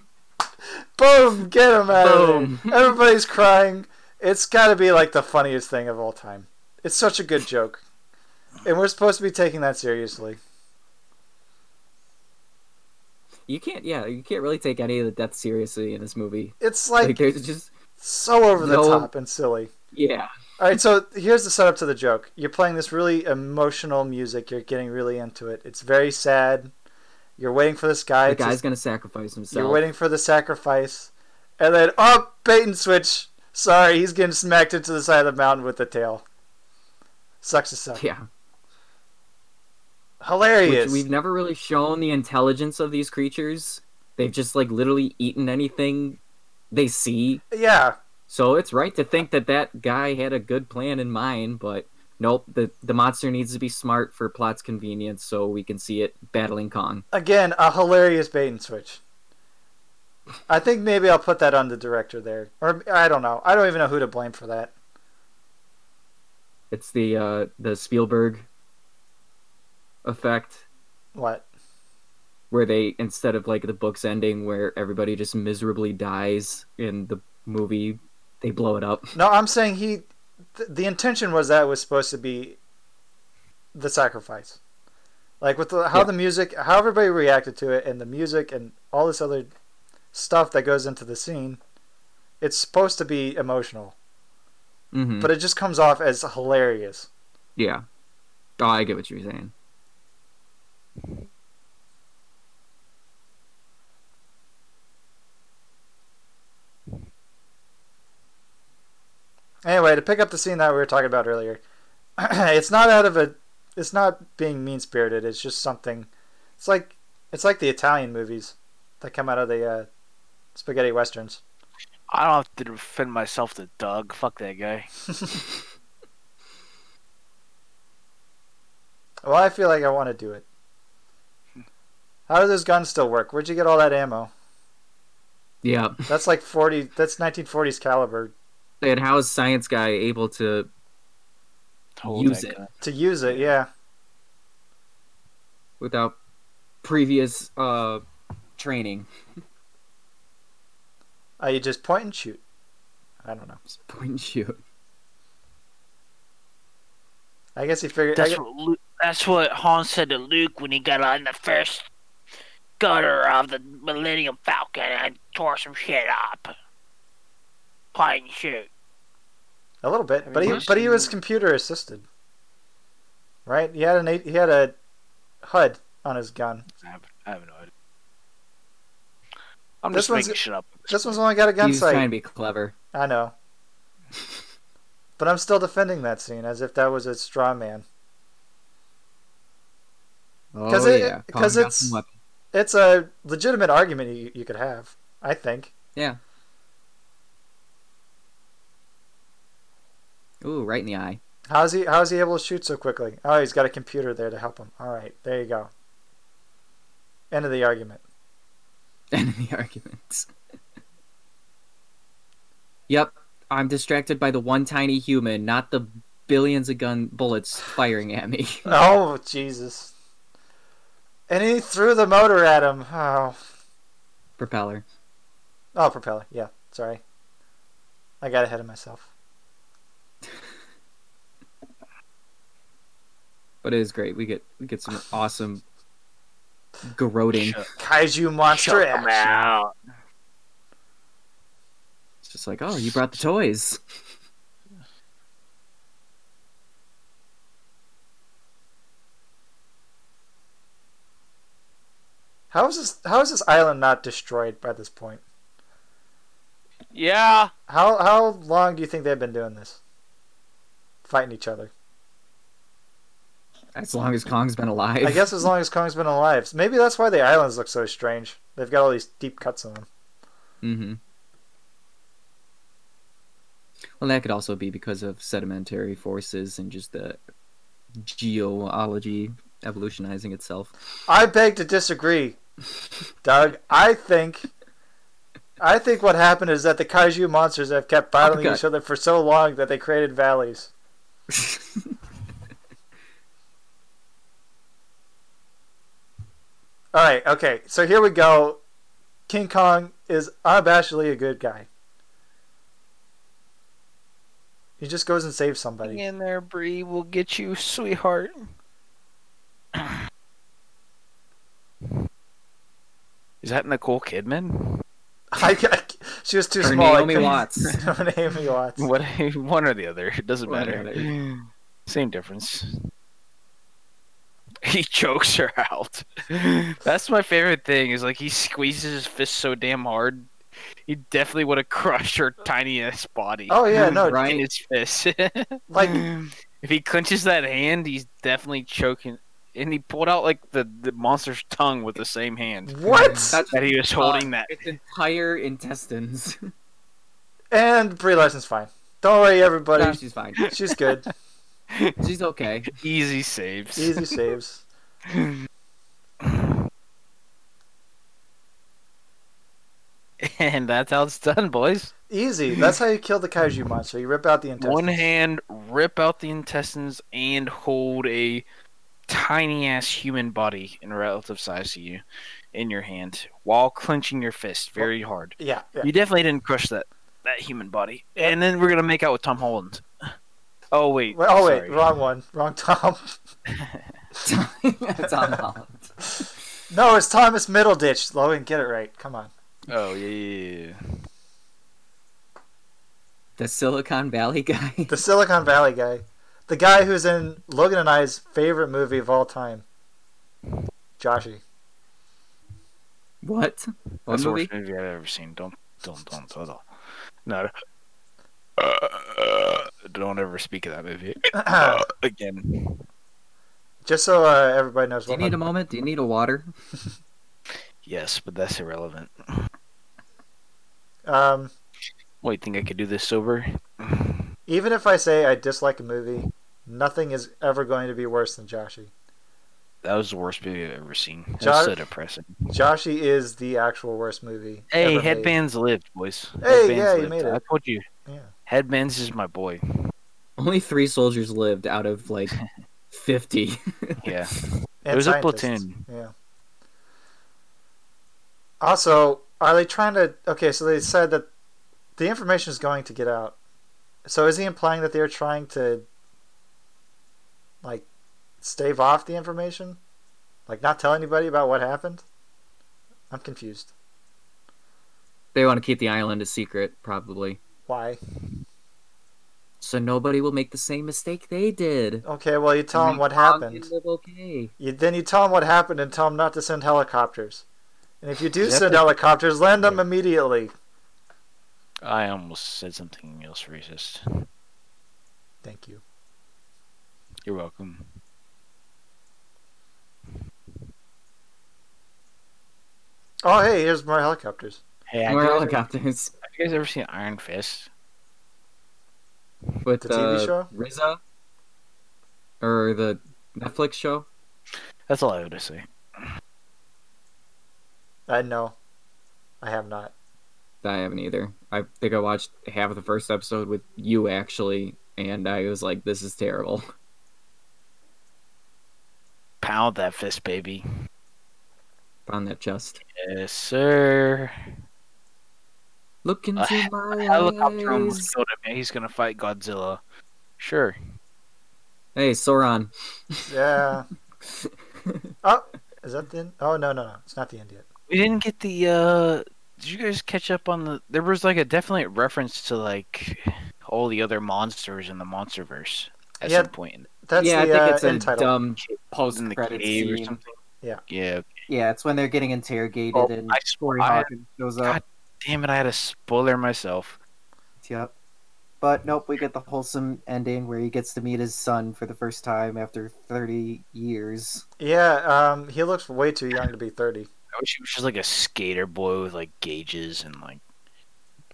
S2: *laughs* Boom! Get him out
S1: Boom.
S2: of
S1: *laughs*
S2: there. Everybody's crying. It's got to be like the funniest thing of all time. It's such a good joke, and we're supposed to be taking that seriously.
S1: you can't. Yeah, you can't really take any of the death seriously in this movie.
S2: It's
S1: Like,
S2: like
S1: there's just
S2: so over the
S1: no-
S2: top and silly.
S1: yeah.
S2: All right, so here's the setup to the joke. You're playing this really emotional music. You're getting really into it. It's very sad. You're waiting for this guy.
S1: The
S2: to-
S1: guy's gonna sacrifice himself.
S2: you're waiting for the sacrifice, and then oh, bait and switch. Sorry, he's getting smacked into the side of the mountain with the tail. Sucks to suck.
S1: Yeah, which
S2: Hilarious.
S1: we've never really shown the intelligence of these creatures. They've just like literally eaten anything they see.
S2: Yeah,
S1: So it's right to think that that guy had a good plan in mind, but nope. The the monster needs to be smart for plot's convenience, so we can see it battling Kong.
S2: again, a hilarious bait and switch. I think maybe I'll put that on the director there, or I don't know. I don't even know who to blame for that.
S1: It's the uh, the Spielberg effect,
S2: What?
S1: where they instead of like the book's ending where everybody just miserably dies in the movie, they blow it up.
S2: No, I'm saying he. Th- the intention was that it was supposed to be the sacrifice, like with the, how
S1: Yeah.
S2: the music, how everybody reacted to it, and the music and all this other stuff that goes into the scene. It's supposed to be emotional,
S1: hmm
S2: but it just comes off as hilarious.
S1: yeah. Oh, I get what you're saying.
S2: Anyway, to pick up the scene that we were talking about earlier, *clears throat* it's not out of a, it's not being mean spirited. It's just something. It's like it's like the Italian movies that come out of the uh, spaghetti westerns.
S3: I don't have to defend myself to Doug. Fuck that guy.
S2: Well, I feel like I want to do it. How do those guns still work? Where'd you get all that ammo?
S1: Yeah.
S2: That's like 40, that's 1940s caliber.
S1: And how is science guy able to
S3: hold
S1: Use
S3: that
S1: it.
S3: gun.
S2: to use it. Yeah,
S1: without previous uh training. *laughs*
S2: uh, you just point and shoot. I don't know.
S1: Just point and shoot.
S2: I guess he figured. I
S6: That's
S2: guess,
S6: what Luke, that's what Han said to Luke when he got on the first gutter of the Millennium Falcon and tore some shit up. Point and shoot.
S2: a little bit, but he
S3: Must
S2: but he
S3: be-
S2: was computer assisted. Right? He had an eight- he had a HUD on his gun.
S3: I have, I have no idea. I'm
S2: This
S3: just
S2: one's-
S3: making shit up.
S2: This one's only got a gun
S1: He's trying to
S2: sight.
S1: be clever.
S2: I know. But I'm still defending that scene as if that was a straw man.
S1: Oh
S2: it-
S1: yeah,
S2: 'cause
S1: Kong got
S2: it's-
S1: some weapons.
S2: It's a legitimate argument you, you could have, I think.
S1: ooh right in the eye.
S2: How's he how's he able to shoot so quickly? Oh, he's got a computer there to help him. All right, there you go. End of the argument.
S1: *laughs* End of the argument. yep, I'm distracted by the one tiny human, not the billions of gun bullets firing at me. *laughs*
S2: Oh, Jesus. And he threw the motor at him. Oh.
S1: Propeller.
S2: Oh, propeller. Yeah, sorry. I got ahead of myself.
S1: But it is great. We get we get some awesome garroting.
S3: Shut-
S2: Kaiju monster
S6: Choke 'em
S2: action.
S6: out.
S1: It's just like, oh, you brought the toys. *laughs*
S2: How is this how is this island not destroyed by this point?
S6: Yeah.
S2: How how long do you think they've been doing this? Fighting each other.
S1: As long as Kong's been alive.
S2: I guess as long as Kong's been alive. Maybe that's why the islands look so strange. They've got all these deep cuts on them.
S1: *laughs* Mm-hmm. Well, that could also be because of sedimentary forces and just the geology evolutionizing itself. *laughs*
S2: I beg to disagree, Doug. I think I think what happened is that the kaiju monsters have kept battling
S1: Okay.
S2: each other for so long that they created valleys. All right, okay. So here we go. King Kong is unabashedly a good guy. He just goes and saves
S3: Hang
S2: somebody.
S3: in there, Bree. We'll get you, sweetheart. Is that Nicole Kidman?
S2: *laughs* I, I, she was too
S1: Or
S2: small. I
S1: Naomi
S2: couldn't- *laughs*
S1: *laughs* Watts.
S2: Naomi Watts.
S3: What, *laughs* one or the other. It doesn't
S1: One or
S3: matter. Same difference. *laughs* He chokes her out. *laughs* That's my favorite thing. Is like he squeezes his fist so damn hard. He definitely would have *laughs* crushed her tiniest body.
S2: Oh yeah, no,
S1: Right.
S3: in his fist.
S2: like
S1: Mm.
S3: if he clenches that hand, he's definitely choking. And he pulled out like the, the monster's tongue with the same hand
S2: what?
S3: that he was holding. That
S1: Its entire intestines. *laughs*
S2: And Brie Larson's fine. Don't worry,
S1: no,
S2: everybody.
S1: she's fine.
S2: She's good.
S1: She's okay. *laughs*
S3: easy saves.
S2: Easy saves.
S3: *laughs* and that's how it's done, boys.
S2: Easy. That's how you kill the kaiju monster. You rip out the intestines.
S3: One hand, rip out the intestines, and hold a tiny ass human body in relative size to you in your hand while clenching your fist very hard.
S2: Yeah, yeah.
S3: You definitely didn't crush that that human body. And then we're gonna make out with Tom Holland. *laughs* Oh wait.
S2: Wait, oh wait,
S3: sorry.
S2: wrong one. Wrong Tom. *laughs*
S1: Tom Holland.
S2: no, it's Thomas Middleditch. Logan, get it right. Come on.
S3: Oh yeah, yeah, yeah, yeah.
S1: The Silicon Valley guy. *laughs*
S2: The Silicon Valley guy. The guy who's in Logan and I's favorite movie of all time. Joshy.
S1: What? What
S3: That's the
S1: movie?
S3: worst movie I've ever seen. Don't don't don't don't. don't. No. Uh, don't ever speak of that *coughs* movie Uh, again.
S2: *clears throat* Just so uh, everybody knows
S1: Do you
S2: what
S1: need a moment? Do you need a water?
S3: Yes, but that's irrelevant.
S2: um
S3: What, you think I could do this sober?
S2: even if I say I dislike a movie, nothing is ever going to be worse than Joshy.
S3: That was the worst movie I've ever seen. That's
S2: John-
S3: so depressing.
S2: Joshy is the actual worst movie.
S3: Hey,
S2: ever made.
S3: headbands lived, boys.
S2: Hey,
S3: Headbands
S2: yeah, you
S3: lived.
S2: made it.
S3: I told you.
S2: Yeah.
S3: Headbands is my boy.
S1: Only three soldiers lived out of like fifty. *laughs*
S3: Yeah.
S2: And
S3: It was a
S2: scientists.
S3: platoon.
S2: Yeah. Also, are they trying to? Okay, so they said that the information is going to get out. So is he implying that they're trying to, like, stave off the information, like not tell anybody about what happened? I'm confused.
S1: they want to keep the island a secret, probably,
S2: Why?
S1: so nobody will make the same mistake they did.
S2: Okay, well you tell him what
S1: We found
S2: happened.
S1: and live okay.
S2: You, then you tell them what happened and tell them not to send helicopters. And if you do
S3: Is that
S2: send
S3: the-
S2: helicopters, land them immediately.
S3: I almost said something else racist.
S2: Thank you.
S3: You're welcome.
S2: Oh, hey, here's more helicopters.
S3: Hey, have
S1: More
S3: you guys-
S1: helicopters.
S3: have you guys ever seen Iron Fist?
S1: With
S2: The
S1: the
S2: TV
S1: uh,
S2: show?
S1: RZA or the Netflix show.
S3: That's all I had to say.
S2: I know. I have not.
S1: I haven't either. I think I watched half of the first episode with you actually, and I was like, "This is
S4: *laughs*
S1: terrible."
S3: Pound that fist, baby.
S1: On that chest.
S3: Yes, sir.
S1: Look into
S3: A
S1: my
S3: Helicopter
S1: eyes.
S3: almost killed him. and He's gonna fight Godzilla. Sure.
S1: Hey, Sauron.
S4: *laughs*
S2: Yeah. oh, is that the end? Oh, no, no, no. It's not the end yet.
S3: We didn't get the. uh Did you guys catch up on the? There was like a definite reference to like all the other monsters in the MonsterVerse at
S2: Yeah.
S3: some point. in-
S2: That's
S4: yeah,
S2: the
S4: I think
S2: uh,
S4: it's
S2: end
S4: a
S2: title.
S4: dumb
S3: in the
S4: post-credit
S3: cave or
S4: scene.
S3: something.
S2: Yeah.
S3: Yeah.
S4: Yeah, it's when they're getting interrogated
S3: Oh,
S4: and
S3: I swear.
S4: Corey
S3: I,
S4: Hawkins shows up.
S3: God. damn it! I had a spoiler myself.
S4: Yep. But nope, we get the wholesome ending where he gets to meet his son for the first time after 30 years.
S2: Yeah, um, he looks way too young to be 30.
S3: I wish he was just like a skater boy with like gauges and like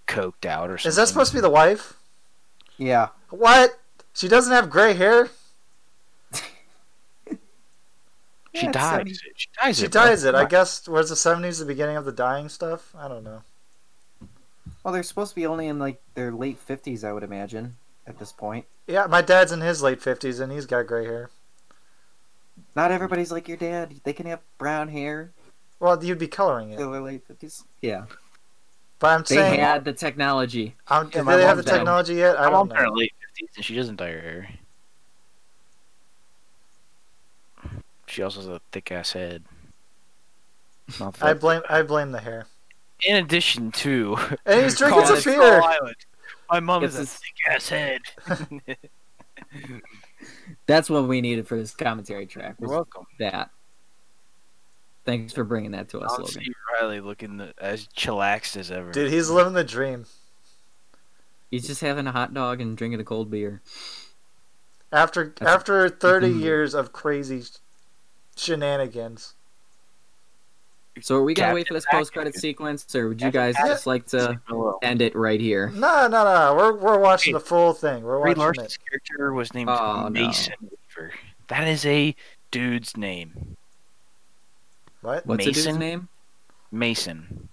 S3: coked out or something.
S2: Is that supposed to be the wife?
S4: Yeah.
S2: What? She doesn't have gray hair?
S3: She
S4: Yeah, it's
S3: dies.
S4: seventy-
S3: She dies.
S2: She
S3: bro.
S2: dies it. I guess, was the 70s the beginning of the dying stuff? I don't know.
S4: Well, they're supposed to be only in like their late 50s, I would imagine, at this point.
S2: Yeah, my dad's in his late 50s and he's got gray hair.
S4: Not everybody's like your dad. They can have brown hair
S2: Well, you'd be coloring it.
S4: till their late 50s. Yeah.
S2: But I'm
S1: They
S2: saying,
S1: had the technology.
S2: I'm,
S4: yeah,
S2: do
S4: my
S2: they have the
S4: mom's
S1: down.
S2: technology yet? I
S3: My
S2: don't
S3: mom's in
S2: know.
S3: her late fifties and she doesn't dye her hair. She also has a thick ass head. Not
S2: I
S3: thick.
S2: blame I blame the hair.
S3: in addition to *laughs*
S4: *laughs*
S2: And he's drinking
S3: Colin
S2: some
S3: is
S2: beer.
S3: Skull Island, my mom
S1: It's
S3: is a
S1: his-
S3: thick ass head.
S1: That's what we needed for this commentary track.
S3: You're
S1: was
S3: welcome.
S1: that. Thanks for bringing that to us,
S3: Honestly,
S1: Logan.
S3: Riley looking the, as chillaxed as ever.
S2: Dude, he's living the dream.
S1: He's just having a hot dog and drinking a cold beer.
S2: After
S1: That's-
S2: after 30
S1: Mhm.
S2: years of crazy sh- shenanigans.
S1: So are we gonna
S3: Captain
S1: wait for this
S3: Jack.
S1: post credit sequence, or would you
S3: Captain
S1: guys just like
S3: uh,
S1: to
S3: Hello.
S1: end it right here?
S2: No, no, no. We're we're watching the full thing. We're
S3: Brie
S2: watching
S3: Larson's
S2: it.
S3: character was named
S1: Oh, no.
S3: Mason Weaver. That is a dude's name.
S2: What?
S1: What's the dude's
S3: Mason?
S1: name?
S3: Mason.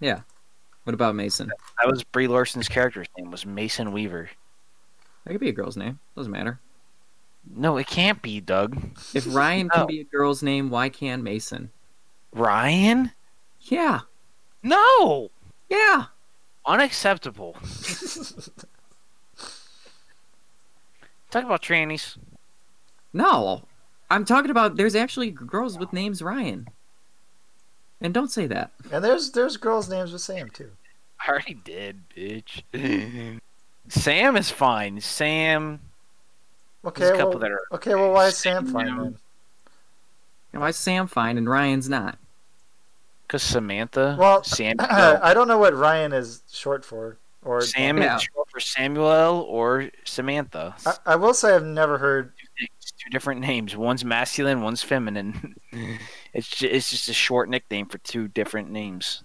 S1: What about Mason?
S3: That was Brie Larson's character's name. Was Mason Weaver?
S1: That could be a girl's name. Doesn't matter.
S3: No, it can't be Doug.
S1: If Ryan can
S3: No.
S1: be a girl's name, why can't Mason?
S3: Ryan?
S1: Yeah,
S3: No!
S1: yeah.
S3: Unacceptable. Talk about trannies.
S1: No, I'm talking about. There's actually girls with names Ryan. And don't say that.
S2: *laughs* And there's there's girls' names with Sam too.
S3: I already did, bitch. *laughs* Sam is fine. Sam.
S2: Okay,
S3: There's a couple
S2: well,
S3: that are.
S2: okay. Well, why is Sam fine then? *clears throat*
S1: And why is Sam fine and Ryan's not?
S3: Because Samantha.
S2: Well, *laughs* uh,
S3: Sam.
S2: I don't know what Ryan is short for. Or
S3: Sam
S1: Yeah.
S3: is short for Samuel or Samantha.
S2: I, I will say I've never heard.
S3: It's two different names. One's masculine, one's feminine. *laughs* it's just, it's just a short nickname for two different names.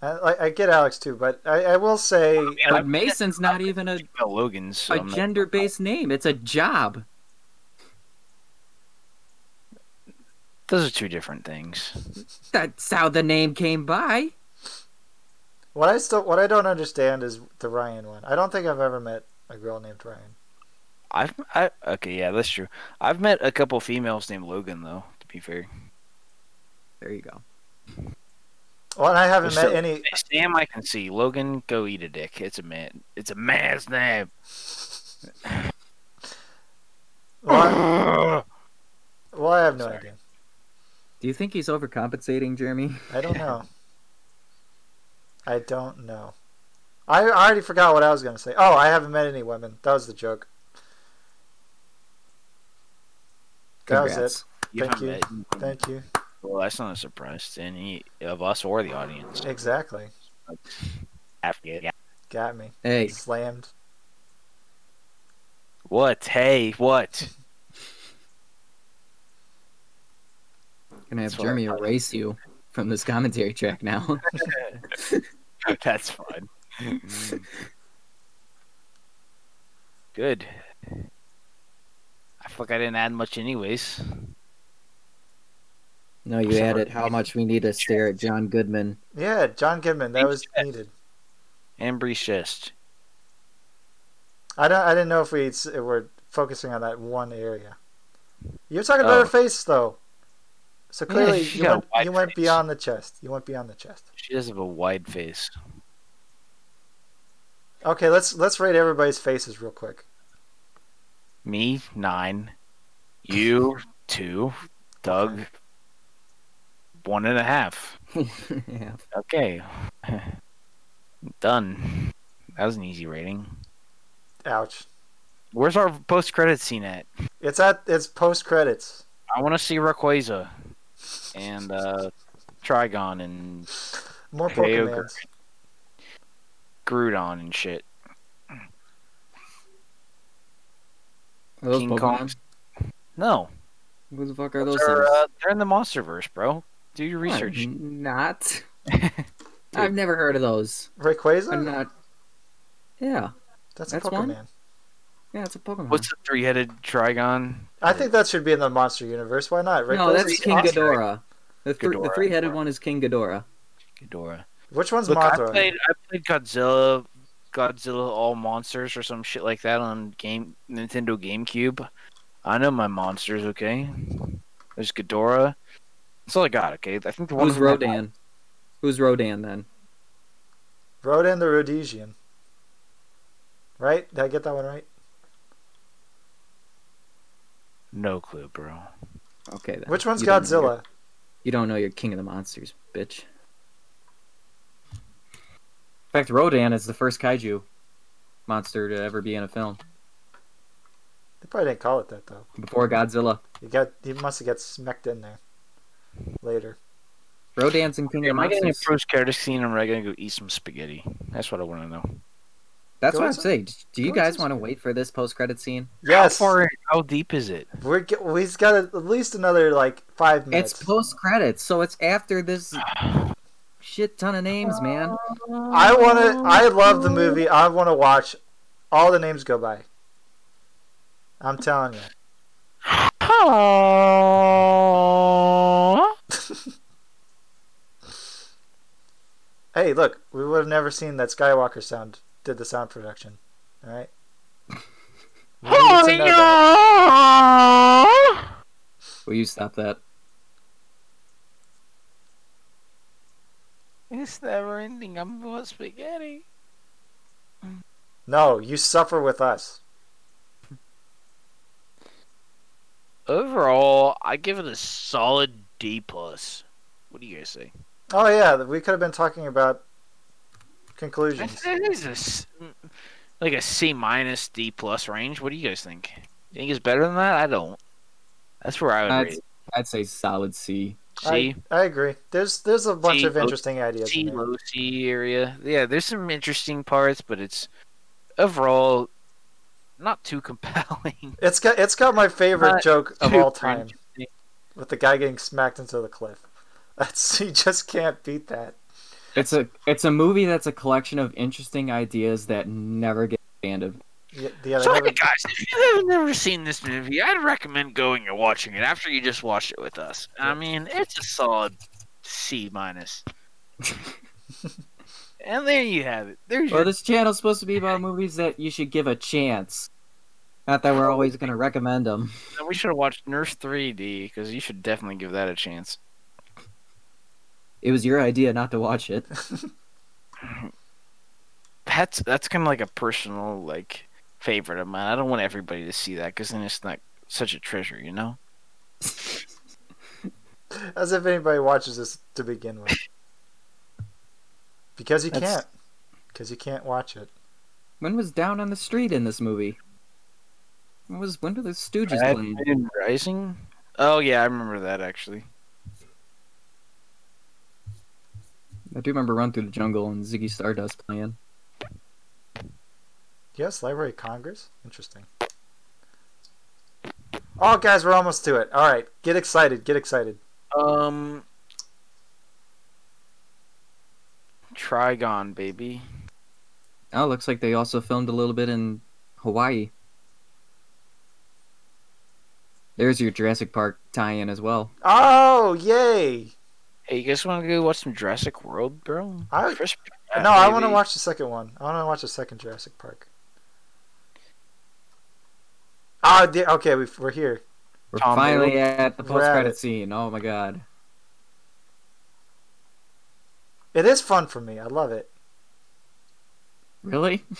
S2: I, I, I get Alex too, but I, I will say
S3: I-
S1: But Mason's not even a,
S3: Well, Logan's so
S1: a
S3: I'm not-
S1: gender based name. It's a job.
S3: Those are two different things.
S1: That's how the name came by.
S2: What I still what I don't understand is the Ryan one. I don't think I've ever met a girl named Ryan.
S3: I've I okay, yeah, that's true. I've met a couple females named Logan though. To be fair,
S1: There you go.
S2: Well, and I haven't
S3: So-
S2: met any.
S3: Sam, I can see Logan. Go eat a dick. It's a man. It's a man's name.
S2: Well, I, well, I have no
S3: Sorry.
S2: idea.
S1: Do you think he's overcompensating, Jeremy?
S2: I don't know. I don't know. I, I already forgot what I was going to say. Oh, I haven't met any women. That was the joke. That was it.
S3: You
S2: Thank you.
S3: haven't met-
S2: Thank you.
S3: Well, that's not a surprise to any of us or the audience.
S2: Exactly.
S3: After it.
S2: Got me.
S1: Hey,
S2: Slammed.
S3: What? Hey, what? *laughs*
S1: gonna have
S3: That's what
S1: Jeremy
S3: I-
S1: erase you from this commentary track now. *laughs*
S3: That's fine. Good. I fuck I didn't add much anyways.
S1: no, you
S3: Sorry.
S1: added how much we need to stare at John Goodman. *laughs*
S2: Yeah, John Goodman. That
S3: Thank
S2: was
S3: you.
S2: needed.
S3: And Bree Schist.
S2: I don't. I didn't know if we s- were focusing on that one area. You're talking about
S3: Oh.
S2: her face, though. So clearly,
S3: she
S2: you,
S3: got a
S2: went,
S3: wide
S2: you went
S3: face.
S2: beyond the chest. You went beyond the chest.
S3: She does have a wide face.
S2: Okay, let's let's rate everybody's faces real quick.
S3: Me, nine. You, two. Doug, one and a half.
S1: yeah.
S3: Okay. *laughs* Done. That was an easy rating.
S2: Ouch.
S3: Where's our post credit scene at?
S2: It's at it's post credits.
S3: I want to see Rayquaza and uh, Trigon and
S2: More
S3: Kyogre.
S2: Pokemon.
S3: Groudon and shit.
S1: Are those
S3: King
S1: Pokemon?
S3: Kong. No,
S1: Who the fuck are those
S3: they're,
S1: things?
S3: uh, they're in the MonsterVerse, bro. Do your research.
S1: I'm
S3: *laughs*
S1: not. I've never heard of those. I'm
S2: Rayquaza.
S1: not. Yeah,
S2: that's a
S1: that's
S2: Pokemon.
S1: one? yeah, it's a Pokemon.
S3: What's the three-headed Trigon?
S2: I think that should be in the monster universe. Why not?
S1: no, that's
S2: Rayquaza's
S1: King
S2: awesome.
S1: Ghidorah. The, thr- the
S3: Ghidorah.
S1: three-headed one is King Ghidorah.
S3: Ghidorah.
S2: Which one's
S3: Look, I
S2: Mothra?
S3: played, I played Godzilla, Godzilla All Monsters or some shit like that on game Nintendo GameCube. I know my monsters, okay. There's Ghidorah. That's all I got, okay. I think the one
S1: Who's
S3: from-
S1: Rodan? Who's Rodan then?
S2: Rodan the Rhodesian. Right? Did I get that one right?
S3: No clue, bro.
S1: Okay then.
S2: Which one's
S1: You don't know your-
S2: Godzilla?
S1: you don't know your King of the Monsters, bitch. In fact, Rodan is the first kaiju monster to ever be in a film
S2: They probably didn't call it that though.
S1: before Godzilla.
S2: You got he must have got smacked in there later.
S1: Rodan's in King of the
S3: Am I getting a
S1: Monsters.
S3: first character scene or am I gonna go eat some spaghetti? That's what I want to know.
S1: That's
S2: Go
S1: what I'm
S2: ahead.
S1: saying. Do you
S2: Go ahead.
S1: guys want to wait for this post-credit scene?
S2: Yes,
S3: How far? How deep is it?
S2: we're ge- we've got at least another like five minutes.
S1: It's post-credits, so it's after this shit ton of names, man.
S2: I want to. I love the movie. I want to watch all the names go by. I'm telling you. Hey, look, we would have never seen that Skywalker sound did the sound production. All right. We need to
S3: Oh,
S2: know that.
S1: Will you stop that?
S3: It's never ending. I'm about spaghetti.
S2: No, you suffer with us.
S3: Overall, I give it a solid D plus. What do you guys say?
S2: Oh yeah, we could have been talking about conclusions.
S3: It is a s- like a C minus D plus range. What do you guys think? You think it's better than that? I don't. That's where I would
S1: I'd,
S3: rate.
S1: I'd say solid C.
S3: it.
S2: I-
S3: C.
S2: I agree. There's there's a bunch
S3: See,
S2: of
S3: low-
S2: interesting ideas.
S3: sea,
S2: In there.
S3: low sea area. Yeah, there's some interesting parts, but it's overall not too *laughs* compelling.
S2: It's got it's got my favorite
S3: Not
S2: joke of
S3: Too
S2: all time
S3: interesting.
S2: with the guy getting smacked into the cliff. *laughs* That's you just can't beat that.
S1: It's a it's a movie that's a collection of interesting ideas that never get abandoned.
S2: Yeah, the other
S3: So,
S2: never-
S3: guys, if you have never seen this movie, I'd recommend going and watching it after you just watched it with us. I mean, it's a solid C minus. and there you have it. There's
S1: Well,
S3: your
S1: Oh, this channel's supposed to be about movies that you should give a chance. Not that we're always going to recommend them.
S3: Then we should have watched Nurse 3D because you should definitely give that a chance.
S1: It was your idea not to watch it. *laughs*
S3: That's that's kind of like a personal like favorite of mine. I don't want everybody to see that because then it's not such a treasure, you know.
S2: *laughs* As if anybody watches this to begin with. Because you
S1: That's-
S2: can't. Because you can't watch it.
S1: When was Down on the Street in this movie? When was when were the Stooges
S3: Red
S1: playing?
S3: Moon Rising. Oh yeah, I remember that actually.
S1: I do remember Run Through the Jungle and Ziggy Stardust playing.
S2: Yes, Library of Congress. Interesting. Oh, guys, we're almost to it. All right, get excited. Get excited.
S3: Um, Trigon, baby.
S1: Oh, looks like they also filmed a little bit in Hawaii. There's your Jurassic Park tie-in as well.
S2: Oh, yay!
S3: Hey, you guys want to go watch some Jurassic World, bro?
S2: I
S3: Chris Pratt,
S2: no, I want to
S3: baby.
S2: watch the second one. I want to watch the second Jurassic Park. Ah, the- okay, we've, we're here.
S1: We're
S3: Tom
S1: finally
S3: Noodle.
S1: at the
S2: We're at
S1: post-credit
S2: it.
S1: scene. Oh my god.
S2: It is fun for me. I love it.
S1: Really? *laughs*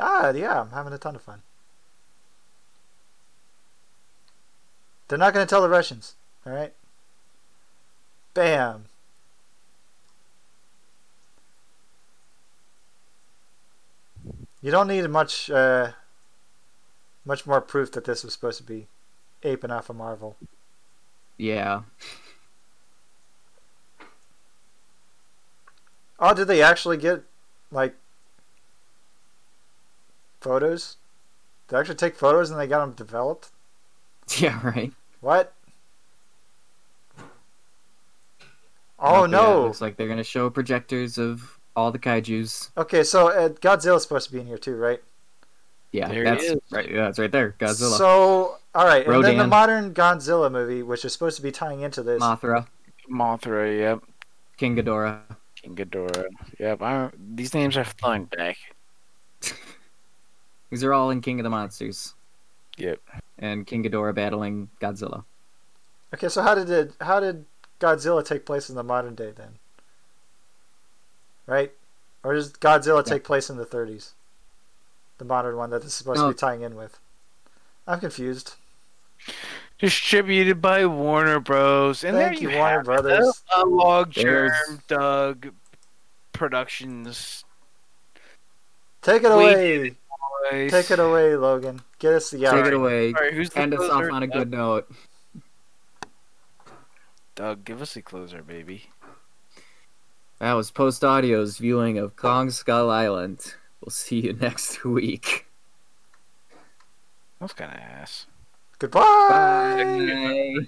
S2: Ah, yeah, I'm having a ton of fun. They're not going to tell the Russians, all right? Bam. You don't need much, uh, much more proof that this was supposed to be aping off a Marvel.
S1: Yeah. *laughs*
S2: Oh, did they actually get like photos? They actually take photos and they got them developed.
S1: Yeah, right.
S2: What? Oh
S1: Okay,
S2: no!
S1: it Looks like they're gonna show projectors of all the kaiju's.
S2: Okay, so uh, Godzilla's supposed to be in here too, right?
S1: Yeah,
S3: There he
S1: that's
S3: is.
S1: right. Yeah, that's right there. Godzilla,
S2: So, all right, and then the
S1: Rodan.
S2: modern Godzilla movie, which is supposed to be tying into this.
S1: Mothra,
S3: Mothra, yep.
S1: King Ghidorah. *laughs*
S3: King Ghidorah. Yep. I, these names are flying back.
S1: These are all in King of the Monsters.
S3: Yep.
S1: And King Ghidorah battling Godzilla.
S2: Okay, so how did it, how did Godzilla take place in the modern day then? Right, or does Godzilla
S1: Yeah.
S2: take place in the 30s? The modern one that this is supposed
S1: No.
S2: to be tying in with. I'm confused.
S3: Distributed by Warner Bros. And
S2: Thank
S3: there
S2: you,
S3: you,
S2: Warner
S3: have
S2: Brothers.
S3: it. A log
S1: There's-
S3: germ, Doug Productions.
S2: Take it
S3: We
S2: away. Take it away, Logan. Get us the
S1: Take
S2: hour.
S1: it away.
S3: All right, who's the
S1: End us off
S3: closer?
S1: on a
S3: Doug,
S1: good note.
S3: Doug, give us a closer, baby.
S1: That was Post Audio's viewing of Kong Skull Island. We'll see you *laughs* next week.
S3: That's kind of ass.
S2: Goodbye.
S1: Bye.